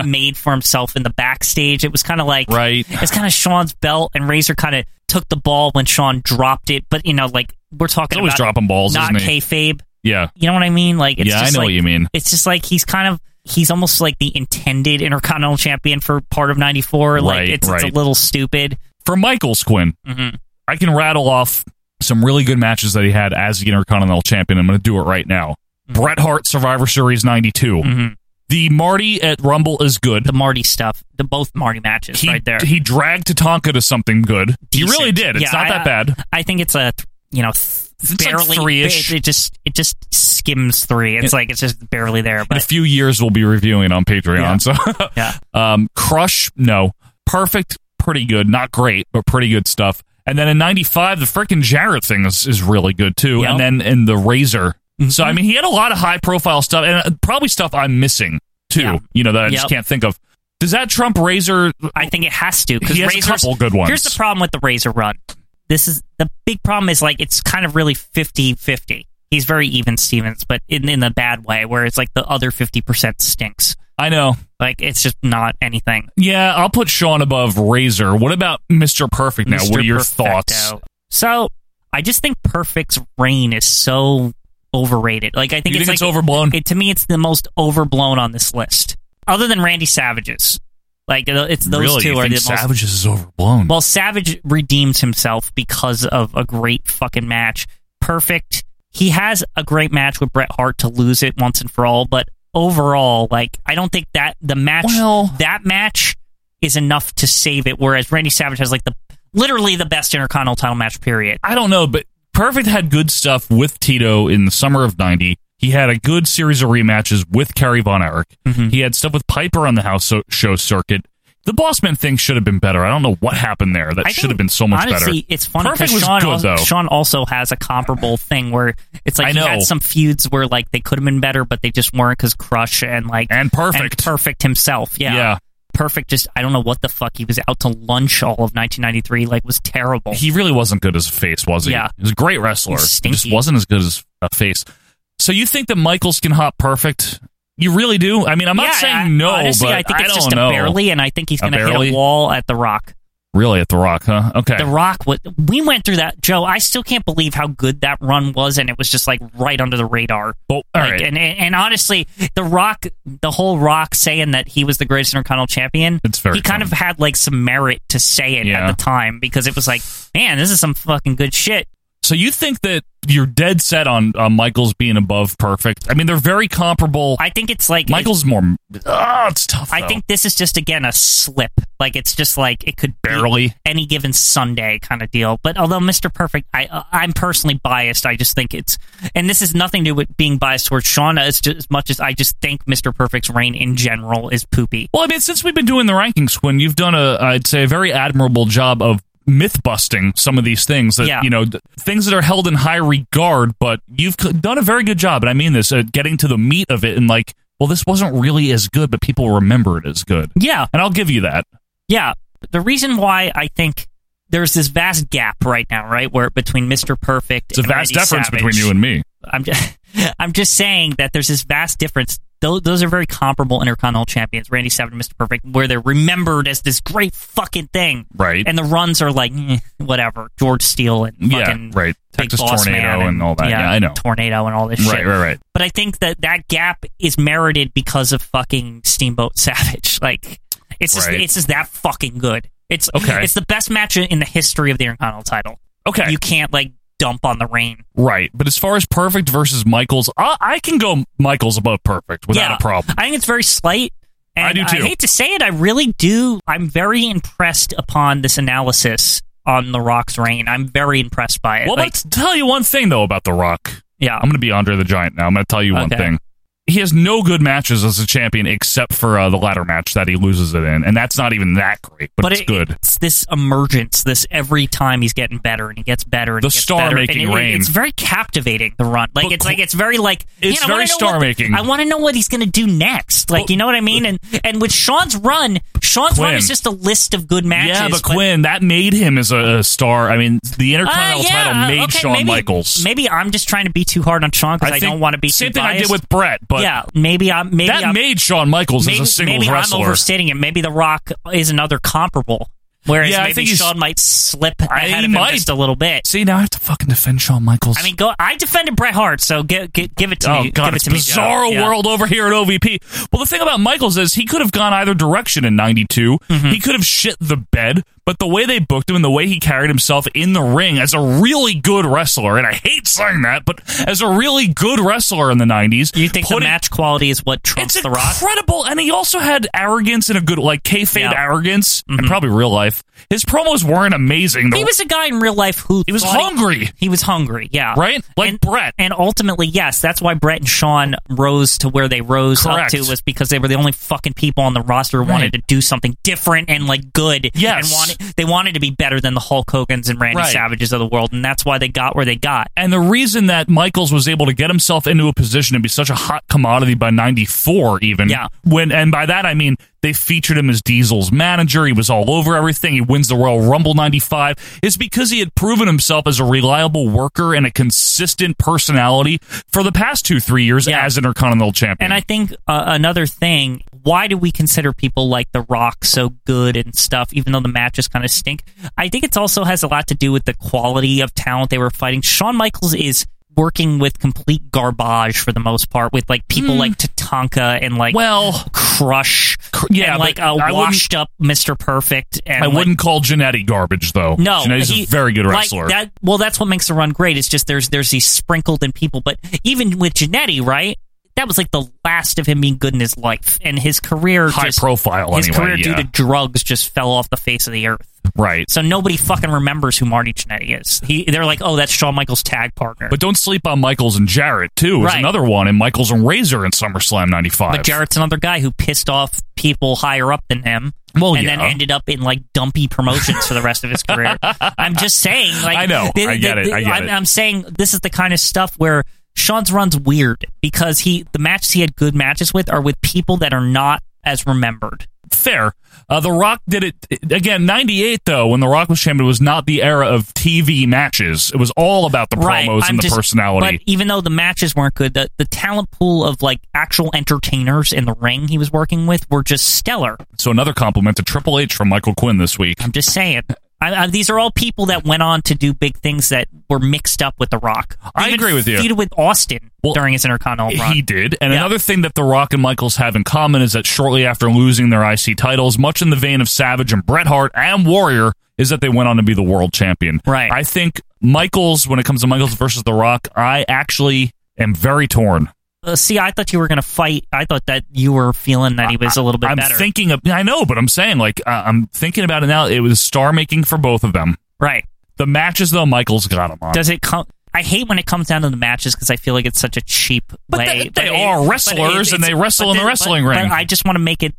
Speaker 2: made for himself in the backstage. It was kind of like *laughs*
Speaker 1: Right.
Speaker 2: it's kind of Shawn's belt and Razor kind of took the ball when Shawn dropped it, but you know like we're talking
Speaker 1: He's always
Speaker 2: about
Speaker 1: dropping balls,
Speaker 2: not
Speaker 1: isn't he?
Speaker 2: kayfabe.
Speaker 1: Yeah.
Speaker 2: You know what I mean? Like it's
Speaker 1: Yeah, I
Speaker 2: just
Speaker 1: know
Speaker 2: like-
Speaker 1: what you mean.
Speaker 2: It's just like he's kind of he's almost like the intended Intercontinental champion for part of 94. like
Speaker 1: Right,
Speaker 2: it's, it's
Speaker 1: right.
Speaker 2: a little stupid.
Speaker 1: For Michaels Quinn,
Speaker 2: Mhm.
Speaker 1: I can rattle off some really good matches that he had as the Intercontinental Champion. I'm going to do it right now.
Speaker 2: Mm-hmm.
Speaker 1: Bret Hart Survivor Series 92. The Marty at Rumble is good. The
Speaker 2: Marty stuff. The both Marty matches
Speaker 1: he,
Speaker 2: right there.
Speaker 1: He dragged Tatanka to something good. He really did. It's
Speaker 2: Yeah,
Speaker 1: not
Speaker 2: I- uh,
Speaker 1: that bad.
Speaker 2: I think it's a th- you know th-
Speaker 1: It's like
Speaker 2: barely
Speaker 1: three-ish.
Speaker 2: It, it just it just skims three. It's
Speaker 1: Yeah.
Speaker 2: like it's just barely there.
Speaker 1: In a
Speaker 2: But
Speaker 1: few years, we'll be reviewing on Patreon.
Speaker 2: Yeah.
Speaker 1: So,
Speaker 2: *laughs* yeah.
Speaker 1: *laughs* Um, Crush, no. Perfect, pretty good. Not great, but pretty good stuff. And then in 95, the freaking Jarrett thing is, is really good too. And then in the Razor.
Speaker 2: Mm-hmm.
Speaker 1: So, I mean, he had a lot of high profile stuff and uh, probably stuff I'm missing too, you know, that I just
Speaker 2: Yep.
Speaker 1: can't think of. Does that trump Razor?
Speaker 2: I think it has to because
Speaker 1: He has a couple good ones.
Speaker 2: Here's the problem with the Razor run. This is the big problem is like it's kind of really 50-50. He's very even Stevens, but in in a bad way where it's like the other 50% stinks.
Speaker 1: I know.
Speaker 2: Like it's just not anything.
Speaker 1: Yeah, I'll put Sean above Razor. What about Mr. Perfect now? What are
Speaker 2: Mr.
Speaker 1: your
Speaker 2: Perfecto.
Speaker 1: thoughts?
Speaker 2: So I just think Perfect's reign is so overrated. Like I think,
Speaker 1: You
Speaker 2: it's,
Speaker 1: think it's
Speaker 2: like-
Speaker 1: overblown?
Speaker 2: It, to me, it's the most overblown on this list, other than Randy Savage's. Like it- it's those
Speaker 1: really,
Speaker 2: two
Speaker 1: you
Speaker 2: are
Speaker 1: think
Speaker 2: the most
Speaker 1: Savages is overblown.
Speaker 2: well, Savage redeems himself because of a great fucking match. Perfect. He has a great match with Bret Hart to lose it once and for all, but overall, like I don't think that the match that match is enough to save it. Whereas Randy Savage has like the literally the best Intercontinental title match period.
Speaker 1: I don't know, but Perfect had good stuff with Tito in the summer of 90. He had a good series of rematches with Kerry Von Erich.
Speaker 2: Mm-hmm.
Speaker 1: He had stuff with Piper on the house so- show circuit. The Bossman thing should have been better. I don't know what happened there. That
Speaker 2: I
Speaker 1: should
Speaker 2: think,
Speaker 1: have been so much
Speaker 2: honestly,
Speaker 1: better.
Speaker 2: it's funny because
Speaker 1: Perfect was
Speaker 2: Sean,
Speaker 1: good,
Speaker 2: also,
Speaker 1: though.
Speaker 2: Sean also has a comparable thing where it's like
Speaker 1: I
Speaker 2: he
Speaker 1: know.
Speaker 2: had some feuds where like they could have been better, but they just weren't because Crush and like and
Speaker 1: Perfect.
Speaker 2: Perfect himself, yeah.
Speaker 1: Yeah.
Speaker 2: Perfect, just I don't know what the fuck he was out to lunch all of 1993. Like, was terrible.
Speaker 1: He really wasn't good as a face, was he?
Speaker 2: Yeah.
Speaker 1: He was a great wrestler.
Speaker 2: He's
Speaker 1: He
Speaker 2: stinky.
Speaker 1: just wasn't as good as a face. So you think that Michaels can hop Perfect? You really do? I mean, I'm
Speaker 2: Yeah,
Speaker 1: not saying
Speaker 2: I-
Speaker 1: no,
Speaker 2: honestly,
Speaker 1: but
Speaker 2: I think it's
Speaker 1: don't
Speaker 2: just a
Speaker 1: know.
Speaker 2: barely, and I think he's
Speaker 1: A
Speaker 2: going to hit
Speaker 1: barely?
Speaker 2: a wall at the Rock.
Speaker 1: Really, at The Rock, huh? Okay.
Speaker 2: The Rock, what we went through that, Joe. I still can't believe how good that run was, and it was just like right under the radar.
Speaker 1: But
Speaker 2: like, and and and honestly, the Rock, the whole Rock saying that he was the greatest Intercontinental Champion,
Speaker 1: it's very
Speaker 2: he kind of had like some merit to say it
Speaker 1: Yeah.
Speaker 2: at the time because it was like, man, this is some fucking good shit.
Speaker 1: So you think that you're dead set on uh, Michaels being above perfect? I mean, they're very comparable.
Speaker 2: I think it's like
Speaker 1: Michaels more. Oh, it's tough.
Speaker 2: I think this is just again a slip. Like it's just like it could be
Speaker 1: Barely.
Speaker 2: any given Sunday kind of deal. But although Mr. Perfect, I uh, I'm personally biased. I just think it's, and this is nothing to do with being biased towards Shauna as, ju- as much as I just think Mr. Perfect's reign in general is poopy.
Speaker 1: Well, I mean, since we've been doing the rankings, Quinn, you've done a, I'd say, a very admirable job of myth busting some of these things that
Speaker 2: Yeah.
Speaker 1: you know, th- things that are held in high regard. But you've c- done a very good job, and I mean this, at getting to the meat of it and like, well, this wasn't really as good, but people remember it as good.
Speaker 2: Yeah,
Speaker 1: and I'll give you that.
Speaker 2: Yeah, the reason why I think there's this vast gap right now, right, where between Mr. Perfect,
Speaker 1: It's a
Speaker 2: and
Speaker 1: vast
Speaker 2: Randy
Speaker 1: difference
Speaker 2: Savage.
Speaker 1: between you and me.
Speaker 2: I'm just, *laughs* I'm just saying that there's this vast difference. Those, those are very comparable Intercontinental champions, Randy Savage and Mr. Perfect, where they're remembered as this great fucking thing.
Speaker 1: Right.
Speaker 2: And the runs are like, eh, whatever, George Steele and
Speaker 1: Yeah,
Speaker 2: fucking
Speaker 1: right.
Speaker 2: Big
Speaker 1: Texas
Speaker 2: Boss
Speaker 1: Tornado
Speaker 2: Man
Speaker 1: and all that. Yeah, I know.
Speaker 2: Tornado and all this
Speaker 1: Right,
Speaker 2: shit.
Speaker 1: right, right.
Speaker 2: But I think that that gap is merited because of fucking Steamboat Savage. *laughs* Like, it's just,
Speaker 1: Right.
Speaker 2: it's just that fucking good. It's
Speaker 1: Okay.
Speaker 2: It's the best match in the history of the Intercontinental title.
Speaker 1: Okay.
Speaker 2: You can't like dump on the rain.
Speaker 1: Right, but as far as perfect versus Michaels, I, I can go Michaels above perfect without
Speaker 2: Yeah.
Speaker 1: a problem.
Speaker 2: I think it's very slight. And
Speaker 1: I do too.
Speaker 2: I hate to say it, I really do. I'm very impressed upon this analysis on The Rock's reign. I'm very impressed by it.
Speaker 1: Well,
Speaker 2: Like,
Speaker 1: let's tell you one thing though about The Rock.
Speaker 2: Yeah,
Speaker 1: I'm going to be Andre the Giant now. I'm going to tell you one
Speaker 2: Okay.
Speaker 1: thing. He has no good matches as a champion except for uh, the ladder match that he loses it in, and that's not even that great, but, it's
Speaker 2: it-
Speaker 1: good.
Speaker 2: It's this emergence, this every time he's getting better and he gets better and
Speaker 1: The
Speaker 2: he gets better,
Speaker 1: star-making
Speaker 2: and it-
Speaker 1: reign.
Speaker 2: It's very captivating the run. Like
Speaker 1: But
Speaker 2: it's
Speaker 1: qu-
Speaker 2: like it's very like
Speaker 1: It's
Speaker 2: man, I wanna
Speaker 1: very
Speaker 2: know what-
Speaker 1: star-making.
Speaker 2: I want to know what he's going to do next. Like you know what I mean? And and with Sean's run, Sean's run
Speaker 1: Quinn.
Speaker 2: is just a list of good matches.
Speaker 1: yeah, but Quinn, that made him as a, a star. I mean, the Intercontinental
Speaker 2: Uh, yeah,
Speaker 1: title
Speaker 2: uh,
Speaker 1: made
Speaker 2: okay,
Speaker 1: Shawn
Speaker 2: maybe-
Speaker 1: Michaels.
Speaker 2: Maybe I'm just trying to be too hard on Sean because I,
Speaker 1: think
Speaker 2: don't want to be
Speaker 1: same
Speaker 2: too
Speaker 1: thing I did
Speaker 2: biased.
Speaker 1: with Brett, but
Speaker 2: yeah, maybe I'm maybe
Speaker 1: that
Speaker 2: I'm,
Speaker 1: made Shawn Michaels
Speaker 2: maybe,
Speaker 1: as a singles
Speaker 2: maybe
Speaker 1: wrestler.
Speaker 2: I'm overstating it. Maybe The Rock is another comparable. Whereas
Speaker 1: Yeah, I
Speaker 2: maybe
Speaker 1: think he's-
Speaker 2: Sean might slip ahead
Speaker 1: he
Speaker 2: of him
Speaker 1: might.
Speaker 2: just a little bit.
Speaker 1: See, now I have to fucking defend Shawn Michaels.
Speaker 2: I mean, go. I defended Bret Hart, so give, give, give it to
Speaker 1: Oh
Speaker 2: me.
Speaker 1: god,
Speaker 2: give
Speaker 1: it's
Speaker 2: it to
Speaker 1: bizarre
Speaker 2: me, Joe. Yeah.
Speaker 1: world over here at
Speaker 2: Mm-hmm.
Speaker 1: OVP. Well, the thing about Michaels is he could have gone either direction in '92. He could have shit the bed, But the way they booked him and the way he carried himself in the ring as a really good wrestler, and I hate saying that, but as a really good wrestler in the '90s, you think
Speaker 2: the match quality is what trumps
Speaker 1: it's
Speaker 2: The Rock?
Speaker 1: incredible, and he also had arrogance and a good like kayfabe
Speaker 2: Yeah. Mm-hmm.
Speaker 1: arrogance, and probably real life. His promos weren't amazing. The-
Speaker 2: He was a guy in real life who
Speaker 1: He was
Speaker 2: thought
Speaker 1: hungry.
Speaker 2: He, was hungry, yeah,
Speaker 1: Right?
Speaker 2: Like
Speaker 1: Brett.
Speaker 2: And ultimately, yes, that's why Brett and Sean rose to where they rose
Speaker 1: Correct.
Speaker 2: up to was because they were the only fucking people on the roster who wanted
Speaker 1: Right.
Speaker 2: to do something different and like good.
Speaker 1: Yes.
Speaker 2: and wanted, they wanted to be better than the Hulk Hogan's and Randy
Speaker 1: Right.
Speaker 2: Savages of the world, and that's why they got where they got.
Speaker 1: And the reason that Michaels was able to get himself into a position and be such a hot commodity by '94, even
Speaker 2: Yeah.
Speaker 1: when, and by that I mean they featured him as Diesel's manager. He was all over everything. He wins the Royal Rumble '95. Is because he had proven himself as a reliable worker and a consistent personality for the past two three years as Intercontinental Champion.
Speaker 2: And I think uh, another thing, why do we consider people like The Rock so good and stuff, even though the matches kind of stink? I think it also has a lot to do with the quality of talent they were fighting. Shawn Michaels is working with complete garbage for the most part, with like people like Tatanka and like
Speaker 1: Hmm. well
Speaker 2: Crush,
Speaker 1: yeah,
Speaker 2: and, like
Speaker 1: but I
Speaker 2: a
Speaker 1: wouldn't-
Speaker 2: washed up Mr. Perfect. And
Speaker 1: I
Speaker 2: like,
Speaker 1: wouldn't call Janetti garbage though.
Speaker 2: no,
Speaker 1: Genetti's
Speaker 2: he-
Speaker 1: a very good
Speaker 2: like,
Speaker 1: wrestler.
Speaker 2: that, well, that's what makes the run great. It's just there's there's these sprinkled in people, but even with Janetti, right? That was like the last of him being good in his life, and his career
Speaker 1: High
Speaker 2: just-
Speaker 1: profile
Speaker 2: His
Speaker 1: anyway,
Speaker 2: career due
Speaker 1: yeah.
Speaker 2: to drugs just fell off the face of the earth.
Speaker 1: right.
Speaker 2: So nobody fucking remembers who Marty Jannetty is. He, they're like, oh, that's Shawn Michaels' tag partner.
Speaker 1: But don't sleep on Michaels and Jarrett too. Is
Speaker 2: Right.
Speaker 1: another one, and Michaels and Razor in SummerSlam '95.
Speaker 2: But Jarrett's another guy who pissed off people higher up than him.
Speaker 1: Well,
Speaker 2: and
Speaker 1: Oh, yeah.
Speaker 2: then ended up in like dumpy promotions for the rest of
Speaker 1: *laughs*
Speaker 2: his career. I'm just saying, like
Speaker 1: I know. I get it. I get
Speaker 2: am
Speaker 1: it.
Speaker 2: I'm saying this is the kind of stuff where Sean's runs weird because he the matches he had good matches with are with people that are not as remembered.
Speaker 1: fair. Uh, the Rock did it again. '98 though, when The Rock was champion, was not the era of TV matches. It was all about the promos
Speaker 2: I'm
Speaker 1: and the
Speaker 2: just-
Speaker 1: personality.
Speaker 2: But even though the matches weren't good, the, the talent pool of like actual entertainers in the ring he was working with were just stellar.
Speaker 1: so another compliment to Triple H from Michael Quinn this week.
Speaker 2: I'm just saying. I, I, these are all people that went on to do big things that were mixed up with The Rock.
Speaker 1: I
Speaker 2: Even
Speaker 1: agree with you.
Speaker 2: Feuded with Austin during his Intercontinental run.
Speaker 1: He did. And another thing that The Rock and Michaels have in common is that shortly after losing their IC titles, much in the vein of Savage and Bret Hart and Warrior, is that they went on to be the world champion. Right. I think Michaels, when it comes to Michaels versus The Rock, I actually am very torn.
Speaker 2: Uh, see, I thought you were going to fight. I thought that you were feeling that he was a little bit
Speaker 1: I'm
Speaker 2: better.
Speaker 1: thinking of, I know, but I'm saying, like, I I'm thinking about it now. It was star making for both of them.
Speaker 2: Right.
Speaker 1: The matches, though, Michaels got them on.
Speaker 2: Does it come? I hate when it comes down to the matches because I feel like it's such a cheap way.
Speaker 1: they
Speaker 2: but it-
Speaker 1: are
Speaker 2: but it-
Speaker 1: wrestlers
Speaker 2: it's-
Speaker 1: and they wrestle
Speaker 2: but
Speaker 1: in the
Speaker 2: then-
Speaker 1: wrestling
Speaker 2: but-
Speaker 1: ring.
Speaker 2: But I just want to make it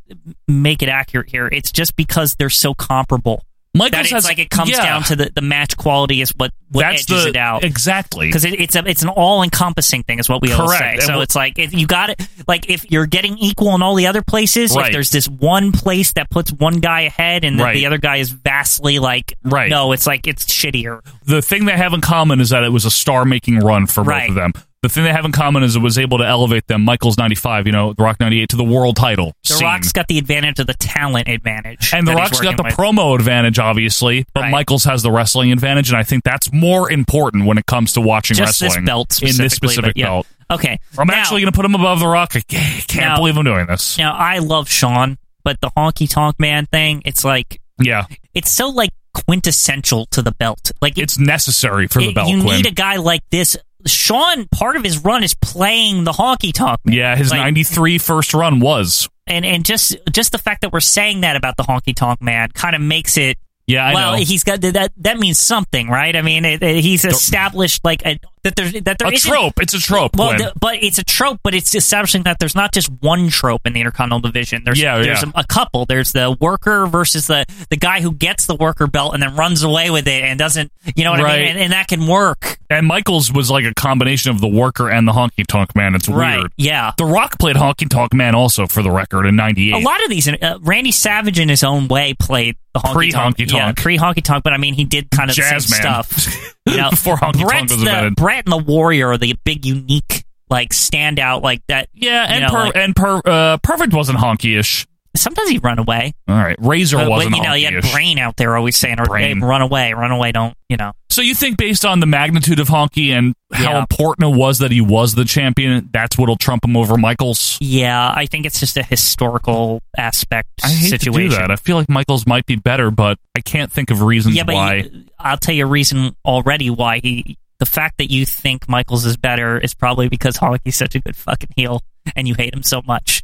Speaker 2: make it accurate here. It's just because they're so comparable.
Speaker 1: Michaels
Speaker 2: that it's
Speaker 1: has-
Speaker 2: like it comes
Speaker 1: yeah.
Speaker 2: down to the, the match quality is what, what
Speaker 1: That's
Speaker 2: edges
Speaker 1: the-
Speaker 2: it out
Speaker 1: exactly.
Speaker 2: because it, it's a, it's an all encompassing thing is what we always
Speaker 1: Correct.
Speaker 2: say.
Speaker 1: And
Speaker 2: So
Speaker 1: we'll-
Speaker 2: it's like if you got it like if you're getting equal in all the other places,
Speaker 1: Right.
Speaker 2: if there's this one place that puts one guy ahead and the-
Speaker 1: Right.
Speaker 2: the other guy is vastly like
Speaker 1: Right.
Speaker 2: no, it's like it's shittier.
Speaker 1: the thing they have in common is that it was a star making run for both
Speaker 2: Right.
Speaker 1: of them. The thing they have in common is it was able to elevate them, Michaels 95, you know, The Rock 98, to the world title.
Speaker 2: The
Speaker 1: scene.
Speaker 2: Rock's got the advantage of the talent advantage,
Speaker 1: and The
Speaker 2: that he's
Speaker 1: Rock's got
Speaker 2: working
Speaker 1: the
Speaker 2: with.
Speaker 1: promo advantage, obviously, but Michaels has the wrestling advantage, and I think that's more important when it comes to watching
Speaker 2: just this
Speaker 1: wrestling
Speaker 2: belt
Speaker 1: in
Speaker 2: specifically,
Speaker 1: this specific
Speaker 2: but yeah.
Speaker 1: belt.
Speaker 2: Okay,
Speaker 1: I'm
Speaker 2: Now-
Speaker 1: actually going to put him above The Rock. I can't
Speaker 2: Now-
Speaker 1: believe I'm doing this.
Speaker 2: Now I love Sean, but the honky tonk man thing, it's like
Speaker 1: Yeah,
Speaker 2: it's so like quintessential to the belt. Like it-
Speaker 1: it's necessary for the
Speaker 2: it-
Speaker 1: belt.
Speaker 2: you
Speaker 1: Quinn.
Speaker 2: need a guy like this. Sean, part of his run is playing the honky tonk.
Speaker 1: yeah, his
Speaker 2: like-
Speaker 1: 93 first run was.
Speaker 2: and and just just the fact that we're saying that about the honky tonk man kind of makes it.
Speaker 1: Yeah, I
Speaker 2: well,
Speaker 1: know.
Speaker 2: he's got that. That means something, right? I mean, it, it- he's established like a, that there's that there
Speaker 1: A
Speaker 2: isn't-
Speaker 1: trope. It's a trope.
Speaker 2: Well,
Speaker 1: Quinn.
Speaker 2: the- but it's a trope, but it's establishing that there's not just one trope in the Intercontinental Division. There's
Speaker 1: Yeah,
Speaker 2: there's
Speaker 1: yeah.
Speaker 2: A, a couple. There's the worker versus the the guy who gets the worker belt and then runs away with it and doesn't. You know what I
Speaker 1: Right.
Speaker 2: mean? And, and that can work.
Speaker 1: and Michaels was like a combination of the worker and the honky tonk man. It's
Speaker 2: Right,
Speaker 1: weird.
Speaker 2: yeah.
Speaker 1: The Rock played honky tonk man also for the record in '98.
Speaker 2: A lot of these, uh, Randy Savage in his own way played the honky tonk,
Speaker 1: Pre-honky
Speaker 2: yeah,
Speaker 1: tonk.
Speaker 2: pre honky tonk. But I mean, he did kind of
Speaker 1: Jazz
Speaker 2: the same
Speaker 1: man. *laughs*
Speaker 2: stuff. You know,
Speaker 1: Before honky tonk
Speaker 2: Brett's
Speaker 1: was
Speaker 2: the-
Speaker 1: invented.
Speaker 2: Brett and the Warrior are the big unique like standout like that.
Speaker 1: Yeah,
Speaker 2: you
Speaker 1: and
Speaker 2: know,
Speaker 1: per,
Speaker 2: like-
Speaker 1: and per, uh, perfect wasn't honky ish.
Speaker 2: Sometimes he'd run away.
Speaker 1: All right, Razor
Speaker 2: but,
Speaker 1: wasn't
Speaker 2: But, you know, you had
Speaker 1: honky-ish.
Speaker 2: Brain out there always saying, or,
Speaker 1: Brain.
Speaker 2: hey, run away, run away, don't, you know.
Speaker 1: So you think based on the magnitude of Honky and how important it was that he was the champion, that's what'll trump him over Michaels?
Speaker 2: Yeah, I think it's just a historical aspect
Speaker 1: I hate
Speaker 2: situation.
Speaker 1: to do that. I feel like Michaels might be better, but I can't think of reasons
Speaker 2: yeah, but
Speaker 1: why.
Speaker 2: you- I'll tell you a reason already why he. The fact that you think Michaels is better is probably because Honky's such a good fucking heel, and you hate him so much.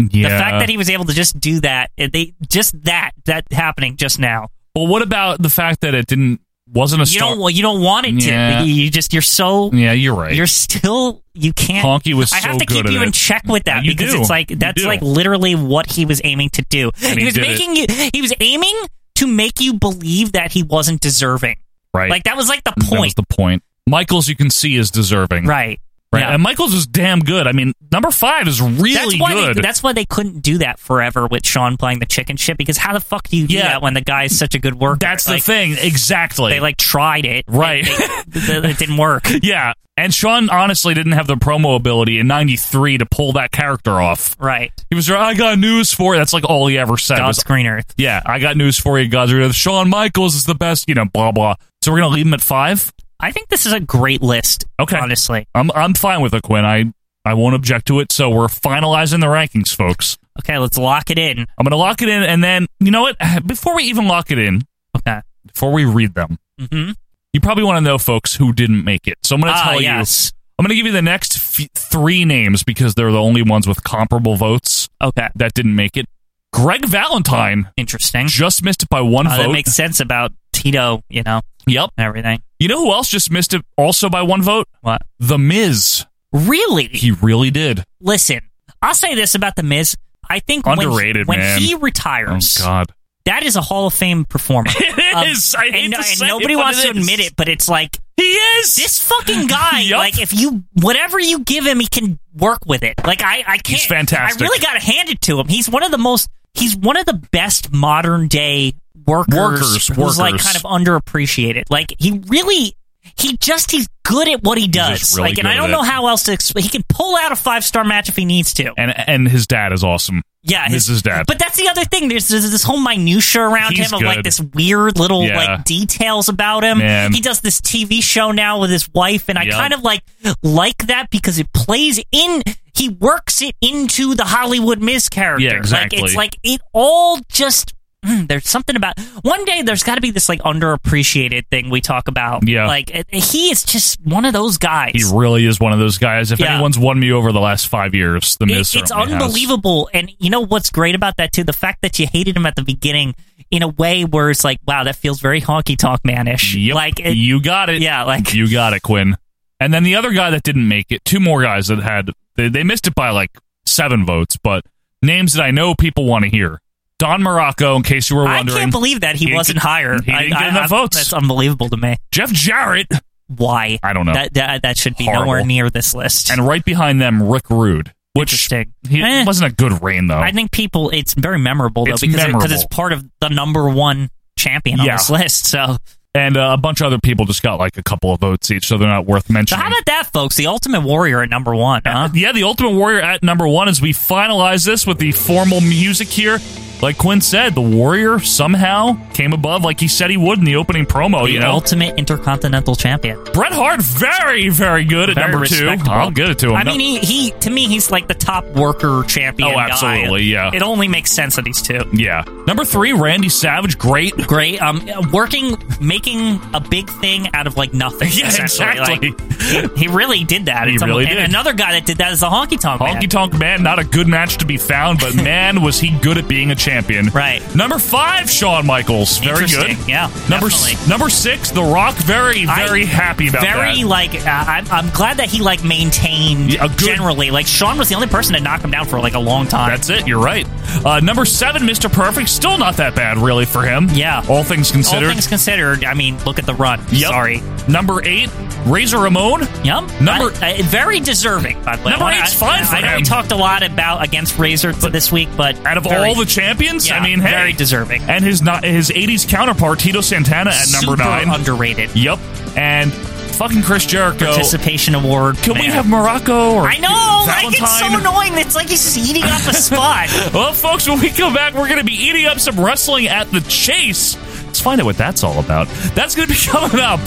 Speaker 1: yeah.
Speaker 2: The fact that he was able to just do that, uh, they just that that happening just now.
Speaker 1: Well, what about the fact that it didn't wasn't a
Speaker 2: you
Speaker 1: star?
Speaker 2: don't well, you don't want it
Speaker 1: Yeah.
Speaker 2: to. You just you're so
Speaker 1: yeah, you're right.
Speaker 2: you're still you can't.
Speaker 1: Honky was
Speaker 2: I
Speaker 1: so
Speaker 2: have to
Speaker 1: good
Speaker 2: keep
Speaker 1: at
Speaker 2: you
Speaker 1: it.
Speaker 2: in check with that
Speaker 1: You
Speaker 2: because
Speaker 1: do.
Speaker 2: it's like
Speaker 1: You
Speaker 2: that's
Speaker 1: do.
Speaker 2: like literally what he was aiming to do.
Speaker 1: And he
Speaker 2: was
Speaker 1: did it.
Speaker 2: making you. He was aiming to make you believe that he wasn't deserving.
Speaker 1: right.
Speaker 2: Like that was like the
Speaker 1: That
Speaker 2: point.
Speaker 1: was the point. Michaels, you can see, is deserving.
Speaker 2: Right.
Speaker 1: Right.
Speaker 2: Yeah.
Speaker 1: And Michaels is damn good. I mean, number five is really
Speaker 2: that's why
Speaker 1: good.
Speaker 2: They, that's why they couldn't do that forever with Sean playing the chicken shit because how the fuck do you do
Speaker 1: Yeah.
Speaker 2: that when the guy's such a good worker?
Speaker 1: That's the
Speaker 2: Like,
Speaker 1: thing. Exactly.
Speaker 2: They like tried it,
Speaker 1: Right.
Speaker 2: *laughs* They- they- it
Speaker 1: *laughs*
Speaker 2: didn't work.
Speaker 1: yeah. And Sean honestly didn't have the promo ability in 93 to pull that character off.
Speaker 2: Right.
Speaker 1: He was I got news for you. That's like all he ever said.
Speaker 2: God's
Speaker 1: was,
Speaker 2: green earth.
Speaker 1: yeah, I got news for you, God's green earth. Shawn Michaels is the best, you know, blah, blah. So we're going to leave him at five?
Speaker 2: I think this is a great list.
Speaker 1: Okay.
Speaker 2: Honestly.
Speaker 1: I'm, I'm fine with it, Quinn. I, I won't object to it. So we're finalizing the rankings, folks.
Speaker 2: Okay, let's lock it in.
Speaker 1: I'm going to lock it in. And then, you know what? *sighs* Before we even lock it in,
Speaker 2: Okay.
Speaker 1: before we read them,
Speaker 2: Mm-hmm.
Speaker 1: you probably want to know, folks, who didn't make it. So I'm going to
Speaker 2: Ah,
Speaker 1: tell
Speaker 2: yes.
Speaker 1: you. I'm going to give you the next f- three names because they're the only ones with comparable votes
Speaker 2: Okay.
Speaker 1: that didn't make it. Greg Valentine
Speaker 2: Interesting.
Speaker 1: just missed it by one
Speaker 2: Uh,
Speaker 1: vote.
Speaker 2: that makes sense about Tito, you know,
Speaker 1: yep.
Speaker 2: and everything.
Speaker 1: You know who else just missed it also by one vote?
Speaker 2: What?
Speaker 1: The Miz.
Speaker 2: Really?
Speaker 1: He really did.
Speaker 2: Listen, I'll say this about the Miz. I think when he-
Speaker 1: Underrated,
Speaker 2: when he,
Speaker 1: man. Oh
Speaker 2: retires,
Speaker 1: God.
Speaker 2: that is a Hall of Fame performer.
Speaker 1: *laughs* It
Speaker 2: Um,
Speaker 1: is. I hate
Speaker 2: and,
Speaker 1: to
Speaker 2: and
Speaker 1: say it,
Speaker 2: nobody
Speaker 1: but
Speaker 2: wants
Speaker 1: it
Speaker 2: to admit
Speaker 1: is.
Speaker 2: it, but it's like
Speaker 1: He is.
Speaker 2: this
Speaker 1: *laughs*
Speaker 2: fucking guy.
Speaker 1: Yup.
Speaker 2: Like if you whatever you give him, he can work with it. Like I, I can't.
Speaker 1: He's fantastic.
Speaker 2: I really got to hand it to him. He's one of the most. He's one of the best modern day workers.
Speaker 1: Workers,
Speaker 2: who's like
Speaker 1: workers.
Speaker 2: kind of underappreciated. Like he really. He just he's good at what he does.
Speaker 1: just really
Speaker 2: like, and
Speaker 1: good
Speaker 2: I
Speaker 1: at
Speaker 2: don't know
Speaker 1: it.
Speaker 2: how else to explain. He can pull out a five star match if he needs to.
Speaker 1: and and his dad is awesome.
Speaker 2: Yeah,
Speaker 1: Miz's dad.
Speaker 2: But that's the other thing. There's, there's this whole minutia around
Speaker 1: He's
Speaker 2: him of like
Speaker 1: good.
Speaker 2: this weird little
Speaker 1: Yeah.
Speaker 2: like details about him.
Speaker 1: Man.
Speaker 2: He does this TV show now with his wife, and I
Speaker 1: Yep.
Speaker 2: kind of like like that because it plays in. He works it into the Hollywood Miz character.
Speaker 1: Yeah, exactly.
Speaker 2: Like, it's like it all just. mm, there's something about one day. There's got to be this like underappreciated thing we talk about.
Speaker 1: Yeah.
Speaker 2: like it- he is just one of those guys.
Speaker 1: he really is one of those guys. If
Speaker 2: Yeah.
Speaker 1: anyone's won me over the last five years, the Miz.
Speaker 2: It- it's
Speaker 1: certainly has.
Speaker 2: unbelievable. And you know what's great about that too? The fact that you hated him at the beginning in a way where it's like, wow, that feels very honky tonk manish.
Speaker 1: Yep.
Speaker 2: Like it,
Speaker 1: you got it.
Speaker 2: yeah, like
Speaker 1: you got it, Quinn. And then the other guy that didn't make it, two more guys that had they, they missed it by like seven votes, but names that I know people want to hear. Don Morocco, in case you were
Speaker 2: I
Speaker 1: wondering.
Speaker 2: can't believe that he,
Speaker 1: He
Speaker 2: wasn't
Speaker 1: did-
Speaker 2: higher.
Speaker 1: he
Speaker 2: I-
Speaker 1: didn't get
Speaker 2: I-
Speaker 1: enough
Speaker 2: I-
Speaker 1: votes.
Speaker 2: That's unbelievable to me.
Speaker 1: Jeff Jarrett
Speaker 2: Why?
Speaker 1: I don't know.
Speaker 2: That that, that should be
Speaker 1: Horrible.
Speaker 2: nowhere near this list.
Speaker 1: and right behind them Rick Rude. Which
Speaker 2: Interesting.
Speaker 1: he
Speaker 2: Eh.
Speaker 1: wasn't a good reign though.
Speaker 2: I think people, it's very memorable though
Speaker 1: It's
Speaker 2: because it- 'cause
Speaker 1: memorable.
Speaker 2: it's part of the number one champion on
Speaker 1: Yeah.
Speaker 2: this list. So,
Speaker 1: and uh, a bunch of other people just got like a couple of votes each, so they're not worth
Speaker 2: so
Speaker 1: mentioning.
Speaker 2: how about that, folks? The Ultimate Warrior at number one,
Speaker 1: *laughs*
Speaker 2: huh?
Speaker 1: Yeah, the Ultimate Warrior at number one as we finalize this with the formal music here. Like Quinn said, the Warrior somehow came above like he said he would in the opening promo, you
Speaker 2: The
Speaker 1: know?
Speaker 2: Ultimate Intercontinental Champion.
Speaker 1: Bret Hart, very, very good at
Speaker 2: Very
Speaker 1: number two.
Speaker 2: respectable.
Speaker 1: I'll give it to him.
Speaker 2: I
Speaker 1: No-
Speaker 2: mean, he, he to me, he's like the top worker champion.
Speaker 1: Oh,
Speaker 2: guy.
Speaker 1: absolutely, yeah.
Speaker 2: It only makes sense that he's two.
Speaker 1: yeah. Number three, Randy Savage, great.
Speaker 2: Great, um, working, making a big thing out of like nothing.
Speaker 1: *laughs* Yeah,
Speaker 2: essentially.
Speaker 1: exactly.
Speaker 2: Like, he, he really did that.
Speaker 1: He
Speaker 2: It's
Speaker 1: really
Speaker 2: and
Speaker 1: did.
Speaker 2: Another guy that did that is the Honky Tonk. Man.
Speaker 1: Honky Tonk Man, not a good match to be found,
Speaker 2: *laughs*
Speaker 1: but man, was he good at being a champion.
Speaker 2: Right.
Speaker 1: Number five, Shawn Michaels, very good.
Speaker 2: Interesting, yeah,
Speaker 1: Number
Speaker 2: definitely.
Speaker 1: s- number six, The Rock, very,
Speaker 2: I-
Speaker 1: very happy about that.
Speaker 2: Very like uh, I'm, I'm glad that he like maintained
Speaker 1: Yeah, a good-
Speaker 2: generally. Like Sean was the only person to knock him down for like a long time.
Speaker 1: That's it. You're right. Uh, number seven, Mr. Perfect. Still not that bad, really, for him.
Speaker 2: Yeah.
Speaker 1: All things
Speaker 2: all
Speaker 1: considered.
Speaker 2: things considered. I mean, look at the run.
Speaker 1: Yep.
Speaker 2: Sorry.
Speaker 1: Number eight, Razor Ramon.
Speaker 2: Yum.
Speaker 1: Number-
Speaker 2: I- I- very deserving, by the way.
Speaker 1: Number
Speaker 2: I-
Speaker 1: eight's fine
Speaker 2: I,
Speaker 1: for
Speaker 2: I know
Speaker 1: him.
Speaker 2: we talked a lot about against Razor t- this week, but
Speaker 1: Out of
Speaker 2: very-
Speaker 1: all the champions,
Speaker 2: yeah,
Speaker 1: I mean, hey.
Speaker 2: very deserving.
Speaker 1: And his not his 80s counterpart, Tito Santana, at number
Speaker 2: Super
Speaker 1: nine.
Speaker 2: underrated.
Speaker 1: Yep. And Fucking Chris Jericho.
Speaker 2: Participation award.
Speaker 1: Can we have Morocco or
Speaker 2: I know, right? It's so
Speaker 1: Valentine?
Speaker 2: annoying. It's like he's just
Speaker 1: *laughs*
Speaker 2: eating up a spot.
Speaker 1: well, folks, when we come back, we're going to be eating up some wrestling at the Chase. Let's find out what that's all about. That's going to be *laughs* coming up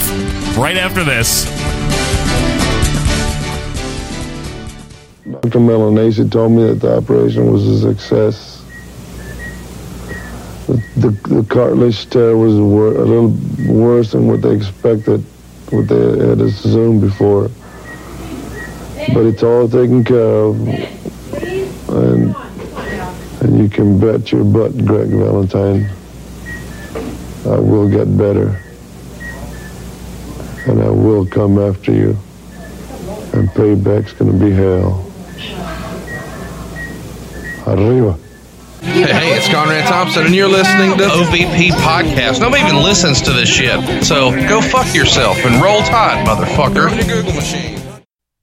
Speaker 1: right after this.
Speaker 15: Dr. Melanesi told me that the operation was a success. The, the, the cartilage tear uh, was wor- a little worse than what they expected, what they had assumed before. But it's all taken care of. And, and you can bet your butt, Greg Valentine, I will get better. And I will come after you. And payback's going to be hell. Arriba.
Speaker 17: Hey, it's Conrad Thompson, and you're listening to OVP Podcast. Nobody even listens to this shit. So go fuck yourself and roll tide, motherfucker.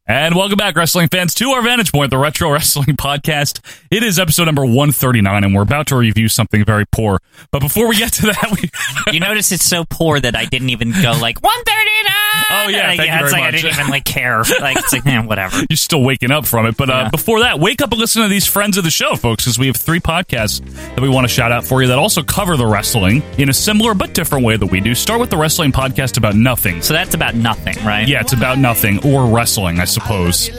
Speaker 1: And welcome back, wrestling fans, to our Vantage Point, the Retro Wrestling Podcast. It is episode number 139, and we're about to review something very poor. But before we get to that, we.
Speaker 2: *laughs* you notice it's so poor that I didn't even go
Speaker 1: *laughs*
Speaker 2: like 139.
Speaker 1: Oh, yeah,
Speaker 2: like,
Speaker 1: thank you
Speaker 2: it's
Speaker 1: very
Speaker 2: like I
Speaker 1: much.
Speaker 2: didn't even like care. Like it's like eh, whatever.
Speaker 1: *laughs* You're still waking up from it. But uh, before that, wake up and listen to these friends of the show, folks, because we have three podcasts that we want to shout out for you that also cover the wrestling in a similar but different way that we do. Start with the wrestling podcast about nothing. So
Speaker 2: that's about nothing, right?
Speaker 1: Yeah, it's about nothing or wrestling, I suppose.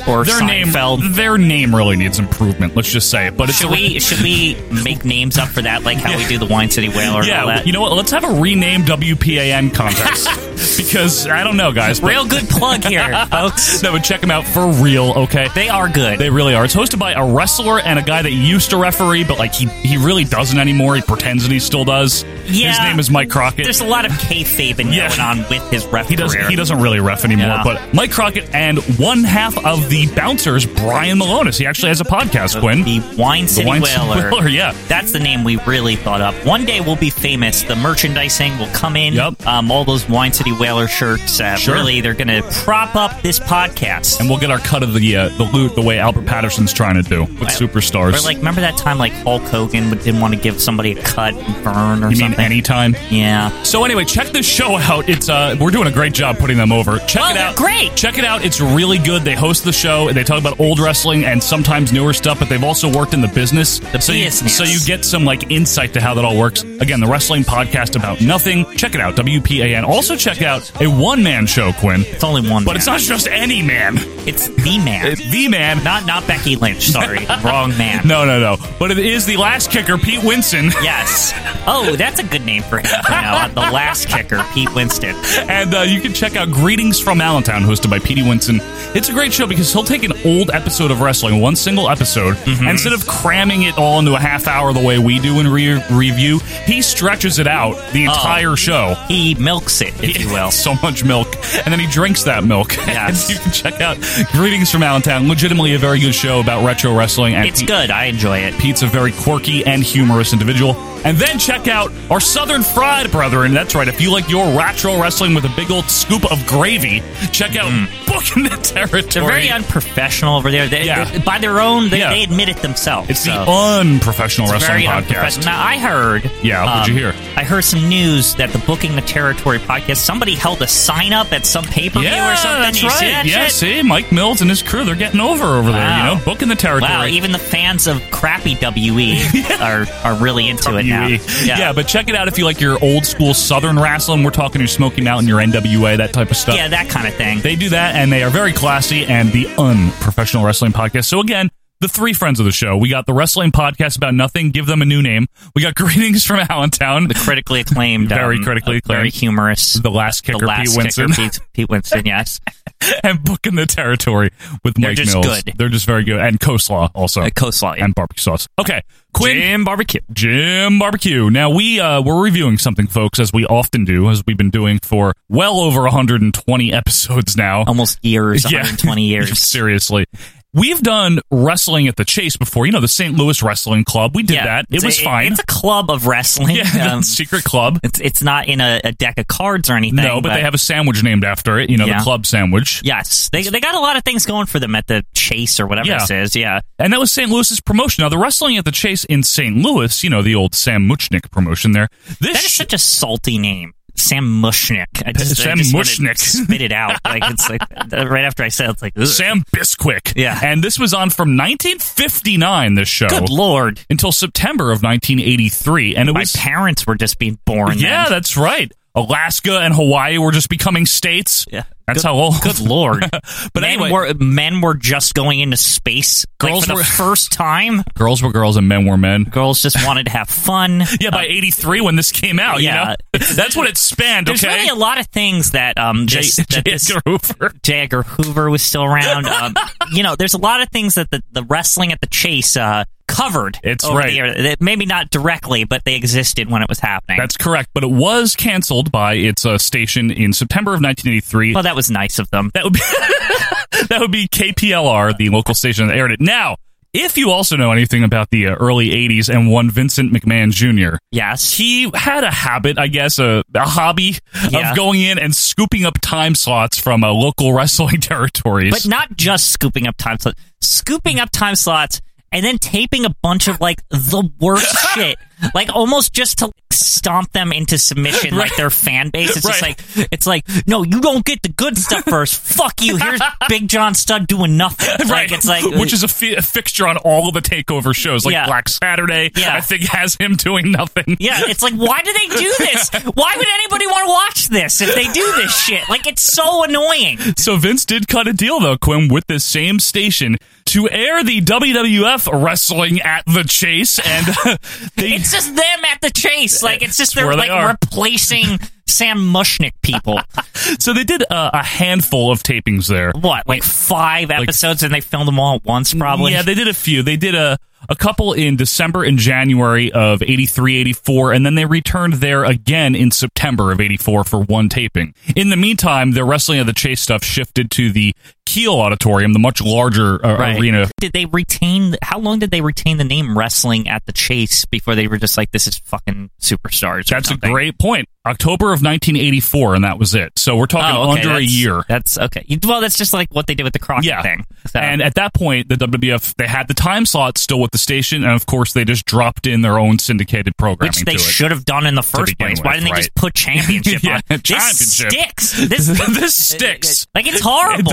Speaker 2: Or
Speaker 1: their name, their name really needs improvement. Let's just say it. But it's
Speaker 2: should we should we make names up for that, like how we do the Wine City Whaler? and all
Speaker 1: Yeah,
Speaker 2: that?
Speaker 1: you know what? Let's have a rename WPAN
Speaker 2: *laughs*
Speaker 1: contest because I don't know, guys.
Speaker 2: Real good
Speaker 1: *laughs*
Speaker 2: plug here, folks.
Speaker 1: no, but check them out for real. Okay,
Speaker 2: they are good.
Speaker 1: They really are. It's hosted by a wrestler and a guy that used to referee, but like he he really doesn't anymore. He pretends that he still does.
Speaker 2: Yeah.
Speaker 1: his name is Mike Crockett.
Speaker 2: There's a lot of kayfabe
Speaker 1: Yeah.
Speaker 2: going on with his ref
Speaker 1: He doesn't.
Speaker 2: career.
Speaker 1: He doesn't really ref anymore.
Speaker 2: Yeah.
Speaker 1: But Mike Crockett and one half of the bouncers, Brian Malonis. He actually has a podcast. Quinn, the
Speaker 2: Wine
Speaker 1: *laughs*
Speaker 2: City Whaler.
Speaker 1: Yeah,
Speaker 2: that's the name we really thought up. One day we'll be famous. The merchandising will come in. Yep. Um, all those Wine City Whaler shirts. Uh,
Speaker 1: Sure.
Speaker 2: Really, they're going to prop up this podcast.
Speaker 1: and we'll get our cut of the uh, the loot the way Albert Patterson's trying to do with superstars.
Speaker 2: Or like, remember that time like Hulk Hogan didn't want to give somebody a cut and burn or
Speaker 1: You mean
Speaker 2: something?
Speaker 1: anytime?
Speaker 2: Yeah.
Speaker 1: So anyway, check this show out. It's uh, we're doing a great job putting them over. Check it out. Great. Check it out. It's really good. They host the show and they talk about old wrestling and sometimes newer stuff, but they've also worked in the business. so
Speaker 2: business.
Speaker 1: You, so you get some like insight to how that all works. Again, the wrestling podcast about nothing. Check it out. WPAN. Also check out a one man show, Quinn. It's
Speaker 2: only one,
Speaker 1: but it's
Speaker 2: man.
Speaker 1: not just any man.
Speaker 2: It's the man.
Speaker 1: the man.
Speaker 2: *laughs* Not not Becky Lynch.
Speaker 1: *laughs*
Speaker 2: Sorry, wrong man.
Speaker 1: No, no, no. But it is the last kicker, Pete Winson.
Speaker 2: Yes. Oh, that's a good name for him. You
Speaker 1: *laughs*
Speaker 2: know, the last kicker, Pete Winston.
Speaker 1: And uh, you can check out Greetings from Allentown, hosted by Petey Winston. It's a great show because he'll take an old episode of wrestling, one single episode,
Speaker 2: Mm-hmm.
Speaker 1: and instead of cramming it all into a half hour the way we do in re- review, he stretches it out the
Speaker 2: Oh.
Speaker 1: entire show.
Speaker 2: He milks it, if you
Speaker 1: *laughs*
Speaker 2: will.
Speaker 1: so much milk. And then he drinks that milk. *laughs* Yes. and you can check out Greetings from Allentown. Legitimately a very good show about retro wrestling. And
Speaker 2: It's good. I enjoy it.
Speaker 1: Pete's a very quirky and humorous individual. And then check out our Southern Fried brethren. That's right. If you like your retro wrestling with a big old scoop of gravy, check out Booking the Territory.
Speaker 2: They're Mm. very unprofessional over there. They,
Speaker 1: Yeah.
Speaker 2: they- by their own, they,
Speaker 1: Yeah.
Speaker 2: they admit it themselves.
Speaker 1: It's the
Speaker 2: so.
Speaker 1: unprofessional
Speaker 2: It's
Speaker 1: wrestling
Speaker 2: very
Speaker 1: podcast.
Speaker 2: unprofessional. Now I heard. um,
Speaker 1: Yeah, what'd you hear?
Speaker 2: I heard some news that the booking the territory podcast. Somebody held a sign up at some pay per view
Speaker 1: yeah,
Speaker 2: or something.
Speaker 1: that's
Speaker 2: You
Speaker 1: right.
Speaker 2: see that
Speaker 1: yeah,
Speaker 2: shit?
Speaker 1: see, Mike Mills and his crew, they're getting over over there,
Speaker 2: Wow.
Speaker 1: you know, booking the territory.
Speaker 2: Wow, even the fans of crappy
Speaker 1: *laughs*
Speaker 2: WE are are really into it now.
Speaker 1: E. Yeah. but check it out if you like your old school Southern wrestling. We're talking your Smoky Mountain, your NWA, that type of stuff.
Speaker 2: Yeah, that kind of thing.
Speaker 1: They do that, and they are very classy and the unprofessional wrestling podcast. So again, the three friends of the show. We got the wrestling podcast about nothing. Give them a new name. We got *laughs* greetings from Allentown. The
Speaker 2: critically acclaimed,
Speaker 1: very
Speaker 2: um,
Speaker 1: critically acclaimed,
Speaker 2: very humorous.
Speaker 1: *laughs* The last kicker,
Speaker 2: the last
Speaker 1: Pete Winston,
Speaker 2: kicker, Pete, Pete Winston. Yes,
Speaker 1: *laughs* and booking the territory with
Speaker 2: They're
Speaker 1: Mike
Speaker 2: just
Speaker 1: Mills.
Speaker 2: good. Uh,
Speaker 1: They're just very good, and coleslaw also,
Speaker 2: coleslaw
Speaker 1: and barbecue sauce. Okay, Quinn,
Speaker 2: Jim Barbecue,
Speaker 1: Jim Barbecue. Now we uh, we're reviewing something, folks, as we often do, as we've been doing for well over 120 episodes now,
Speaker 2: almost years,
Speaker 1: Yeah. *laughs*
Speaker 2: 120 years.
Speaker 1: Seriously. We've done wrestling at the Chase before. You know, the St. Louis Wrestling Club. We did that. It
Speaker 2: It's
Speaker 1: was
Speaker 2: a-
Speaker 1: fine.
Speaker 2: It's a club of
Speaker 1: *laughs*
Speaker 2: wrestling.
Speaker 1: Yeah, *laughs*
Speaker 2: Um,
Speaker 1: secret club.
Speaker 2: it's it's not in a, a deck of cards or anything.
Speaker 1: No, but they have a sandwich named after it. You know,
Speaker 2: Yeah.
Speaker 1: the club sandwich.
Speaker 2: yes, they they got a lot of things going for them at the Chase or whatever
Speaker 1: Yeah.
Speaker 2: this is. Yeah,
Speaker 1: And that was St. Louis's promotion. Now, the wrestling at the Chase in St. Louis, you know, the old Sam Muchnick promotion there. This
Speaker 2: that is such a salty name. Sam Mushnick. I just,
Speaker 1: Sam
Speaker 2: I just wanted to
Speaker 1: Mushnick.
Speaker 2: Spit
Speaker 1: *laughs*
Speaker 2: it out. Like it's like uh, right after I said it, it's like ugh.
Speaker 1: Sam Bisquick. Yeah. And this was on from 1959, this show.
Speaker 2: Good lord.
Speaker 1: Until September of 1983. And it
Speaker 2: My
Speaker 1: was.
Speaker 2: parents were just being born.
Speaker 1: Yeah,
Speaker 2: then.
Speaker 1: that's right. Alaska and Hawaii were just becoming states. Yeah. That's
Speaker 2: Good-
Speaker 1: how old.
Speaker 2: Good lord.
Speaker 1: *laughs* But
Speaker 2: men
Speaker 1: anyway-
Speaker 2: were men were just going into space. like,
Speaker 1: Girls
Speaker 2: for the
Speaker 1: were-
Speaker 2: first time.
Speaker 1: Girls were girls and men were men.
Speaker 2: Girls just wanted to have fun.
Speaker 1: *laughs* Yeah, by 83 when this came out,
Speaker 2: Uh, yeah.
Speaker 1: you know? *laughs* That's what it spanned,
Speaker 2: There's
Speaker 1: okay?
Speaker 2: really a lot of things that um
Speaker 1: J-
Speaker 2: this,
Speaker 1: J.
Speaker 2: that this
Speaker 1: Edgar
Speaker 2: *laughs*
Speaker 1: Hoover.
Speaker 2: J. Edgar Hoover was still around. Um, *laughs* you know, there's a lot of things that the, the wrestling at the chase uh, covered.
Speaker 1: It's
Speaker 2: over
Speaker 1: right.
Speaker 2: The year. That Maybe not directly, but they existed when it was happening.
Speaker 1: That's correct, but it was canceled by its uh, station in September of 1983.
Speaker 2: well, that was nice of them.
Speaker 1: That would be that would be KPLR, the local station that aired it. Now, if you also know anything about the uh, early '80s and one Vincent McMahon Jr.,
Speaker 2: *laughs* yes,
Speaker 1: he had a habit, I guess, a, a hobby
Speaker 2: Yeah.
Speaker 1: of going in and scooping up time slots from uh, local *laughs* wrestling territories.
Speaker 2: But not just scooping up time slots, scooping up time slots and then taping a bunch of like the
Speaker 1: *laughs*
Speaker 2: worst shit, like almost just to stomp them into submission, like their fan base. It's
Speaker 1: Right.
Speaker 2: just like it's like no, you don't get the good stuff first. Fuck
Speaker 1: *laughs*
Speaker 2: you. Here's Big John Studd doing nothing.
Speaker 1: Right,
Speaker 2: Like, it's
Speaker 1: *laughs*
Speaker 2: like uh,
Speaker 1: which is a, fi- a fixture on all of the takeover shows, like
Speaker 2: Yeah.
Speaker 1: Black Saturday.
Speaker 2: Yeah.
Speaker 1: I think has him doing nothing.
Speaker 2: yeah, it's like why do they do this? Why would anybody want to watch this if they do this shit? Like it's so annoying.
Speaker 1: So Vince did cut a deal though, Quim, with this same station to air the WWF wrestling at the Chase, and *laughs* they
Speaker 2: It's just them at the chase. Like it's just they're
Speaker 1: where they
Speaker 2: like
Speaker 1: are.
Speaker 2: replacing Sam Mushnick
Speaker 1: *laughs*
Speaker 2: people.
Speaker 1: so they did uh, a handful of tapings there.
Speaker 2: what like five episodes and they filmed them all at once probably
Speaker 1: Yeah, they did a few. They did a a couple in December and January of 83, 84, and then they returned there again in September of 84 for one taping. In the meantime, the Wrestling of the Chase stuff shifted to the Kiel Auditorium, the much larger uh,
Speaker 2: Right.
Speaker 1: arena.
Speaker 2: did they retain how long did they retain the name wrestling at the chase before they were just like this is fucking superstars or
Speaker 1: That's
Speaker 2: something?
Speaker 1: a great point. October of 1984, and that was it. So we're talking
Speaker 2: Oh, okay,
Speaker 1: under a
Speaker 2: that's-
Speaker 1: year.
Speaker 2: that's okay You- well that's just like what they did with the crockett
Speaker 1: Yeah.
Speaker 2: thing So-
Speaker 1: And at that point, the WWF they had the time slot still with the station, and of course they just dropped in their own syndicated programming.
Speaker 2: which they
Speaker 1: to it.
Speaker 2: should have done in the first
Speaker 1: begin
Speaker 2: place.
Speaker 1: with,
Speaker 2: Why didn't they
Speaker 1: right.
Speaker 2: just put
Speaker 1: *laughs*
Speaker 2: championship
Speaker 1: Yeah,
Speaker 2: on? This
Speaker 1: championship. *laughs*
Speaker 2: sticks. This,
Speaker 1: this sticks.
Speaker 2: Like it's horrible.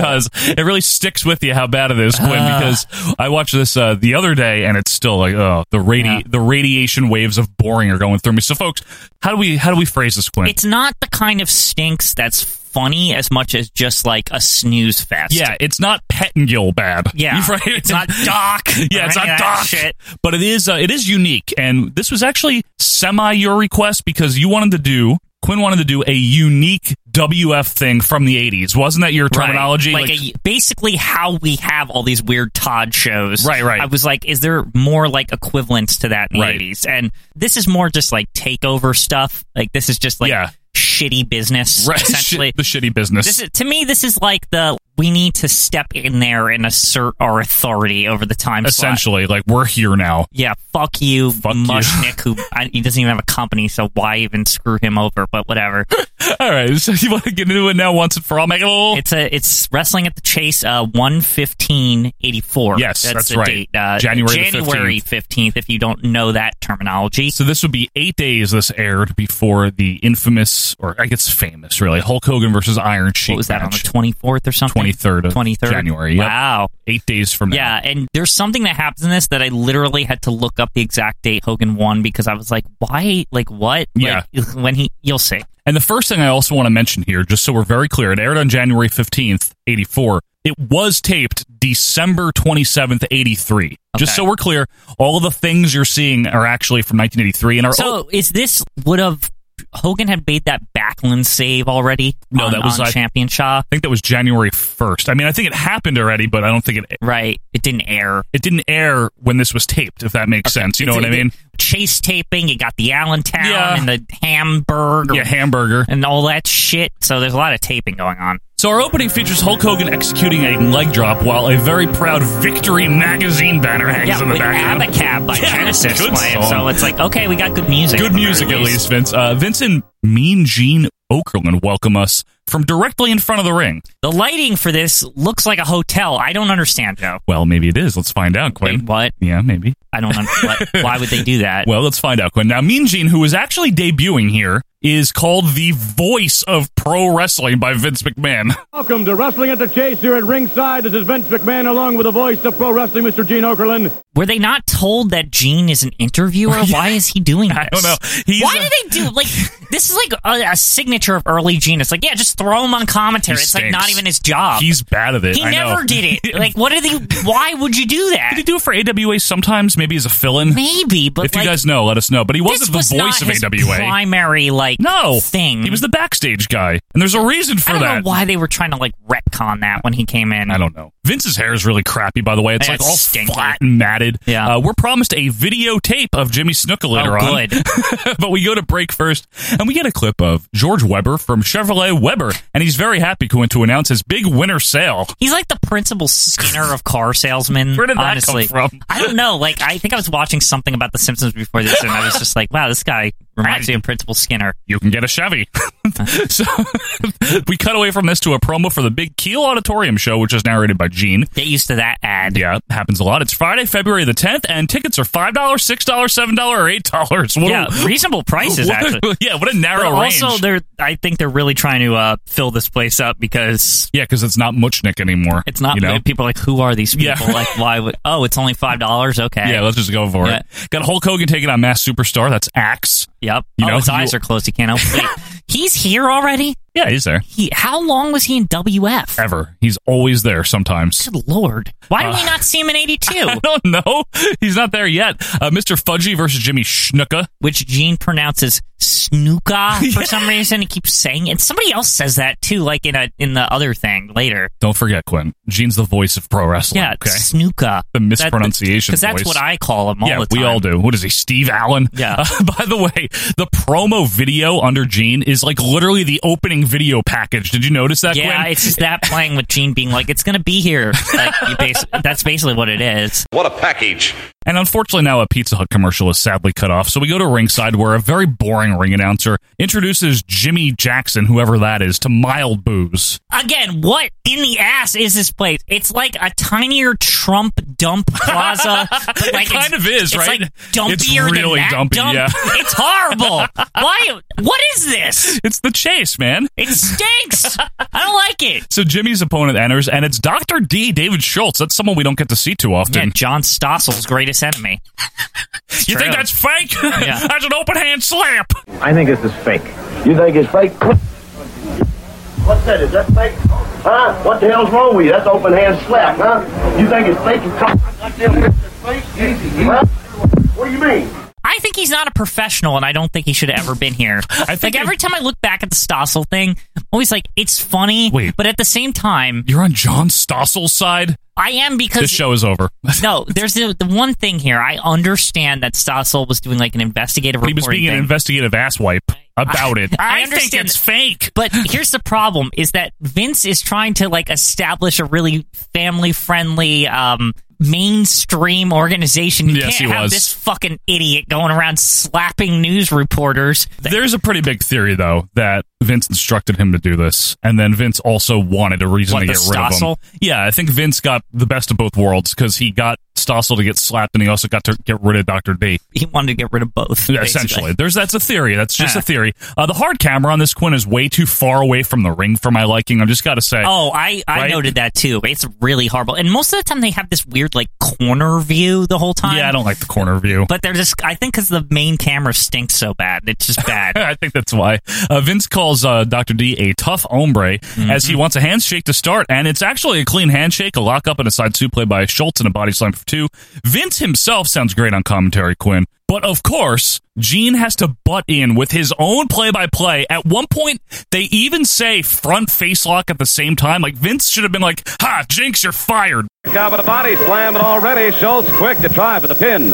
Speaker 1: *laughs* It does. It really sticks with you how bad it is, Quinn.
Speaker 2: Ah.
Speaker 1: because I watched this uh, the other day, and it's still like, oh, the radi- the radiation waves of boring are going through me. So, folks, how do we how do we phrase this, Quinn?
Speaker 2: It's not the kind of stinks that's funny as much as just like a snooze fest.
Speaker 1: yeah, it's not Pettingill bad.
Speaker 2: Yeah.
Speaker 1: You're *laughs* right.
Speaker 2: It's not Doc.
Speaker 1: *laughs* yeah,
Speaker 2: or
Speaker 1: it's not
Speaker 2: any of that
Speaker 1: Doc.
Speaker 2: Shit.
Speaker 1: But it is uh, it is unique, and this was actually semi your request because you wanted to do Quinn wanted to do a unique WF thing from the '80s. Wasn't that your
Speaker 2: Right.
Speaker 1: terminology?
Speaker 2: Like, a, basically how we have all these weird Todd shows.
Speaker 1: Right, right.
Speaker 2: I was like, is there more like equivalents to that in
Speaker 1: Right.
Speaker 2: the 80s? And this is more just like takeover stuff. Like this is just like
Speaker 1: Yeah.
Speaker 2: shitty business,
Speaker 1: *laughs* *laughs* Right,
Speaker 2: essentially.
Speaker 1: the shitty business.
Speaker 2: This is, to me, this is like the we need to step in there and assert our authority over the time slot.
Speaker 1: essentially like we're here now
Speaker 2: Yeah, fuck you, Mushnick, who I, he doesn't even have a company, so why even screw him over? But whatever.
Speaker 1: *laughs* all right so you want to get into it now once and for all make it a little
Speaker 2: *laughs* It's a it's wrestling at the Chase uh, one fifteen eighty four.
Speaker 1: Yes, that's
Speaker 2: the
Speaker 1: right.
Speaker 2: Date. Uh,
Speaker 1: January the
Speaker 2: January
Speaker 1: 15th.
Speaker 2: fifteenth. If you don't know that terminology,
Speaker 1: so this would be eight days this aired before the infamous or i guess famous really hulk hogan versus iron sheik
Speaker 2: what was that on the
Speaker 1: match.
Speaker 2: twenty fourth or something?
Speaker 1: 23rd of
Speaker 2: Twenty third
Speaker 1: January, yep.
Speaker 2: Wow.
Speaker 1: eight days from now
Speaker 2: Yeah, and there's something that happens in this that I literally had to look up the exact date Hogan won because I was like, why? Like what?
Speaker 1: Yeah.
Speaker 2: Like, *laughs* when he, you'll see.
Speaker 1: and the first thing i also want to mention here just so we're very clear it aired on january 15th 84 it was taped december 27th 83 just
Speaker 2: Okay.
Speaker 1: so we're clear all of the things you're seeing are actually from 1983 and are
Speaker 2: So is this would have Hogan had made that Backlund save already?
Speaker 1: No,
Speaker 2: on-
Speaker 1: that was,
Speaker 2: on
Speaker 1: I-
Speaker 2: Champion Shaw.
Speaker 1: I think that was January 1st. I mean, I think it happened already, but I don't think it
Speaker 2: Right, it didn't air.
Speaker 1: it didn't air when this was taped, if that makes sense. You know
Speaker 2: It's-
Speaker 1: what I
Speaker 2: it-
Speaker 1: mean?
Speaker 2: Chase taping. You got the Allentown
Speaker 1: Yeah.
Speaker 2: and the Hamburg
Speaker 1: Yeah, hamburger.
Speaker 2: and all that shit. So there's a lot of taping going on.
Speaker 1: So our opening features Hulk Hogan executing a leg drop while a very proud Victory magazine banner hangs
Speaker 2: yeah,
Speaker 1: in the
Speaker 2: with
Speaker 1: background.
Speaker 2: Abacab by
Speaker 1: *laughs* Yeah,
Speaker 2: Genesis
Speaker 1: good
Speaker 2: playing.
Speaker 1: song.
Speaker 2: So it's like, okay, we got good music.
Speaker 1: Good
Speaker 2: the very
Speaker 1: music, at least, Vince. Uh, Vince and Mean Gene Okerlund welcome us from directly in front of the ring.
Speaker 2: The lighting for this looks like a hotel. I don't understand, Joe.
Speaker 1: Well, maybe it is. Let's find out, Quinn.
Speaker 2: Wait, what?
Speaker 1: Yeah, maybe. *laughs*
Speaker 2: I don't understand. why would they do that?
Speaker 1: Well, let's find out, Quinn. Now, Mean Gene, who is actually debuting here, is called The Voice of Pro Wrestling by Vince McMahon.
Speaker 8: Welcome to Wrestling at the Chase here at ringside. This is Vince McMahon along with the voice of pro wrestling, Mr. Gene Okerlund.
Speaker 2: Were they not told that Gene is an
Speaker 1: *laughs*
Speaker 2: interviewer? Why is he doing this? I don't know. Why do they do like this? Is like a, a signature of early Gene. It's like yeah, just throw him on commentary.
Speaker 1: He
Speaker 2: it's like not
Speaker 1: stinks.
Speaker 2: even his job.
Speaker 1: He's bad at it.
Speaker 2: Ah. He
Speaker 1: I know.
Speaker 2: never did
Speaker 1: *laughs*
Speaker 2: it. Like what did he? Why would you do that?
Speaker 1: Did he do it for AWA sometimes? Maybe as a fill-in.
Speaker 2: Maybe, but
Speaker 1: if
Speaker 2: like,
Speaker 1: you guys know, let us know. But he
Speaker 2: this
Speaker 1: wasn't the
Speaker 2: was
Speaker 1: voice
Speaker 2: not
Speaker 1: of
Speaker 2: his
Speaker 1: AWA.
Speaker 2: primary like
Speaker 1: no
Speaker 2: thing.
Speaker 1: He was the backstage guy, and there's a reason for
Speaker 2: I don't
Speaker 1: that.
Speaker 2: know why they were trying to like retcon that when he came in. I
Speaker 1: don't know. Vince's hair is really crappy, by the way. It's
Speaker 2: Yeah,
Speaker 1: like
Speaker 2: it's
Speaker 1: all
Speaker 2: stinky.
Speaker 1: flat and matted.
Speaker 2: Yeah.
Speaker 1: Uh, we're promised a videotape of Jimmy Snuka later
Speaker 2: Oh,
Speaker 1: on. *laughs* but we go to break first, and we get a clip of George Weber from Chevrolet Weber, and he's very happy going to announce his big winter sale.
Speaker 2: He's like the principal skinner of car salesmen.
Speaker 1: *laughs* Where did that come
Speaker 2: honestly.
Speaker 1: from?
Speaker 2: *laughs* I don't know. Like I think I was watching something about The Simpsons before this, and I was just like, wow, this guy reminds me of Principal Skinner.
Speaker 1: You can get a Chevy. *laughs* so we cut away from this to a promo for the big Keel Auditorium show, which is narrated by Gene.
Speaker 2: Get used to that ad.
Speaker 1: Yeah, happens a lot. It's Friday, February the 10th, and tickets are $5, $6, $7, or $8. What a-
Speaker 2: Yeah, reasonable
Speaker 1: *laughs*
Speaker 2: prices,
Speaker 1: what a-
Speaker 2: actually.
Speaker 1: yeah, what a narrow
Speaker 2: but
Speaker 1: range.
Speaker 2: Also, they're I think they're really trying to uh, fill this place up because
Speaker 1: yeah, because it's not Muchnick anymore.
Speaker 2: It's not.
Speaker 1: you know?
Speaker 2: People are like, who are these people?
Speaker 1: Yeah.
Speaker 2: Like,
Speaker 1: *laughs*
Speaker 2: why would? Oh, it's only five dollars. Okay.
Speaker 1: Yeah, let's just go for
Speaker 2: Yeah.
Speaker 1: it. Got Hulk Hogan taking on Mass Superstar. That's Axe.
Speaker 2: Yep.
Speaker 1: You
Speaker 2: oh,
Speaker 1: know,
Speaker 2: his
Speaker 1: you-
Speaker 2: eyes are closed. He can't open.
Speaker 1: *laughs*
Speaker 2: Wait, he's here already.
Speaker 1: Yeah, he's there.
Speaker 2: He, how long was he in WF?
Speaker 1: Ever. He's always there sometimes.
Speaker 2: Good lord. Why did
Speaker 1: Uh,
Speaker 2: we not see him in '82?
Speaker 1: *laughs* I don't know. He's not there yet. Uh, Mr. Fudgy versus Jimmy Snuka.
Speaker 2: Which Gene pronounces
Speaker 1: *laughs*
Speaker 2: Snuka for some reason. He keeps saying it. Somebody else says that too, like in a in the other thing later.
Speaker 1: Don't forget, Quinn. Gene's the voice of pro wrestling.
Speaker 2: Yeah,
Speaker 1: okay.
Speaker 2: Snuka.
Speaker 1: The mispronunciation
Speaker 2: Because that's
Speaker 1: voice.
Speaker 2: what I call him all
Speaker 1: yeah,
Speaker 2: the time.
Speaker 1: we all do. What is he, Steve Allen?
Speaker 2: Yeah.
Speaker 1: Uh, *laughs* by the way, the promo video under Gene is like literally the opening video package. Did you notice that?
Speaker 2: Yeah,
Speaker 1: Quinn?
Speaker 2: it's just that playing with Gene being like, "It's gonna be here." Like, you bas- that's basically what it is.
Speaker 18: What a package.
Speaker 1: And unfortunately, now a Pizza Hut commercial is sadly cut off. So we go to ringside where a very boring ring announcer introduces Jimmy Jackson, whoever that is, to mild booze.
Speaker 2: Again, what in the ass is this place? It's like a tinier Trump dump *laughs* plaza. but, like,
Speaker 1: it kind
Speaker 2: it's-
Speaker 1: of is,
Speaker 2: it's
Speaker 1: right?
Speaker 2: Like dumpier
Speaker 1: it's
Speaker 2: than
Speaker 1: really
Speaker 2: that
Speaker 1: dumpy.
Speaker 2: dump.
Speaker 1: Yeah,
Speaker 2: *laughs* It's horrible. *laughs* Why? What is this?
Speaker 1: it's the chase, man.
Speaker 2: It stinks. I don't like it.
Speaker 1: So Jimmy's opponent enters, and it's Doctor D, David Schultz. That's someone we don't get to see too often.
Speaker 2: Yeah, John Stossel's greatest enemy.
Speaker 1: you think that's fake? *laughs*
Speaker 2: Yeah.
Speaker 1: that's an open hand slap.
Speaker 19: I think this is fake. You think it's fake? What's that? Is that fake? Huh? What the hell's wrong with you? That's open hand slap, huh? You think it's fake? You come Easy. Huh? What do you mean?
Speaker 2: I think he's not a professional, and I don't think he should have ever been
Speaker 1: *laughs*
Speaker 2: here. I think like every time I look back at the Stossel thing, I'm always like it's funny,
Speaker 1: Wait.
Speaker 2: but at the same time,
Speaker 1: You're on John Stossel's side.
Speaker 2: I am because
Speaker 1: This show is over.
Speaker 2: *laughs* no, there's the, the one thing here. I understand that Stossel was doing like an investigative
Speaker 1: He was
Speaker 2: reporting
Speaker 1: being an
Speaker 2: thing.
Speaker 1: investigative asswipe about it.
Speaker 2: I, understand, think it's
Speaker 1: fake.
Speaker 2: But here's the problem: is that Vince is trying to like establish a really family-friendly, um, mainstream organization. You
Speaker 1: Yes,
Speaker 2: can't
Speaker 1: he
Speaker 2: have
Speaker 1: was.
Speaker 2: this fucking idiot going around slapping news reporters.
Speaker 1: There's a pretty big theory, though, that Vince instructed him to do this, and then Vince also wanted a reason
Speaker 2: What,
Speaker 1: to
Speaker 2: the
Speaker 1: get rid of him.
Speaker 2: Stossel?
Speaker 1: Yeah, I think Vince got the best of both worlds because he got Stossel to get slapped, and he also got to get rid of Doctor D.
Speaker 2: He wanted to get rid of both.
Speaker 1: Yeah,
Speaker 2: basically.
Speaker 1: essentially, there's that's a theory. That's just
Speaker 2: Yeah.
Speaker 1: a theory. Uh, the hard camera on this Quinn is way too far away from the ring for my liking. I just got to say.
Speaker 2: Oh, I, I
Speaker 1: Right?
Speaker 2: noted that too. It's really horrible. And most of the time they have this weird like corner view the whole time.
Speaker 1: yeah, I don't like the corner view. *laughs*
Speaker 2: But they're just I think cuz the main camera stinks so bad. It's just bad.
Speaker 1: I think that's why. Uh, Vince calls uh, Dr. D a tough hombre as he wants a handshake to start, and it's actually a clean handshake, a lockup, and a side suplex by Schultz and a body slam for two. Vince himself sounds great on commentary, Quinn. But of course, Gene has to butt in with his own play by play. At one point, they even say front face lock at the same time. Like, Vince should have been like, Ha, Jinx, you're fired.
Speaker 8: Cover the body slam, and already Schultz quick to try for the pin.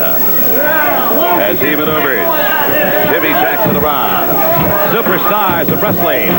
Speaker 8: As he maneuvers, Jimmy Jackson around. Superstars of wrestling.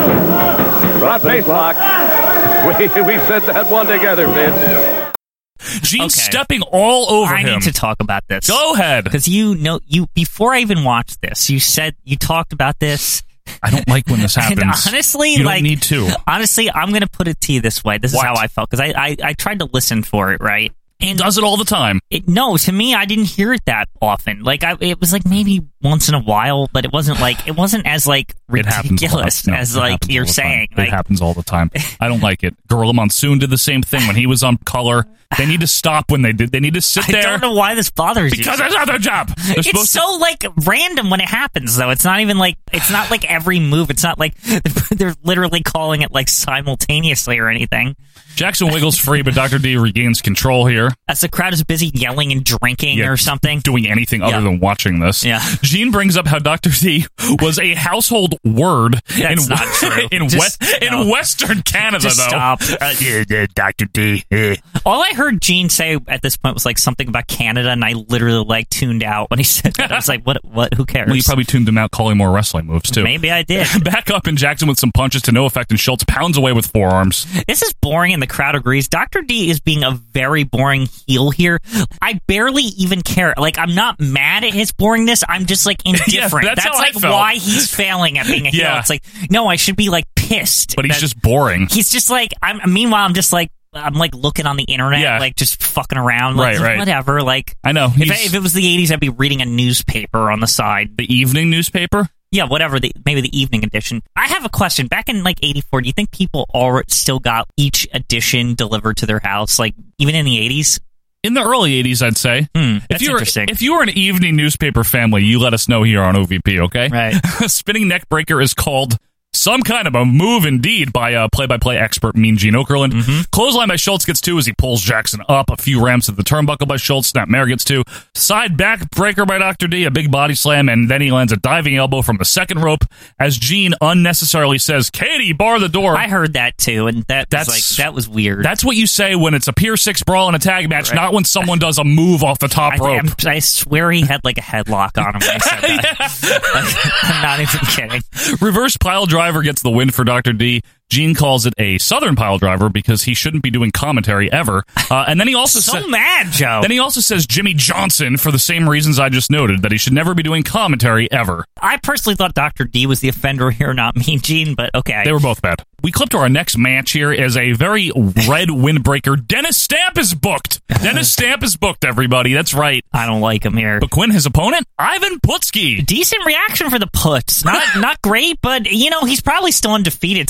Speaker 8: Front face lock. *laughs* We, we said that one together, Vince.
Speaker 1: Gene's stepping all *laughs* over
Speaker 2: I
Speaker 1: him.
Speaker 2: need to talk about this.
Speaker 1: Go ahead.
Speaker 2: Cuz you know you before I even watched this, you said you talked about this.
Speaker 1: *laughs* *laughs* I don't like when this happens.
Speaker 2: And honestly,
Speaker 1: you don't
Speaker 2: like
Speaker 1: need to.
Speaker 2: Honestly, I'm gonna put it to you this way. This is
Speaker 1: What?
Speaker 2: how I felt because I, I I tried to listen for it, right? And
Speaker 1: does it all the time.
Speaker 2: It, no, to me, I didn't hear it that often. Like I, it was like maybe once in a while, but it wasn't like it wasn't as like
Speaker 1: *laughs* It happens a lot.
Speaker 2: ridiculous
Speaker 1: No,
Speaker 2: as
Speaker 1: it
Speaker 2: like
Speaker 1: happens
Speaker 2: you're
Speaker 1: all the time.
Speaker 2: saying.
Speaker 1: it
Speaker 2: Like
Speaker 1: happens all the
Speaker 2: *laughs*
Speaker 1: time. I don't like it. Gorilla Monsoon did the same thing when he was on Color. They need to stop when they did. They need to sit there.
Speaker 2: I don't know why this bothers you.
Speaker 1: Because it's not their job. They're
Speaker 2: It's
Speaker 1: supposed to-
Speaker 2: so like random when it happens, though. It's not even like it's not like every move. It's not like *laughs* they're literally calling it like simultaneously or anything.
Speaker 1: Jackson wiggles free, but Doctor D regains control here.
Speaker 2: As the crowd is busy yelling and drinking or something,
Speaker 1: doing anything other than watching this.
Speaker 2: Yeah.
Speaker 1: Gene brings up how Doctor D was a household word
Speaker 2: That's
Speaker 1: in
Speaker 2: not true.
Speaker 1: *laughs* in
Speaker 2: Just-
Speaker 1: West in
Speaker 2: no.
Speaker 1: Western Canada
Speaker 2: Just
Speaker 1: though. *laughs*
Speaker 2: stop.
Speaker 1: Uh, yeah, yeah, Doctor D. eh.
Speaker 2: All I heard Gene say at this point was like something about Canada, and I literally like tuned out when he said that. I was like, "What? What? Who cares?"
Speaker 1: Well, you probably tuned him out calling more wrestling moves too.
Speaker 2: Maybe
Speaker 1: *laughs*
Speaker 2: I did.
Speaker 1: Back up in Jackson with some punches to no effect, and Schultz pounds away with forearms.
Speaker 2: This is boring, and the crowd agrees. Dr. D is being a very boring heel here. I barely even care. Like, I'm not mad at his boringness. I'm
Speaker 1: *laughs*
Speaker 2: just, like, indifferent.
Speaker 1: that's how I
Speaker 2: like
Speaker 1: felt.
Speaker 2: why he's failing at
Speaker 1: *laughs*
Speaker 2: being a heel.
Speaker 1: Yeah.
Speaker 2: It's like, no, I should be, like, pissed.
Speaker 1: But he's
Speaker 2: that-
Speaker 1: just boring.
Speaker 2: He's just like, I'm, meanwhile, I'm just like, I'm like looking on the internet, like just fucking around, like,
Speaker 1: Right, right.
Speaker 2: whatever. Like,
Speaker 1: I know.
Speaker 2: If,
Speaker 1: he's-
Speaker 2: if it was the '80s, I'd be reading a newspaper on the side,
Speaker 1: the evening newspaper.
Speaker 2: Yeah, whatever. The, maybe the evening edition. I have a question. Back in like '84, do you think people all still got each edition delivered to their house, like even in the '80s?
Speaker 1: In the early '80s, I'd say.
Speaker 2: that's
Speaker 1: if you're
Speaker 2: interesting.
Speaker 1: if you are an evening newspaper family, you let us know here on OVP, okay?
Speaker 2: Right.
Speaker 1: *laughs* Spinning neck breaker is called some kind of a move indeed by a play-by-play expert Mean Gene Okerlund.
Speaker 2: Mm-hmm.
Speaker 1: Clothesline by Schultz gets two as he pulls Jackson up. A few ramps of the turnbuckle by Schultz. Snap Mare gets two. Side back breaker by Dr. D. A big body slam, and then he lands a diving elbow from the second rope as Gene unnecessarily says, "Katie, bar the door."
Speaker 2: I heard that too, and that that's
Speaker 1: That's-
Speaker 2: was like that was weird.
Speaker 1: That's what you say when it's a pier six brawl and a tag match,
Speaker 2: Right.
Speaker 1: not when someone does a move off the top
Speaker 2: I,
Speaker 1: rope.
Speaker 2: think- I'm- I swear he had like a headlock on him when he said
Speaker 1: *laughs*
Speaker 2: that. Like, I'm not even kidding.
Speaker 1: Reverse pile driver gets the win for Dr. D. Gene calls it a southern pile driver because he shouldn't be doing commentary ever. Uh, and then he also
Speaker 2: So
Speaker 1: sa-
Speaker 2: mad, Joe.
Speaker 1: Then he also says Jimmy Johnson for the same reasons I just noted that he should never be doing commentary ever.
Speaker 2: I personally thought Dr. D was the offender here, not Mean Gene, but okay.
Speaker 1: They were both bad. We clip to our next match here is a very red *laughs* windbreaker. Dennis Stamp is booked. Dennis Stamp is booked. Everybody, that's right.
Speaker 2: I don't like him here.
Speaker 1: But Quinn, his opponent, Ivan Putski.
Speaker 2: Decent reaction for the puts.
Speaker 1: *laughs*
Speaker 2: Not not great, but you know he's probably still undefeated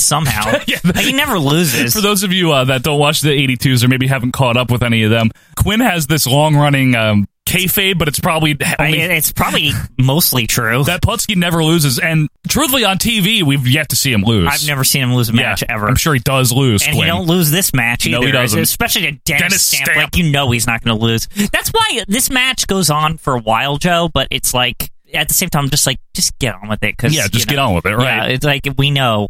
Speaker 1: *laughs*
Speaker 2: somehow. Like, he never loses.
Speaker 1: For those of you uh, that don't watch the 82s or maybe haven't caught up with any of them, Quinn has this long running um, kayfabe, but it's probably only.
Speaker 2: I- it's probably mostly
Speaker 1: *laughs*
Speaker 2: true.
Speaker 1: that Putski never loses, and truthfully, on TV, we've yet to see him lose.
Speaker 2: I've never seen him lose a match ever.
Speaker 1: I'm sure he does lose.
Speaker 2: and
Speaker 1: Quinn.
Speaker 2: he don't lose this match either.
Speaker 1: No, he doesn't.
Speaker 2: Especially to Dennis,
Speaker 1: Dennis
Speaker 2: Stamp.
Speaker 1: Stamp.
Speaker 2: Like you know he's not going to lose. That's why this match goes on for a while, Joe. But it's like at the same time, I'm just like just get on with it. Cause,
Speaker 1: Yeah,
Speaker 2: you
Speaker 1: just
Speaker 2: know,
Speaker 1: get on with it, right.
Speaker 2: Yeah, it's like
Speaker 1: *laughs*
Speaker 2: we know,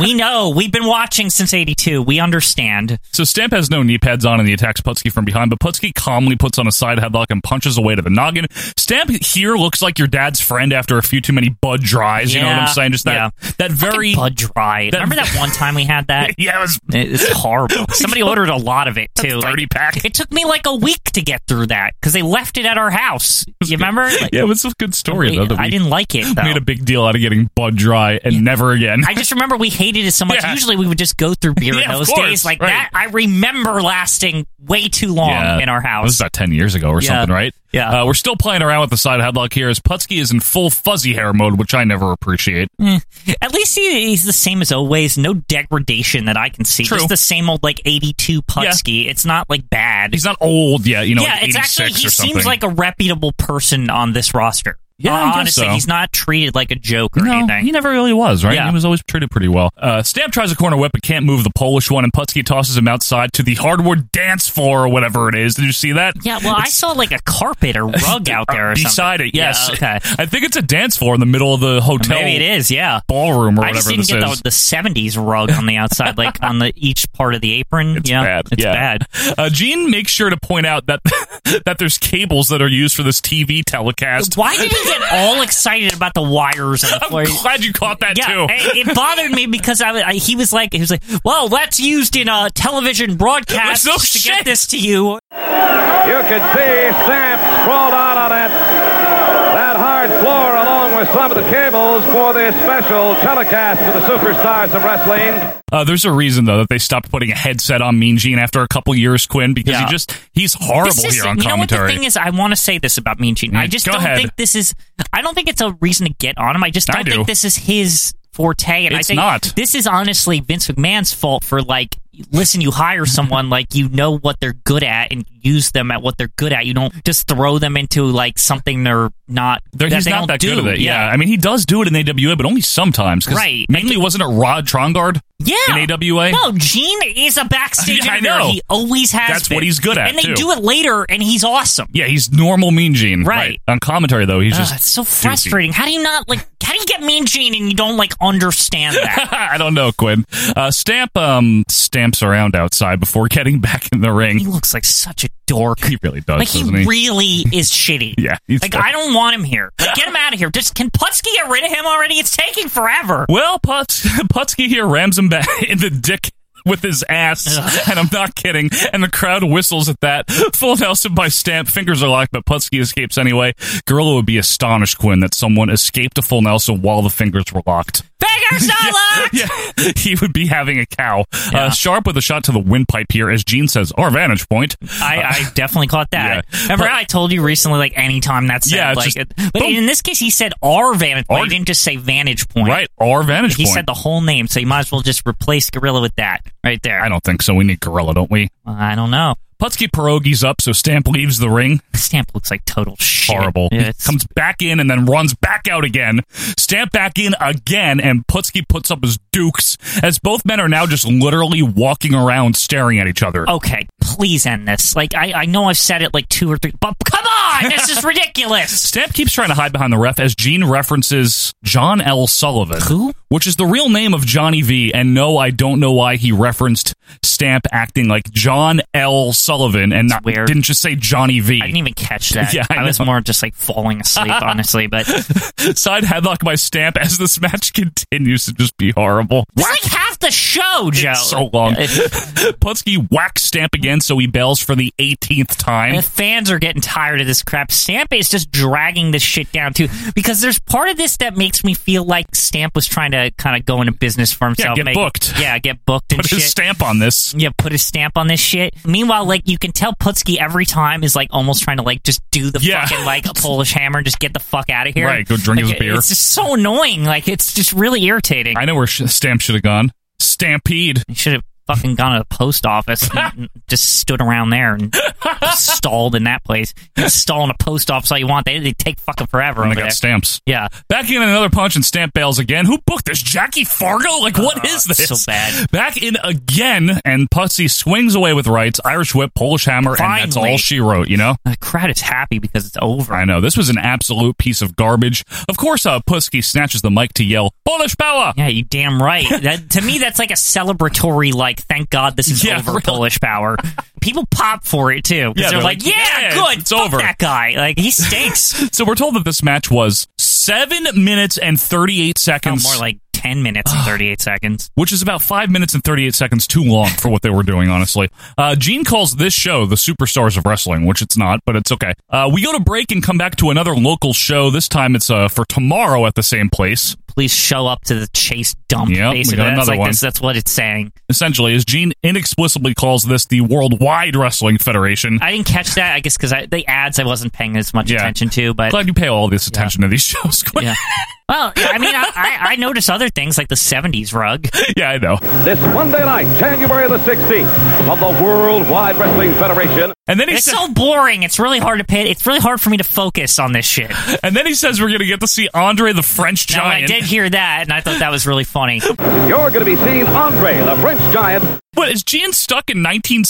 Speaker 2: we know. We've been watching since '82. We understand.
Speaker 1: So Stamp has no knee pads on and he attacks Putski from behind, but Putski calmly puts on a side headlock and punches away to the noggin. Stamp here looks like your dad's friend after a few too many bud dries. You know what I'm
Speaker 2: Yeah,
Speaker 1: saying? Just that that very
Speaker 2: Bud Dry.
Speaker 1: that-
Speaker 2: Remember that one time we had that?
Speaker 1: *laughs* yeah, it was
Speaker 2: It- It's
Speaker 1: *laughs*
Speaker 2: horrible. Somebody ordered a lot of it too. Like,
Speaker 1: thirty pack.
Speaker 2: it took me like a week to get through that because they left it at our house. You remember? Like,
Speaker 1: *laughs* Yeah, it was a good story though. That
Speaker 2: I
Speaker 1: we
Speaker 2: didn't like it though.
Speaker 1: made a big deal out of getting bud dry and never again.
Speaker 2: I just remember we hated it so much.
Speaker 1: Yeah.
Speaker 2: Usually we would just go through
Speaker 1: *laughs*
Speaker 2: beer
Speaker 1: Yeah,
Speaker 2: in
Speaker 1: of
Speaker 2: those
Speaker 1: course,
Speaker 2: days like
Speaker 1: right.
Speaker 2: that. I remember lasting way too long
Speaker 1: Yeah.
Speaker 2: in our
Speaker 1: That was
Speaker 2: house.
Speaker 1: about 10 years ago or
Speaker 2: Yeah.
Speaker 1: something, right? Yeah. Uh, we're still playing around with the side headlock here as Putski is in full fuzzy hair mode, which I never appreciate.
Speaker 2: Mm. At least he, he's the same as always. No degradation that I can see.
Speaker 1: True.
Speaker 2: Just the same old like eighty-two Putski. It's not like bad.
Speaker 1: He's not old yet, you know,
Speaker 2: yeah,
Speaker 1: like
Speaker 2: it's
Speaker 1: 86
Speaker 2: actually he
Speaker 1: or something.
Speaker 2: seems like a reputable person on this roster.
Speaker 1: Yeah, I
Speaker 2: Uh,
Speaker 1: guess
Speaker 2: honestly,
Speaker 1: so.
Speaker 2: he's not treated like a joke or
Speaker 1: no,
Speaker 2: anything.
Speaker 1: he never really was, right?
Speaker 2: Yeah.
Speaker 1: He was always treated pretty well. Uh, Stamp tries a corner whip but can't move the Polish one, and Putski tosses him outside to the hardwood dance floor or whatever it is. Did you see that?
Speaker 2: Yeah, well, I saw like a carpet
Speaker 1: *laughs*
Speaker 2: or rug out there or
Speaker 1: Beside
Speaker 2: something.
Speaker 1: it, yes.
Speaker 2: Yeah, okay.
Speaker 1: I think it's a dance floor in the middle of the hotel.
Speaker 2: Maybe it is, yeah.
Speaker 1: Ballroom or
Speaker 2: I just
Speaker 1: whatever
Speaker 2: didn't
Speaker 1: this
Speaker 2: get
Speaker 1: is.
Speaker 2: the, the 70s rug on the
Speaker 1: *laughs*
Speaker 2: outside, like on the each part of the apron.
Speaker 1: It's
Speaker 2: yeah,
Speaker 1: bad.
Speaker 2: It's
Speaker 1: yeah. *laughs*
Speaker 2: bad.
Speaker 1: Uh, Gene makes sure to point out that *laughs* that there's cables that are used for this TV telecast.
Speaker 2: Why did he get all excited about the wires on the floor?
Speaker 1: I'm glad you caught that
Speaker 2: yeah,
Speaker 1: too.
Speaker 2: It, it bothered me because I, I he was like he was like, well, that's used in a
Speaker 1: *laughs*
Speaker 2: television broadcast
Speaker 1: Oh, No
Speaker 2: to get this to you.
Speaker 8: You could see Stamp sprawled out on that, that hard floor along with here's some of the cables for this special telecast of the Superstars of Wrestling.
Speaker 1: Uh, there's a reason though that they stopped putting a headset on Mean Gene after a couple years, Quinn, because he just he's horrible
Speaker 2: This is-
Speaker 1: here on
Speaker 2: you know what
Speaker 1: commentary.
Speaker 2: the thing is? I want to say this about Mean Gene. I
Speaker 1: Mm,
Speaker 2: just
Speaker 1: go
Speaker 2: don't
Speaker 1: ahead.
Speaker 2: think this is. I don't think it's a reason to get on him. I just
Speaker 1: I
Speaker 2: don't
Speaker 1: do.
Speaker 2: think this is his forte. And I
Speaker 1: It's
Speaker 2: think
Speaker 1: not.
Speaker 2: This is honestly Vince McMahon's fault for like. Listen, you hire someone like you know what they're good at and use them at what they're good at. You don't just throw them into like something they're not.
Speaker 1: There-
Speaker 2: that
Speaker 1: he's
Speaker 2: they
Speaker 1: not
Speaker 2: don't
Speaker 1: that
Speaker 2: do.
Speaker 1: good at it. Yeah. I mean, he does do it in AWA, but only sometimes. 'cause
Speaker 2: Right.
Speaker 1: Mainly, wasn't it Rod Trongard?
Speaker 2: Yeah.
Speaker 1: In AWA.
Speaker 2: No, Gene is a backstage
Speaker 1: Yeah, *laughs* I
Speaker 2: nightmare.
Speaker 1: know.
Speaker 2: He always has.
Speaker 1: That's
Speaker 2: been.
Speaker 1: what he's good at,
Speaker 2: And they
Speaker 1: too.
Speaker 2: do it later, and he's awesome.
Speaker 1: Yeah, he's normal Mean Gene. Right. On commentary though, he's
Speaker 2: Ugh,
Speaker 1: just
Speaker 2: it's so
Speaker 1: doofy.
Speaker 2: frustrating. How do you not like? How do you get Mean Gene and you don't like
Speaker 1: *laughs*
Speaker 2: understand that?
Speaker 1: *laughs* I don't know, Quinn. Uh, Stamp um, stamps around outside before *laughs* getting back in the ring. He
Speaker 2: looks like such a dork.
Speaker 1: He really does,
Speaker 2: like he
Speaker 1: doesn't he?
Speaker 2: really is
Speaker 1: *laughs*
Speaker 2: shitty.
Speaker 1: Yeah, he's
Speaker 2: like
Speaker 1: terrible.
Speaker 2: I don't want him here. Like, get him out of here. Just can Putski get rid of him already? It's
Speaker 1: *laughs*
Speaker 2: taking forever.
Speaker 1: Well, Putz, Putzky here rams him back *laughs* in the dick with his ass, and I'm not kidding. And the crowd whistles at that. Full Nelson by Stamp. Fingers are locked, but Putzky escapes anyway. Gorilla would be astonished, Quinn, that someone escaped a full Nelson while the fingers were locked. *laughs*
Speaker 2: Fingers are locked.
Speaker 1: yeah, he would be having a cow. Uh, sharp with a shot to the windpipe here, as Gene says, our vantage point.
Speaker 2: I, I definitely caught that. Remember, I told you recently, like anytime that's
Speaker 1: Yeah, it's
Speaker 2: said, like,
Speaker 1: just-
Speaker 2: it, but in this case, he said our vantage point. he didn't just say vantage point.
Speaker 1: Uh, Right, our vantage
Speaker 2: He
Speaker 1: point.
Speaker 2: said the whole name, so you might as well just replace Gorilla with that right there.
Speaker 1: I don't think so. We need Gorilla, don't we?
Speaker 2: I don't know.
Speaker 1: Putski pierogies up, so Stamp leaves the ring.
Speaker 2: Stamp looks like total shit.
Speaker 1: Horrible.
Speaker 2: Yeah, it's-
Speaker 1: Comes back in and then runs back out again. Stamp back in again, and Putski puts up his dukes as both men are now just literally walking around staring at each other.
Speaker 2: Okay, please end this. Like I, I know I've said it like two or three, but come on, this
Speaker 1: *laughs*
Speaker 2: is ridiculous.
Speaker 1: Stamp keeps trying to hide behind the ref as Gene references John L. Sullivan.
Speaker 2: Who?
Speaker 1: Which is the real name of Johnny V. And no, I don't know why he referenced Stamp acting like John L. Sullivan and not, didn't just say Johnny V. I didn't
Speaker 2: even catch
Speaker 1: *laughs*
Speaker 2: that.
Speaker 1: Yeah,
Speaker 2: I was more just like
Speaker 1: *laughs*
Speaker 2: falling asleep, honestly. But
Speaker 1: side headlock by Stamp as this match *laughs* continues to just be horrible.
Speaker 2: It's like half the show, Joe.
Speaker 1: It's so long. *laughs* Putski whacks Stamp again, so he bails for the 18th time.
Speaker 2: The fans are getting tired of this crap. Stamp is just dragging this shit down too, because there's part of this that makes me feel like Stamp was trying to kind of go into business for himself.
Speaker 1: get
Speaker 2: make-
Speaker 1: booked.
Speaker 2: Yeah, get booked
Speaker 1: *laughs*
Speaker 2: and
Speaker 1: Put
Speaker 2: shit.
Speaker 1: his stamp on this.
Speaker 2: Yeah, put his stamp on this shit. Meanwhile, like you can tell Putski every time is like almost trying to like just do the
Speaker 1: *laughs*
Speaker 2: fucking like a Polish hammer and just get the fuck out of here.
Speaker 1: Right, go drink
Speaker 2: Like,
Speaker 1: his beer.
Speaker 2: It's just so annoying. Like it's just really irritating.
Speaker 1: I know where sh- Stamp should have gone. Stampede.
Speaker 2: He should have fucking gone to the post office
Speaker 1: *laughs*
Speaker 2: and just stood around there and stalled in that place. You can stall in a post office all you want. They, they take fucking forever
Speaker 1: And
Speaker 2: over
Speaker 1: they got
Speaker 2: there.
Speaker 1: stamps.
Speaker 2: Yeah.
Speaker 1: Back in another punch and Stamp bails again. Who booked this? Jackie Fargo? Like, what is this?
Speaker 2: Oh, so bad.
Speaker 1: Back in again, and Putzi swings away with rights, Irish whip, Polish hammer, and that's
Speaker 2: Finally.
Speaker 1: all she wrote, you know?
Speaker 2: The crowd is happy because it's over.
Speaker 1: I know. This was an absolute piece of garbage. Of course, uh, Putski snatches the mic to yell, Polish power!
Speaker 2: Yeah, you damn right.
Speaker 1: *laughs*
Speaker 2: That, to me, that's like a celebratory, like, thank God this is over Polish power.
Speaker 1: *laughs*
Speaker 2: People pop for it, too. 'cause
Speaker 1: Yeah,
Speaker 2: they're,
Speaker 1: they're
Speaker 2: like,
Speaker 1: like,
Speaker 2: yeah,
Speaker 1: yeah,
Speaker 2: good.
Speaker 1: it's
Speaker 2: fuck
Speaker 1: over."
Speaker 2: that guy. Like,
Speaker 1: *laughs*
Speaker 2: he stinks.
Speaker 1: So we're told that this match was seven minutes and thirty-eight seconds.
Speaker 2: Oh, more like ten minutes and thirty-eight seconds,
Speaker 1: which is about five minutes and thirty-eight seconds too long for what they were doing. Honestly, uh, Gene calls this show the Superstars of Wrestling, which it's not, but it's okay. Uh, we go to break and come back to another local show. This time it's uh, for tomorrow at the same place.
Speaker 2: Please show up to the chase dump,
Speaker 1: Yep, we
Speaker 2: basically.
Speaker 1: got
Speaker 2: that's
Speaker 1: another
Speaker 2: like
Speaker 1: one.
Speaker 2: This, that's what it's saying.
Speaker 1: Essentially, as Gene inexplicably calls this the Worldwide Wrestling Federation.
Speaker 2: I didn't catch that, I guess, because the ads I wasn't paying as much attention to, but.
Speaker 1: Glad you pay all this attention to these *laughs* shows.
Speaker 2: yeah. Well, I mean, I, I, I notice other things like the
Speaker 1: *laughs*
Speaker 2: 70s rug.
Speaker 1: yeah, I know.
Speaker 8: This Monday night, January the 16th, of the Worldwide Wrestling Federation.
Speaker 1: And then he
Speaker 2: it's
Speaker 1: said-
Speaker 2: so boring. It's really hard to pay. It's really hard for me to focus on this shit.
Speaker 1: And then he says we're going to get to see Andre the French
Speaker 2: Now, I
Speaker 1: Giant.
Speaker 2: did hear that, and I thought that was
Speaker 1: *laughs*
Speaker 2: really funny.
Speaker 8: You're going to be seeing Andre, the French Giant.
Speaker 1: What is Gene stuck in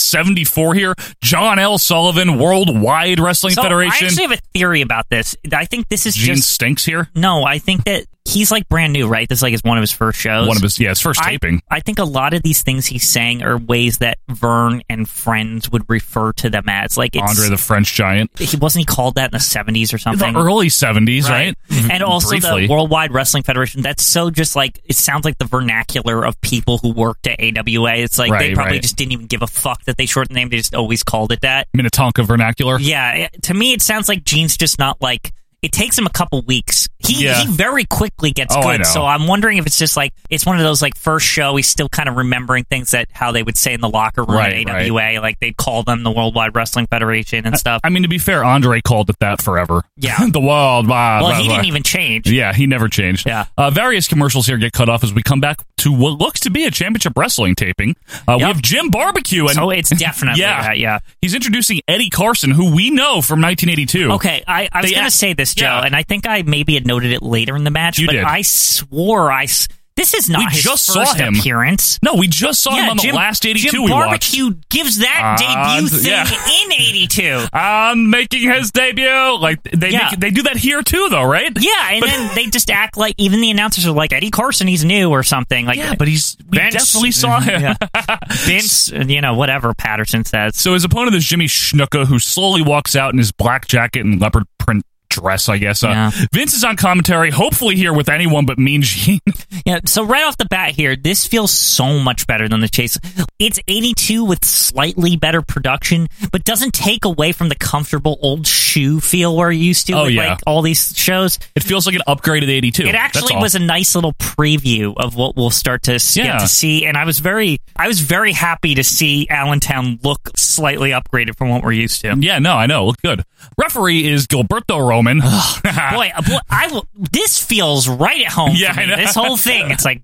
Speaker 1: 1974 here? John L. Sullivan, Worldwide Wrestling
Speaker 2: So,
Speaker 1: Federation.
Speaker 2: I actually have a theory about this. I think this is
Speaker 1: Gene
Speaker 2: just
Speaker 1: stinks here.
Speaker 2: no. I think that he's like brand new, right? This like is one of his first shows.
Speaker 1: One of his yeah, his first
Speaker 2: I-
Speaker 1: taping.
Speaker 2: I think a lot of these things he's saying are ways that Vern and friends would refer to them as. Like it's,
Speaker 1: Andre the French Giant.
Speaker 2: he wasn't he called that in the seventies or something?
Speaker 1: The early 70s, right? Mm-hmm.
Speaker 2: Right. And also
Speaker 1: Briefly.
Speaker 2: the Worldwide Wrestling Federation. That's so just like it sounds like the vernacular of people who worked at AWA. It's like they
Speaker 1: Right,
Speaker 2: probably
Speaker 1: right.
Speaker 2: just didn't even give a fuck that they shortened the name. They just always called it that.
Speaker 1: Minnetonka vernacular.
Speaker 2: Yeah, it- to me it sounds like Gene's just not like it takes him a couple weeks. He
Speaker 1: Yeah.
Speaker 2: he very quickly gets
Speaker 1: Oh, I
Speaker 2: good.
Speaker 1: know.
Speaker 2: So I'm wondering if it's just like it's one of those like first show. He's still kind of remembering things that how they would say in the locker room
Speaker 1: Right,
Speaker 2: at
Speaker 1: right.
Speaker 2: AWA, like they'd call them the Worldwide Wrestling Federation and stuff.
Speaker 1: I mean, to be fair, Andre called it that forever.
Speaker 2: Yeah.
Speaker 1: *laughs* the wild, wild.
Speaker 2: well,
Speaker 1: Wild
Speaker 2: he
Speaker 1: West.
Speaker 2: didn't even change.
Speaker 1: Yeah, he never changed. Yeah. Uh, various commercials here get cut off as we come back to what looks to be a championship wrestling taping. Uh, We have Jim Barbecue. And, *laughs*
Speaker 2: So it's definitely
Speaker 1: yeah,
Speaker 2: that, yeah.
Speaker 1: He's introducing Eddie Carson, who we know from 1982.
Speaker 2: Okay, I, I was
Speaker 1: They
Speaker 2: going to
Speaker 1: act-
Speaker 2: say this, Joe, and I think I maybe had noted it later in the match,
Speaker 1: You
Speaker 2: but
Speaker 1: did.
Speaker 2: I swore I. S- this is not
Speaker 1: we
Speaker 2: his
Speaker 1: just
Speaker 2: first
Speaker 1: saw him.
Speaker 2: appearance.
Speaker 1: No, we just saw him
Speaker 2: yeah,
Speaker 1: Oh, on
Speaker 2: Jim,
Speaker 1: the last 82
Speaker 2: Jim
Speaker 1: we watched.
Speaker 2: Barbecue gives that
Speaker 1: Uh,
Speaker 2: debut thing
Speaker 1: yeah. *laughs*
Speaker 2: in 82.
Speaker 1: I'm making his debut. Like they
Speaker 2: Yeah.
Speaker 1: make, they do that here too, though, right?
Speaker 2: Yeah, and
Speaker 1: But-
Speaker 2: then they just act like even the announcers are like Eddie Carson, he's new or something. Like,
Speaker 1: Yeah, but he's we
Speaker 2: Vince- mm-hmm,
Speaker 1: definitely *laughs* saw him.
Speaker 2: Yeah. Vince, you know, whatever Patterson says.
Speaker 1: So his opponent is Jimmy Snuka, who slowly walks out in his black jacket and leopard print dress, I guess. Uh, Vince is on commentary, hopefully here with anyone but Mean Gene. *laughs*
Speaker 2: Yeah, so right off the bat here, this feels so much better than the chase. It's 82 with slightly better production, but doesn't take away from the comfortable old shoe feel we're used to
Speaker 1: Oh,
Speaker 2: with
Speaker 1: yeah.
Speaker 2: like all these shows.
Speaker 1: It feels like an upgraded 82.
Speaker 2: It
Speaker 1: That's
Speaker 2: actually
Speaker 1: all.
Speaker 2: was a nice little preview of what we'll start to s-
Speaker 1: Yeah.
Speaker 2: get to see, and I was very, I was very happy to see Allentown look slightly upgraded from what we're used to.
Speaker 1: Yeah, no, I know. Looked good. Referee is Gilberto Roman. *laughs*
Speaker 2: boy, uh, boy, I will, this feels right at home.
Speaker 1: Yeah,
Speaker 2: for
Speaker 1: I
Speaker 2: me.
Speaker 1: know.
Speaker 2: this whole thing. It's like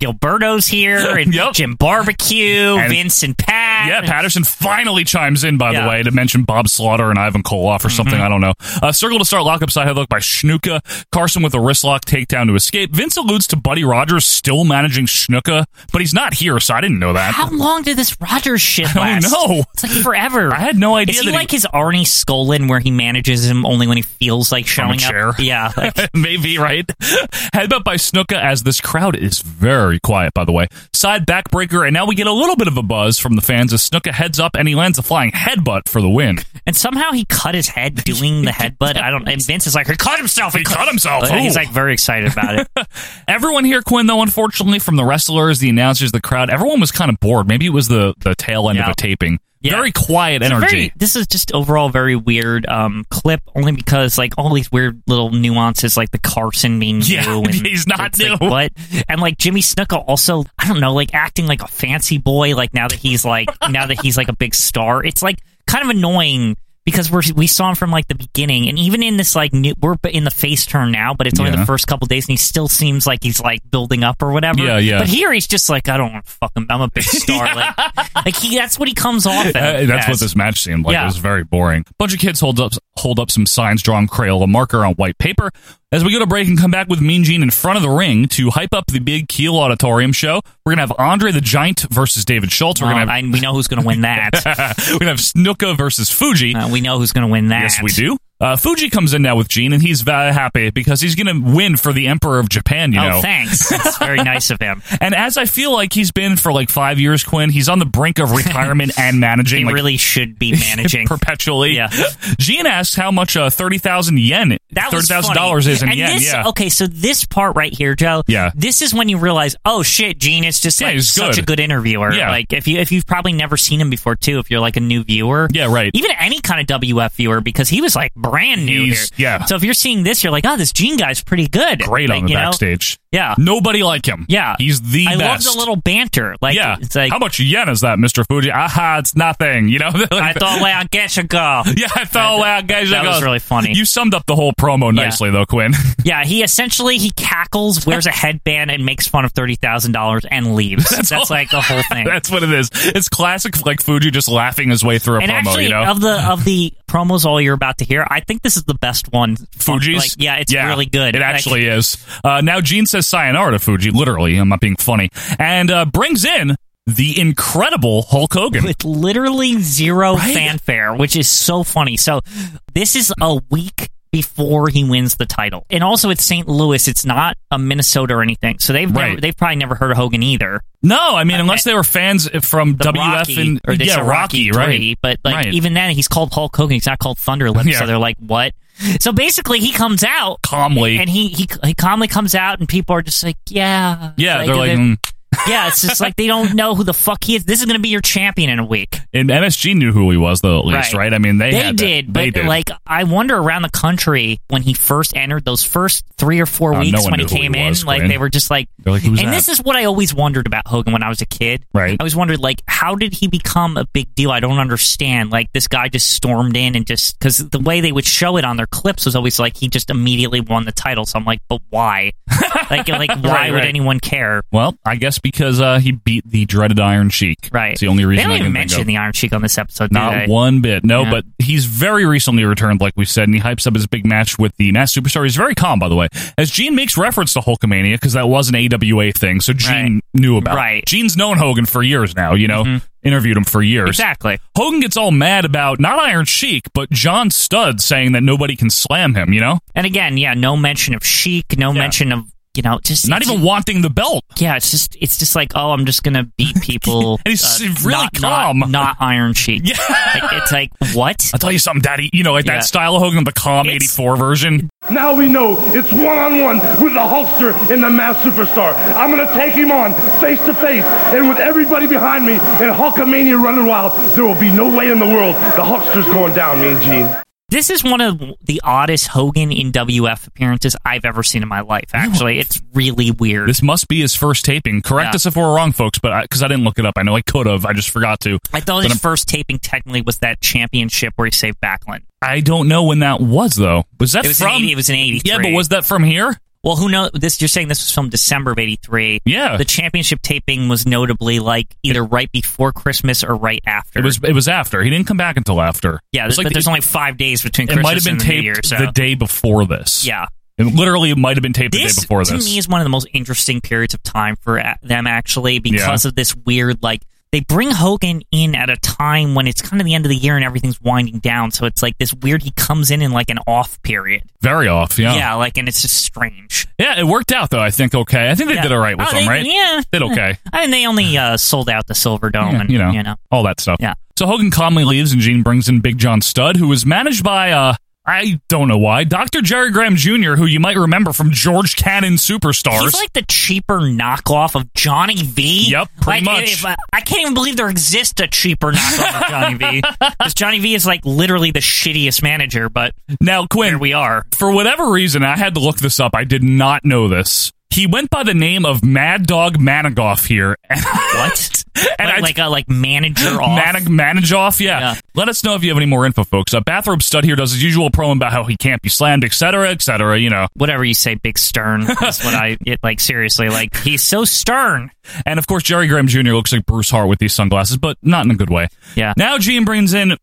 Speaker 1: *laughs*
Speaker 2: Gilberto's here and Jim Barbecue,
Speaker 1: And-
Speaker 2: Vince and Pat.
Speaker 1: Yeah, Patterson finally chimes in, by
Speaker 2: Yeah. Mm-hmm.
Speaker 1: the way, to mention Bob Slaughter and Ivan Koloff or something. I don't know. Uh, circle to start lockup side headlock by Schnuka. Carson with a wrist lock takedown to escape. Vince alludes to Buddy Rogers still managing Schnuka, but he's not here, so I didn't know that.
Speaker 2: How long did this Rogers shit last?
Speaker 1: know.
Speaker 2: It's like forever. I
Speaker 1: had no idea
Speaker 2: Is he
Speaker 1: that he- *laughs*
Speaker 2: like his Arnie Skolin, where he manages him only when he feels like
Speaker 1: From a
Speaker 2: showing up? Yeah,
Speaker 1: *laughs*
Speaker 2: like,
Speaker 1: Maybe, right? Headbutt by Snuka as this crowd is very quiet, by the way. Side backbreaker, and now we get a little bit of a buzz from the fans as Snuka heads up and he lands a flying headbutt for the win.
Speaker 2: and somehow he cut
Speaker 1: *laughs*
Speaker 2: his head doing the headbutt. I don't. And Vince is like, he cut himself.
Speaker 1: He cut himself.
Speaker 2: And he's
Speaker 1: Ooh.
Speaker 2: like very excited about it.
Speaker 1: Everyone here, Quinn, though, unfortunately, from the wrestlers, the announcers, the crowd, everyone was kind of bored. Maybe it was the, the tail end
Speaker 2: Yeah.
Speaker 1: of a taping.
Speaker 2: Yeah.
Speaker 1: Very quiet
Speaker 2: It's a
Speaker 1: energy.
Speaker 2: very- this is just overall very weird um, clip, only because like all these weird little nuances, like the Carson being
Speaker 1: Yeah, *laughs*
Speaker 2: new, and
Speaker 1: he's not
Speaker 2: it's like,
Speaker 1: new.
Speaker 2: what? And like Jimmy Snuka also, I don't know, like acting like a fancy boy, like now that
Speaker 1: *laughs*
Speaker 2: he's like now that he's like a big star, it's like kind of annoying. Because we're, we saw him from like the beginning, and even in this like new, we're in the face turn now, but it's only
Speaker 1: Yeah.
Speaker 2: the first couple days, and he still seems like he's like building up or whatever.
Speaker 1: Yeah, yeah.
Speaker 2: But here he's just like, I don't want to fuck him. I'm a big star.
Speaker 1: *laughs*
Speaker 2: Like, like he, that's what he comes off.
Speaker 1: Uh,
Speaker 2: as.
Speaker 1: that's what this match seemed like.
Speaker 2: Yeah.
Speaker 1: It was very boring. Bunch of kids hold up hold up some signs drawn Crayola marker on white paper. As we go to break and come back with Mean Gene in front of the ring to hype up the big Keel Auditorium show, we're gonna have Andre the Giant versus David Schultz. We're
Speaker 2: Well,
Speaker 1: gonna have
Speaker 2: Um, I- we know who's going to win that.
Speaker 1: *laughs* we're gonna have Snuka versus Fuji.
Speaker 2: Uh, we know who's going to win that.
Speaker 1: Yes, we do. Uh, Fuji comes in now with Gene, and he's very happy because he's going to win for the Emperor of Japan. You
Speaker 2: oh,
Speaker 1: know,
Speaker 2: thanks. That's very nice
Speaker 1: *laughs*
Speaker 2: of him.
Speaker 1: and as I feel like he's been for like five years, Quinn, he's on the brink
Speaker 2: *laughs*
Speaker 1: of retirement and managing.
Speaker 2: He
Speaker 1: like, *laughs*
Speaker 2: really should be managing.
Speaker 1: perpetually.
Speaker 2: Yeah.
Speaker 1: *laughs* Gene asks how much uh, thirty thousand yen,
Speaker 2: That
Speaker 1: thirty
Speaker 2: was
Speaker 1: thousand
Speaker 2: funny.
Speaker 1: dollars is in
Speaker 2: and
Speaker 1: yen.
Speaker 2: This,
Speaker 1: yeah.
Speaker 2: Okay, so this part right here, Joe.
Speaker 1: Yeah.
Speaker 2: This is when you realize, oh shit, Gene is just like
Speaker 1: he's
Speaker 2: such
Speaker 1: good.
Speaker 2: a good interviewer.
Speaker 1: Yeah.
Speaker 2: Like if you if you've probably never seen him before too, if you're like a new viewer.
Speaker 1: Yeah, right.
Speaker 2: Even any kind of WF viewer, because he was like brand new
Speaker 1: He's-
Speaker 2: here.
Speaker 1: yeah.
Speaker 2: So if you're seeing this, you're like, oh, this Gene guy's pretty good.
Speaker 1: Great
Speaker 2: Like,
Speaker 1: on the
Speaker 2: you know?
Speaker 1: backstage.
Speaker 2: Yeah.
Speaker 1: Nobody like him.
Speaker 2: Yeah.
Speaker 1: He's the
Speaker 2: I
Speaker 1: best.
Speaker 2: love the little banter. Like
Speaker 1: yeah.
Speaker 2: it's like
Speaker 1: how much yen is that, Mister Fuji? Aha, it's nothing. You know. *laughs* Like
Speaker 2: I
Speaker 1: that.
Speaker 2: thought like I get you go.
Speaker 1: *laughs* Yeah, I thought like guys.
Speaker 2: That was really funny.
Speaker 1: You summed up the whole promo nicely, though, Quinn. *laughs*
Speaker 2: Yeah, he essentially he cackles, wears a headband, and makes fun of thirty thousand dollars
Speaker 1: *laughs*
Speaker 2: and leaves. That's, like the whole thing.
Speaker 1: That's what it is. It's classic, like Fuji just laughing his way through a
Speaker 2: and
Speaker 1: promo.
Speaker 2: actually,
Speaker 1: you know,
Speaker 2: of the of the promos all you're about to hear, I think this is the best one.
Speaker 1: Fuji's?
Speaker 2: Like, yeah, it's really good.
Speaker 1: It
Speaker 2: Like,
Speaker 1: actually is. Uh, now Gene says sayonara to Fuji, literally. I'm not being funny. And uh, brings in the incredible Hulk Hogan.
Speaker 2: with literally zero fanfare, which is so funny. So this is a week before he wins the title, and also it's St. Louis. It's not a Minnesota or anything, so they've never,
Speaker 1: Right.
Speaker 2: they've probably never heard of Hogan either.
Speaker 1: No, I mean, unless they were fans from
Speaker 2: the
Speaker 1: WF
Speaker 2: Rocky,
Speaker 1: and
Speaker 2: or they
Speaker 1: yeah,
Speaker 2: said
Speaker 1: Rocky,
Speaker 2: Rocky, III,
Speaker 1: right?
Speaker 2: But like
Speaker 1: Right.
Speaker 2: even then, he's called Hulk Hogan. He's not called Thunder Lips.
Speaker 1: Yeah.
Speaker 2: So they're like, what? So basically, he comes out
Speaker 1: Calmly.
Speaker 2: and he he, he calmly comes out, and people are just like, yeah,
Speaker 1: yeah, they're
Speaker 2: and
Speaker 1: like,
Speaker 2: then-
Speaker 1: mm.
Speaker 2: yeah. It's just like they don't know who the fuck he is. This is gonna be your champion in a week.
Speaker 1: And MSG knew who he was, though, at least, right? I mean, they, had that.
Speaker 2: did,
Speaker 1: They
Speaker 2: but like I wonder around the country when he first entered those first three or four
Speaker 1: Oh, no
Speaker 2: weeks
Speaker 1: one
Speaker 2: when he
Speaker 1: knew who he
Speaker 2: came in,
Speaker 1: was,
Speaker 2: like
Speaker 1: Quinn.
Speaker 2: they were just like,
Speaker 1: They're like, "Who's
Speaker 2: and
Speaker 1: that?"
Speaker 2: this is what I always wondered about Hogan when I was a kid.
Speaker 1: Right.
Speaker 2: I always wondered like how did he become a big deal? I don't understand. Like this guy just stormed in and just because the way they would show it on their clips was always like he just immediately won the title. So I'm like, but why? *laughs* like like why
Speaker 1: *laughs* Right,
Speaker 2: would
Speaker 1: right.
Speaker 2: anyone care?
Speaker 1: well, I guess because uh, he beat the dreaded Iron Sheik. Right. It's the only
Speaker 2: They
Speaker 1: reason
Speaker 2: don't
Speaker 1: I
Speaker 2: even
Speaker 1: can
Speaker 2: mention
Speaker 1: think of.
Speaker 2: the Iron Cheek on this episode. do
Speaker 1: Not
Speaker 2: they?
Speaker 1: one bit. No,
Speaker 2: Yeah.
Speaker 1: but he's very recently returned, like we said, and he hypes up his big match with the mass superstar. He's very calm, by the way. As Gene makes reference to Hulkamania, because that was an AWA thing, so Gene knew about
Speaker 2: Right. Mm-hmm.
Speaker 1: it. Gene's known Hogan for years now, you know, interviewed him for years.
Speaker 2: Exactly.
Speaker 1: Hogan gets all mad about not Iron Sheik, but John Studd saying that nobody can slam him, you know?
Speaker 2: And again, yeah, no mention of Sheik, no mention of you know, just
Speaker 1: Not
Speaker 2: it's-
Speaker 1: even wanting the belt.
Speaker 2: Yeah, it's just it's just like oh, I'm just gonna
Speaker 1: *laughs*
Speaker 2: beat people. uh,
Speaker 1: And he's really
Speaker 2: not, Not, not Iron Sheik. Yeah, like, it's like what?
Speaker 1: I'll tell you something, Daddy. You know, like
Speaker 2: Yeah.
Speaker 1: that style of Hogan, the calm '84 version.
Speaker 20: Now we know it's one on one with the Hulkster and the mass superstar. I'm going to take him on face to face, and with everybody behind me and Hulkamania running wild, there will be no way in the world the Hulkster's going down, Mean Gene.
Speaker 2: This is one of the oddest Hogan in WF appearances I've ever seen in my life. Actually, it's really weird.
Speaker 1: This must be his first taping. Correct
Speaker 2: Yeah.
Speaker 1: us if we're wrong, folks, but because I, didn't look it up, I know I could have. I just forgot to.
Speaker 2: I thought
Speaker 1: But
Speaker 2: his
Speaker 1: I'm-
Speaker 2: first taping technically was that championship where he saved Backlund.
Speaker 1: I don't know when that was though. Was that
Speaker 2: it was
Speaker 1: from?
Speaker 2: an 80, it was an 83.
Speaker 1: Yeah, but was that from here?
Speaker 2: Well, who knows? This you're saying this was from December of '83.
Speaker 1: Yeah.
Speaker 2: the championship taping was notably like either right before Christmas or right after.
Speaker 1: It was. It was after. He didn't come back until after.
Speaker 2: Yeah,
Speaker 1: It was
Speaker 2: but there's
Speaker 1: it-
Speaker 2: only five days between
Speaker 1: It
Speaker 2: Christmas
Speaker 1: might have been
Speaker 2: and the
Speaker 1: taped
Speaker 2: New Year. So.
Speaker 1: the day before this.
Speaker 2: yeah,
Speaker 1: It literally, it might have been taped
Speaker 2: this
Speaker 1: the day before
Speaker 2: to
Speaker 1: this.
Speaker 2: me is one of the most interesting periods of time for a- them actually because
Speaker 1: Yeah.
Speaker 2: of this weird like they bring Hogan in at a time when it's kind of the end of the year and everything's winding down. So it's like this weird. He comes in in like an off period.
Speaker 1: Very off. Yeah.
Speaker 2: yeah, like and it's just strange.
Speaker 1: Yeah, it worked out though. I think okay. I think they
Speaker 2: Yeah.
Speaker 1: did all right with
Speaker 2: Oh,
Speaker 1: them,
Speaker 2: they-
Speaker 1: right?
Speaker 2: Yeah,
Speaker 1: did
Speaker 2: *laughs*
Speaker 1: okay.
Speaker 2: I mean, they only uh, sold out the Silver Dome,
Speaker 1: Yeah,
Speaker 2: and
Speaker 1: you know,
Speaker 2: you know.
Speaker 1: all that stuff. Yeah. So Hogan calmly leaves, and Gene brings in Big John Studd, who was managed by uh, I don't know why, Doctor Jerry Graham Jr., who you might remember from George Cannon Superstars.
Speaker 2: He's like the cheaper knockoff of Johnny V. Yep,
Speaker 1: pretty much.
Speaker 2: I, I can't even believe there exists a cheaper knockoff of Johnny V.
Speaker 1: *laughs*
Speaker 2: Because Johnny V is like literally the shittiest manager. But
Speaker 1: now, Quinn, here
Speaker 2: we are.
Speaker 1: For whatever reason, I had to look this up. I did not know this. He went by the name of Mad Dog Manigoff here. *laughs*
Speaker 2: What? like, like a like manager off.
Speaker 1: Manag manage off, yeah. Let us know if you have any more info, folks. Uh, Bathrobe Stud here does his usual promo about how he can't be slammed, etc., etc. You know,
Speaker 2: whatever you say, Big Stern. That's what I it, like. Seriously, like he's so stern.
Speaker 1: And of course, Jerry Graham Jr. looks like Bruce Hart with these sunglasses, but not in a good way.
Speaker 2: Yeah.
Speaker 1: *laughs* Now Gene brings in *sighs*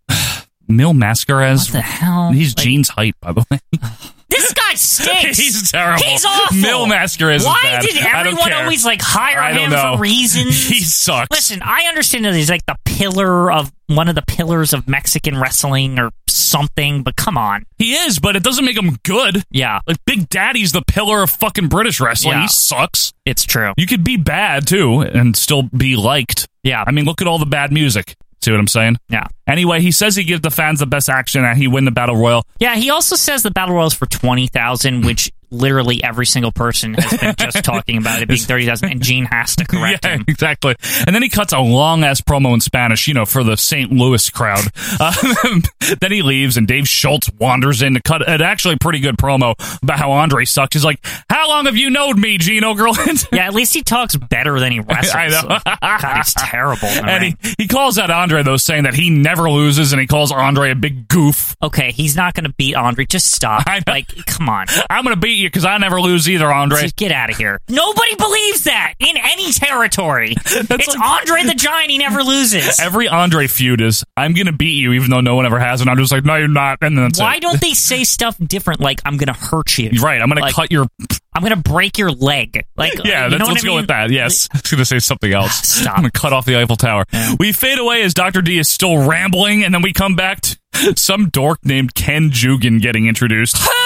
Speaker 1: Mil Mascaraz. What the
Speaker 2: hell?
Speaker 1: He's Gene's height, by the way. *laughs*
Speaker 2: This guy stinks.
Speaker 1: He's terrible.
Speaker 2: He's awful.
Speaker 1: Mil Mascaraz is
Speaker 2: Why
Speaker 1: bad.
Speaker 2: did
Speaker 1: I don't
Speaker 2: everyone
Speaker 1: care.
Speaker 2: always like hire
Speaker 1: I don't
Speaker 2: him
Speaker 1: know. *laughs*
Speaker 2: for reasons?
Speaker 1: He sucks.
Speaker 2: Listen, I understand that he's like the pillar of one of the pillars of Mexican wrestling or something, but come on.
Speaker 1: He is, but it doesn't make him good.
Speaker 2: Yeah.
Speaker 1: Like Big Daddy's the pillar of fucking British wrestling.
Speaker 2: Yeah.
Speaker 1: He sucks.
Speaker 2: It's true.
Speaker 1: You could be bad too and still be liked.
Speaker 2: Yeah.
Speaker 1: I mean, look at all the bad music. See what I'm saying?
Speaker 2: Yeah.
Speaker 1: Anyway, he says he gives the fans the best action and he win the battle royal.
Speaker 2: Yeah, he also says the battle royals for twenty thousand, which literally every single person has been
Speaker 1: *laughs*
Speaker 2: just talking about it being thirty thousand, and Gene has to correct
Speaker 1: yeah,
Speaker 2: him.
Speaker 1: exactly. And then he cuts a long ass promo in Spanish, you know, for the St. Louis crowd. *laughs* Um, then he leaves, and Dave Schultz wanders in to cut an actually pretty good promo about how Andre sucks. He's like, "How long have you known me, Gene *laughs* Okerlund?"
Speaker 2: Yeah, at least he talks better than he
Speaker 1: *laughs*
Speaker 2: wrestles.
Speaker 1: I know.
Speaker 2: *laughs* God, he's terrible. in
Speaker 1: *laughs*
Speaker 2: the
Speaker 1: and
Speaker 2: ring.
Speaker 1: he, he calls out Andre though, saying that he never loses, and he calls Andre a big goof.
Speaker 2: Okay, he's not going to beat Andre. Just stop. Like, come on.
Speaker 1: I'm gonna beat you because I never lose either, Andre.
Speaker 2: Just get out of here. Nobody believes that in
Speaker 1: *laughs*
Speaker 2: any territory. it's Andre the Giant. He never loses.
Speaker 1: Every Andre feud is, I'm gonna beat you, even though no one ever has, and I'm just like, no, you're not, and then that's
Speaker 2: Why
Speaker 1: it.
Speaker 2: don't they say stuff different? Like, I'm going to hurt you.
Speaker 1: Right, I'm gonna
Speaker 2: Like,
Speaker 1: cut your
Speaker 2: I'm going to break your leg. Like,
Speaker 1: yeah,
Speaker 2: you
Speaker 1: that's,
Speaker 2: know what
Speaker 1: let's
Speaker 2: I
Speaker 1: go
Speaker 2: mean?
Speaker 1: with that.
Speaker 2: *laughs*
Speaker 1: Yes, I was going to say something else.
Speaker 2: Stop.
Speaker 1: I'm going to cut off the Eiffel Tower. We fade away as Doctor D is still rambling, and then we come back to some dork named Ken Jugan getting introduced. *laughs*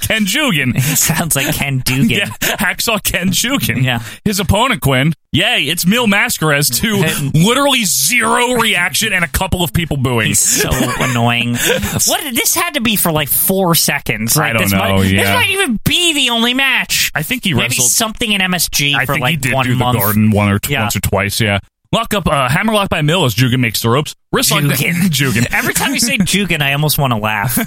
Speaker 1: Ken Jugan
Speaker 2: sounds
Speaker 1: *laughs*
Speaker 2: like Ken Dugan.
Speaker 1: Yeah, hacksaw Ken Jugan.
Speaker 2: Yeah,
Speaker 1: his opponent Quinn. Yay! It's Mil Mascaraz
Speaker 2: *laughs*
Speaker 1: to literally zero reaction and a couple of people booing.
Speaker 2: So
Speaker 1: *laughs*
Speaker 2: annoying. What this had to be for like four seconds. Like,
Speaker 1: I don't
Speaker 2: this
Speaker 1: know,
Speaker 2: Might, This
Speaker 1: yeah.
Speaker 2: might even be the only match.
Speaker 1: I think he
Speaker 2: Maybe
Speaker 1: wrestled-
Speaker 2: something in MSG
Speaker 1: I
Speaker 2: for
Speaker 1: think
Speaker 2: like
Speaker 1: he did
Speaker 2: one
Speaker 1: do
Speaker 2: month.
Speaker 1: the garden one or t-
Speaker 2: Yeah.
Speaker 1: once or twice. Yeah. Lock up, uh, hammerlock by Mill as Jugan makes the ropes. Wrist lock down.
Speaker 2: Jugan.
Speaker 1: *laughs* Jugan.
Speaker 2: Every time
Speaker 1: *laughs*
Speaker 2: you say Jugan, I almost want to laugh.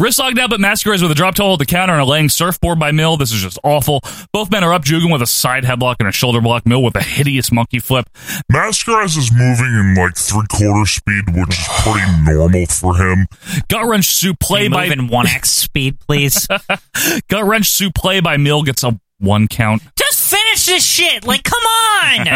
Speaker 1: Wrist lock down, but masquerades with a drop toe hold the counter and a laying surfboard by Mill. This is just awful. Both men are up. Jugan with a side headlock and a shoulder block. Mill with a hideous monkey flip.
Speaker 21: Mascaraz is moving in like three quarter speed, which is pretty normal for him.
Speaker 1: Gut wrench suplex
Speaker 2: Can you
Speaker 1: by
Speaker 2: move in one x speed, please.
Speaker 1: *laughs* gut wrench suplex by Mill gets a one count.
Speaker 2: Just finish this shit. Like, come on.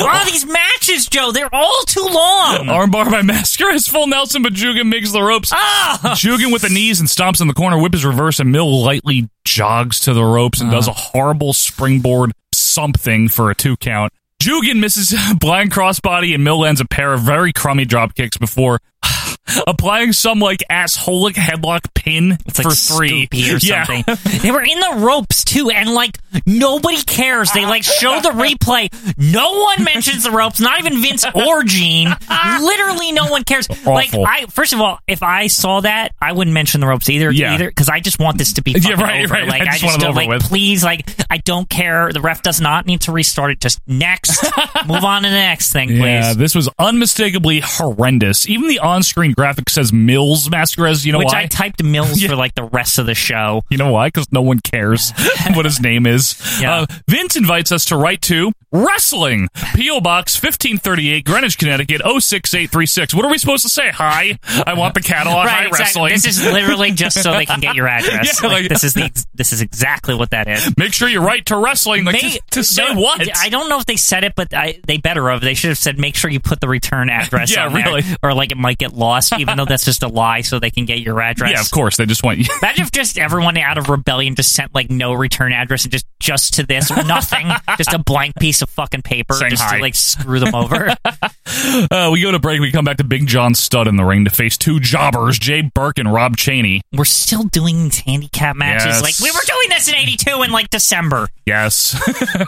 Speaker 2: all these matches, Joe, they're all too long.
Speaker 1: Armbar by *laughs* Mascaras, full Nelson, but Jugan makes the ropes.
Speaker 2: Ah!
Speaker 1: Jugan with the knees and stomps in the corner, whip is reverse, and Mill lightly jogs to the ropes and does
Speaker 2: Uh-huh.
Speaker 1: a horrible springboard something for a two count. Jugan misses *laughs* a blind crossbody, and Mill lands a pair of very crummy drop kicks before *sighs* applying some like assholic headlock pin
Speaker 2: It's
Speaker 1: for
Speaker 2: like
Speaker 1: three
Speaker 2: Scoopy or
Speaker 1: *laughs* Yeah.
Speaker 2: something. they were in the ropes too, and like nobody cares. They like show the replay. No one mentions the ropes, not even Vince or Gene. Literally, no one cares. Like
Speaker 1: Awful.
Speaker 2: I, first of all, if I saw that, I wouldn't mention the ropes either.
Speaker 1: Yeah.
Speaker 2: either because I just want this to
Speaker 1: *laughs*
Speaker 2: be
Speaker 1: Yeah,
Speaker 2: fucking
Speaker 1: right,
Speaker 2: over.
Speaker 1: right.
Speaker 2: Like
Speaker 1: I
Speaker 2: I
Speaker 1: just
Speaker 2: just,
Speaker 1: want it
Speaker 2: don't
Speaker 1: over
Speaker 2: like.
Speaker 1: with.
Speaker 2: Please, like I don't care. The ref does not need to restart it. Just
Speaker 1: *laughs*
Speaker 2: next, move on to the next thing, please.
Speaker 1: Yeah, this was unmistakably horrendous. Even the on-screen graphic says Mills Mascaras. You know
Speaker 2: Which
Speaker 1: why?
Speaker 2: I typed
Speaker 1: *laughs*
Speaker 2: Mills for like the rest of the show.
Speaker 1: You know why? Because no one
Speaker 2: *laughs*
Speaker 1: cares what his name is. Uh, Vince invites us to write to Wrestling, P.O. Box 1538, Greenwich, Connecticut 06836. What are we supposed to say? Hi, I want the catalog.
Speaker 2: Right,
Speaker 1: Hi,
Speaker 2: exactly.
Speaker 1: Wrestling.
Speaker 2: This is literally just so they can
Speaker 1: *laughs*
Speaker 2: get your address.
Speaker 1: Yeah,
Speaker 2: Like,
Speaker 1: like-
Speaker 2: this is the ex- this is exactly what that is.
Speaker 1: Make sure you write to Wrestling. Like,
Speaker 2: They-
Speaker 1: to, to say
Speaker 2: no,
Speaker 1: what?
Speaker 2: I don't know if they said it, but I, they better have. They should have said, "Make sure you put the return address."
Speaker 1: Yeah,
Speaker 2: on there,"
Speaker 1: really.
Speaker 2: or like it might get lost, even though that's just a lie, so they can get your
Speaker 1: *laughs*
Speaker 2: address.
Speaker 1: Yeah, of course. They just want you. *laughs*
Speaker 2: Imagine if just everyone out of rebellion just sent like no return address and just just to
Speaker 1: *laughs*
Speaker 2: this nothing, just a blank piece of fucking paper,
Speaker 1: Saying
Speaker 2: just
Speaker 1: hi.
Speaker 2: to like screw
Speaker 1: *laughs*
Speaker 2: them over.
Speaker 1: Uh, we go to break. We come back to Big John Studd in the ring to face two jobbers, Jay Burke and Rob Cheney.
Speaker 2: We're still doing these handicap matches.
Speaker 1: Yes.
Speaker 2: Like we were doing this in '82 in like December.
Speaker 1: Yes. *laughs*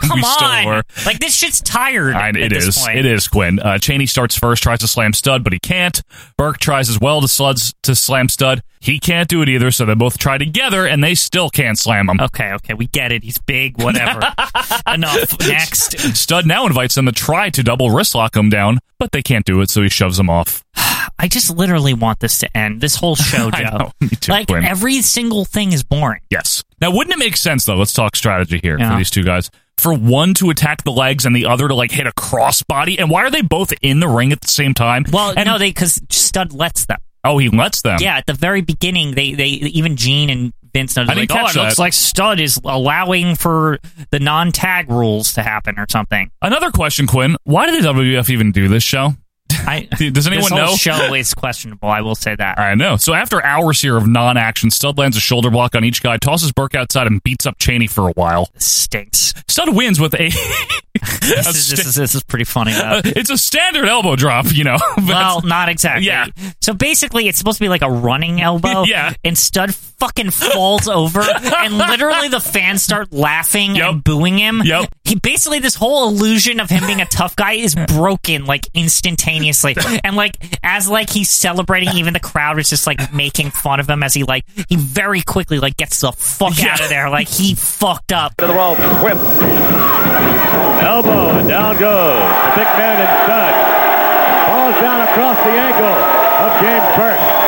Speaker 2: Come
Speaker 1: we
Speaker 2: on,
Speaker 1: Still were.
Speaker 2: like this shit's tired.
Speaker 1: I,
Speaker 2: at
Speaker 1: it
Speaker 2: this
Speaker 1: is.
Speaker 2: Point.
Speaker 1: It is Quinn. Uh, Cheney starts first, tries to slam Stud, but he can't. Burke tries as well to sluds to slam Stud. He can't do it either. So they both try together, and they still can't slam him. Uh,
Speaker 2: Okay, okay, we get it. He's big,
Speaker 1: *laughs*
Speaker 2: whatever. Enough. Next.
Speaker 1: Stud now invites them to try to double wrist lock him down, but they can't do it. So he shoves him off.
Speaker 2: I just literally want this to end. This whole show, Joe.
Speaker 1: *laughs* I know. Me too,
Speaker 2: like
Speaker 1: Quinn.
Speaker 2: every single thing is boring.
Speaker 1: Yes. Now, wouldn't it make sense though? Let's talk strategy here
Speaker 2: Yeah.
Speaker 1: for these two guys. For one to attack the legs and the other to like hit a crossbody, and why are they both in the ring at the same time?
Speaker 2: Well,
Speaker 1: and,
Speaker 2: no, they because Stud lets them.
Speaker 1: oh, he lets them.
Speaker 2: Yeah, at the very beginning, they they even Gene and Vince noticed
Speaker 1: I didn't
Speaker 2: like, oh,
Speaker 1: catch
Speaker 2: it looks
Speaker 1: that."
Speaker 2: like Stud is allowing for the non-tag rules to happen or something.
Speaker 1: *laughs* Another question, Quinn. Why did the WWF even do this show?
Speaker 2: I
Speaker 1: Does anyone
Speaker 2: this whole
Speaker 1: know?
Speaker 2: Show is questionable. I will say that.
Speaker 1: I know. So after hours here of non-action, Stud lands a shoulder block on each guy, tosses Burke outside, and beats up Cheney for a while.
Speaker 2: Stinks.
Speaker 1: Stud wins with a. *laughs*
Speaker 2: This is, this is this is pretty funny. Though.
Speaker 1: it's a standard elbow drop, you know. *laughs* but
Speaker 2: well, not exactly.
Speaker 1: Yeah.
Speaker 2: So basically, it's supposed to be like a running elbow.
Speaker 1: *laughs* Yeah.
Speaker 2: And Stud fucking falls over, and literally the fans start laughing and booing him.
Speaker 1: Yep.
Speaker 2: He basically this whole illusion of him being a tough guy is broken like instantaneously, and like as like he's celebrating, even the crowd is just like making fun of him as he like he very quickly like gets the fuck out of there. Like he fucked up.
Speaker 8: To the rope, whip. Elbow, and down goes. The big man in stud. Falls down across the ankle of James Burke.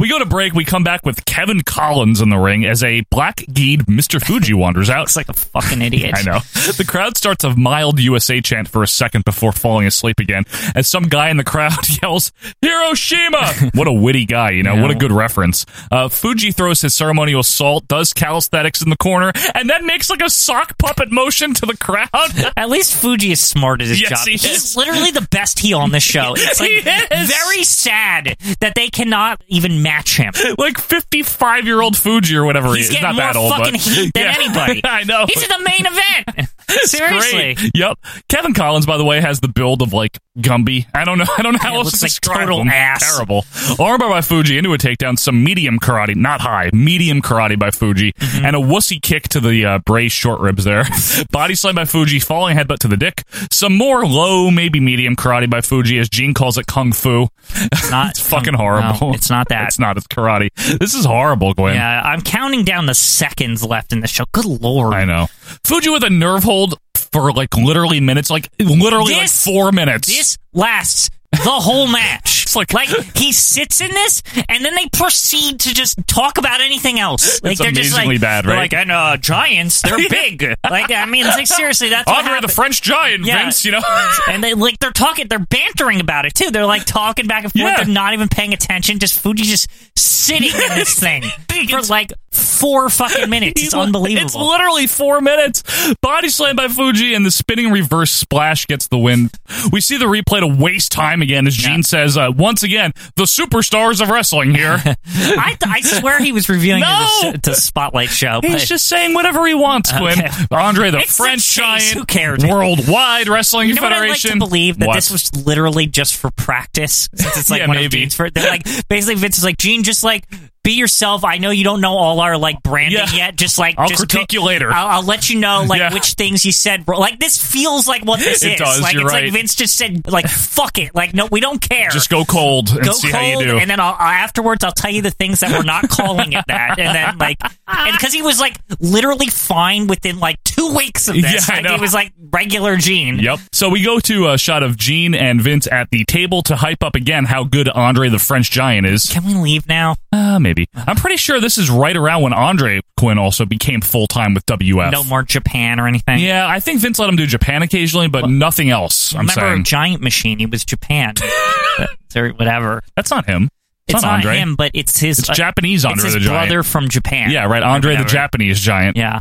Speaker 1: we go to break. We come back with Kevin Collins in the ring as a black geed Mr. Fuji wanders out. Looks
Speaker 2: like a fucking idiot.
Speaker 1: *laughs* I know. The crowd starts a mild USA chant for a second before falling asleep again. As some guy in the crowd *laughs* yells, Hiroshima! what a witty guy, you know? What a good reference. Uh, Fuji throws his ceremonial salt, does calisthenics in the corner, and then makes like a sock puppet motion to the crowd. *laughs*
Speaker 2: At least Fuji is smart at his
Speaker 1: Yes,
Speaker 2: job.
Speaker 1: he
Speaker 2: He's
Speaker 1: is.
Speaker 2: literally the best heel on
Speaker 1: *laughs*
Speaker 2: the show. It's like
Speaker 1: He is.
Speaker 2: very sad that they cannot even match
Speaker 1: *laughs*
Speaker 2: him.
Speaker 1: like 55 year old Fuji or whatever
Speaker 2: He's
Speaker 1: he is.
Speaker 2: getting
Speaker 1: Not
Speaker 2: more
Speaker 1: that old,
Speaker 2: fucking
Speaker 1: but.
Speaker 2: heat
Speaker 1: *laughs*
Speaker 2: than
Speaker 1: Yeah.
Speaker 2: anybody.
Speaker 1: I know.
Speaker 2: He's in the main event.
Speaker 1: *laughs* It's great.
Speaker 2: Seriously.
Speaker 1: Yep. Kevin Collins, by the way, has the build of like Gumby. I don't know. *laughs* I don't know how
Speaker 2: Yeah,
Speaker 1: else
Speaker 2: looks
Speaker 1: to
Speaker 2: like
Speaker 1: describe
Speaker 2: total
Speaker 1: him.
Speaker 2: ass.
Speaker 1: Terrible. Armbar by Fuji into a takedown. Some medium karate, not high, medium karate by Fuji,
Speaker 2: Mm-hmm.
Speaker 1: and a wussy kick to the uh, Bray short ribs there. *laughs* Body slam by Fuji, falling headbutt to the dick. Some more low, maybe medium karate by Fuji, as Gene calls it kung fu. *laughs*
Speaker 2: It's not
Speaker 1: It's fucking horrible.
Speaker 2: No, it's not
Speaker 1: *laughs*
Speaker 2: that.
Speaker 1: It's not. It's karate. This is horrible, Gwen.
Speaker 2: yeah, I'm counting down the seconds left in the show. Good lord.
Speaker 1: I know. Fuji with a nerve hold for like literally minutes, like literally
Speaker 2: This-
Speaker 1: like four minutes.
Speaker 2: This lasts the
Speaker 1: *laughs*
Speaker 2: whole match. like, he sits in this, and then they proceed to just talk about anything else. Like
Speaker 1: It's
Speaker 2: they're just
Speaker 1: amazingly
Speaker 2: like,
Speaker 1: bad,
Speaker 2: they're
Speaker 1: right?
Speaker 2: Like and uh,
Speaker 1: *laughs*
Speaker 2: giants, they're big. like I mean, it's like seriously, that's what
Speaker 1: Andre the
Speaker 2: happened.
Speaker 1: French Giant,
Speaker 2: Yeah.
Speaker 1: Vince. You know,
Speaker 2: *laughs* and they like they're talking, they're bantering about it too. They're like talking back and forth.
Speaker 1: Yeah.
Speaker 2: They're not even paying attention. Just Fuji's just sitting in
Speaker 1: *laughs*
Speaker 2: this thing for like four fucking minutes. It's unbelievable.
Speaker 1: It's literally four minutes. Body slam by Fuji, and the spinning reverse splash gets the win. We see the replay to waste time again, as Gene says uh, once again, the superstars of wrestling
Speaker 2: *laughs*
Speaker 1: here.
Speaker 2: I, I swear he was reviewing
Speaker 1: No!
Speaker 2: it to spotlight show.
Speaker 1: He's just saying whatever he wants, Quinn.
Speaker 2: Okay.
Speaker 1: Andre the
Speaker 2: It's the
Speaker 1: French
Speaker 2: face,
Speaker 1: Giant,
Speaker 2: who cares?
Speaker 1: Worldwide Wrestling
Speaker 2: you know
Speaker 1: Federation.
Speaker 2: What I'd like to believe that
Speaker 1: What?
Speaker 2: this was literally just for practice, since it's like
Speaker 1: Yeah,
Speaker 2: one
Speaker 1: maybe.
Speaker 2: of Gene's first.
Speaker 1: *laughs*
Speaker 2: They're like basically Vince is like Gene, just like be yourself. I know you don't know all our like branding
Speaker 1: Yeah.
Speaker 2: yet. Just like
Speaker 1: I'll
Speaker 2: just
Speaker 1: critique you later.
Speaker 2: I'll, I'll let you know like
Speaker 1: Yeah.
Speaker 2: which things you said. Bro. Like this feels like what this
Speaker 1: *laughs* It
Speaker 2: is.
Speaker 1: does,
Speaker 2: Like
Speaker 1: you're
Speaker 2: it's
Speaker 1: right.
Speaker 2: like Vince just said like fuck it. Like no, we don't care.
Speaker 1: Just go cold and
Speaker 2: go
Speaker 1: see
Speaker 2: cold,
Speaker 1: how you do.
Speaker 2: and then I'll, I'll- afterwards I'll tell you the things that
Speaker 1: *laughs*
Speaker 2: we're not calling it that, and then like, and because he was like literally fine within like two weeks of this,
Speaker 1: Yeah, I
Speaker 2: like, he
Speaker 1: know.
Speaker 2: was like regular Gene.
Speaker 1: Yep. So we go to a shot of Gene and Vince at the table to hype up again how good Andre the French Giant is.
Speaker 2: Can we leave now?
Speaker 1: Uh, maybe. I'm pretty sure this is right around when Andre Quinn also became full time with WF.
Speaker 2: No more Japan or anything.
Speaker 1: Yeah, I think Vince let him do Japan occasionally, but nothing else. I'm
Speaker 2: Remember
Speaker 1: saying.
Speaker 2: Giant Machine? He
Speaker 1: *laughs*
Speaker 2: was Japan or whatever.
Speaker 1: That's not him.
Speaker 2: It's,
Speaker 1: not
Speaker 2: not
Speaker 1: Andre.
Speaker 2: him, but it's his. uh,
Speaker 1: It's Japanese
Speaker 2: it's
Speaker 1: Andre
Speaker 2: his
Speaker 1: the Giant.
Speaker 2: brother from Japan.
Speaker 1: Yeah, right.
Speaker 2: or
Speaker 1: Andre the
Speaker 2: whatever.
Speaker 1: Japanese Giant.
Speaker 2: Yeah.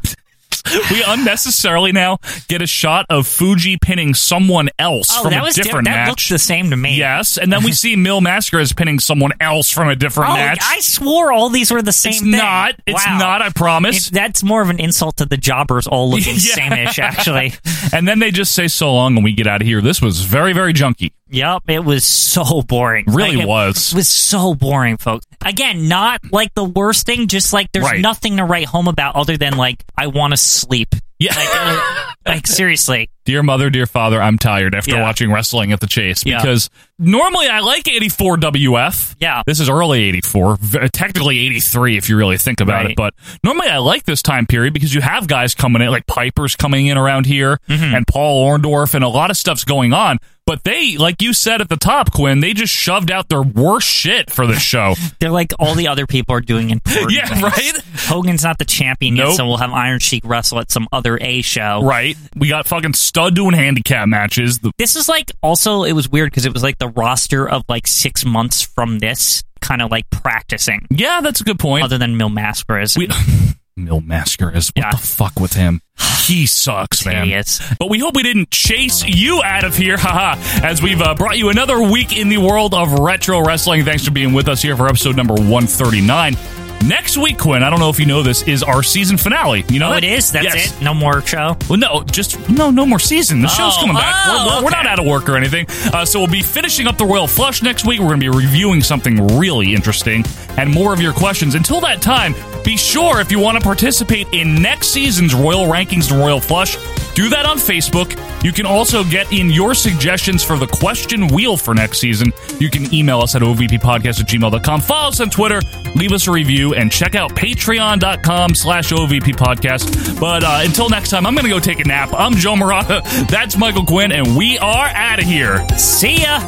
Speaker 1: we unnecessarily now get a shot of Fuji pinning someone else
Speaker 2: Oh,
Speaker 1: from
Speaker 2: that
Speaker 1: a
Speaker 2: was
Speaker 1: different
Speaker 2: different. That
Speaker 1: match.
Speaker 2: looked the same to me.
Speaker 1: Yes, and then we see Mil Mascaras pinning someone else from a different
Speaker 2: Oh,
Speaker 1: match.
Speaker 2: I swore all these were the same
Speaker 1: It's
Speaker 2: thing.
Speaker 1: not. It's
Speaker 2: Wow.
Speaker 1: not, I promise.
Speaker 2: If that's more of an insult to the jobbers all
Speaker 1: *laughs*
Speaker 2: looking same-ish, actually.
Speaker 1: and then they just say so long and we get out of here. This was very, very junky.
Speaker 2: Yep, it was so boring.
Speaker 1: Really
Speaker 2: Like, it
Speaker 1: was.
Speaker 2: was so boring, folks. Again, not like the worst thing, just like there's
Speaker 1: Right.
Speaker 2: nothing to write home about other than like I want to sleep.
Speaker 1: Yeah.
Speaker 2: Like, uh, like, seriously.
Speaker 1: Dear mother, dear father, I'm tired after
Speaker 2: Yeah.
Speaker 1: watching wrestling at the chase
Speaker 2: Yeah.
Speaker 1: because normally I like 84 WF.
Speaker 2: Yeah.
Speaker 1: This is early 84, v- uh, technically 83 if you really think about it,
Speaker 2: Right.
Speaker 1: but normally I like this time period because you have guys coming in like Piper's coming in around here
Speaker 2: Mm-hmm.
Speaker 1: and Paul Orndorff and a lot of stuff's going on. But they, like you said at the top, Quinn, they just shoved out their worst shit for this
Speaker 2: *laughs*
Speaker 1: show.
Speaker 2: They're like all the other people are doing important
Speaker 1: Yeah,
Speaker 2: things.
Speaker 1: right?
Speaker 2: Hogan's not the champion yet,
Speaker 1: Nope.
Speaker 2: so we'll have Iron Sheik wrestle at some other A show.
Speaker 1: right? We got fucking stud doing handicap matches. The,
Speaker 2: This is like also it was weird because it was like the roster of like six months from this kind of like practicing.
Speaker 1: yeah, that's a good point.
Speaker 2: Other than Mil Mascaras,
Speaker 1: We- *laughs* Mil Mascaras. What
Speaker 2: Yeah.
Speaker 1: the fuck with him? He sucks, Oh, man.
Speaker 2: Idiots.
Speaker 1: But we hope we didn't chase you out of here, *laughs* haha, as we've uh, brought you another week in the world of retro wrestling. Thanks for being with us here for episode number 139. Next week, Quinn, I don't know if you know this, is our season finale. You know
Speaker 2: Oh,
Speaker 1: that?
Speaker 2: it is. That's
Speaker 1: Yes.
Speaker 2: it. No more show.
Speaker 1: Well, no, just no, no more season. The show's
Speaker 2: Oh,
Speaker 1: coming back.
Speaker 2: oh,
Speaker 1: we're, we're- we're
Speaker 2: okay.
Speaker 1: not out of work or anything. Uh, so we'll be finishing up the Royal Flush next week. We're going to be reviewing something really interesting and more of your questions. Until that time, be sure if you want to participate in next season's Royal Rankings and Royal Flush, do that on Facebook. You can also get in your suggestions for the question wheel for next season. You can email us at ovppodcast at gmail.com. Follow us on Twitter, leave us a review, and check out patreon.com slash OVP podcast. But uh, until next time, I'm going to go take a nap. I'm Joe Murata. *laughs* That's Michael Quinn, and we are out of here.
Speaker 2: See ya.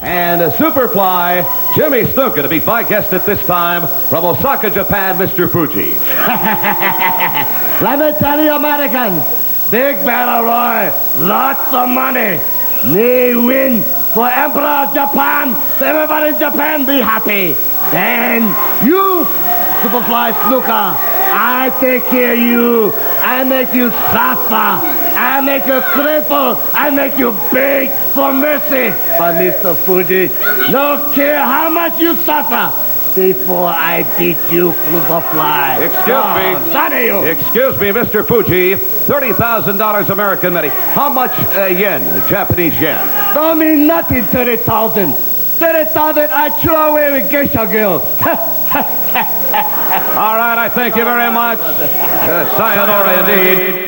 Speaker 8: And a Superfly, Jimmy Snuka to meet my guest at this time from Osaka, Japan, Mr. Fuji.
Speaker 19: *laughs* Let me tell you, Americans, Big Battle Roy, lots of money. They win for Emperor of Japan. Everybody in Japan be happy. Then you, Superfly Snooker, I take care of you. I make you suffer. I make you cripple. I make you beg for mercy. But Mr. Fuji, no care how much you suffer. Before I beat you, Superfly.
Speaker 8: Excuse me.
Speaker 19: Son of Oh, you.
Speaker 8: Excuse me, Mr. Fuji. $30,000 American money. How much uh, yen, Japanese yen?
Speaker 19: Don't mean nothing, 30,000. 30,000 I throw away with geisha girl. *laughs*
Speaker 8: All right, I thank you very much. Uh, sayonara indeed.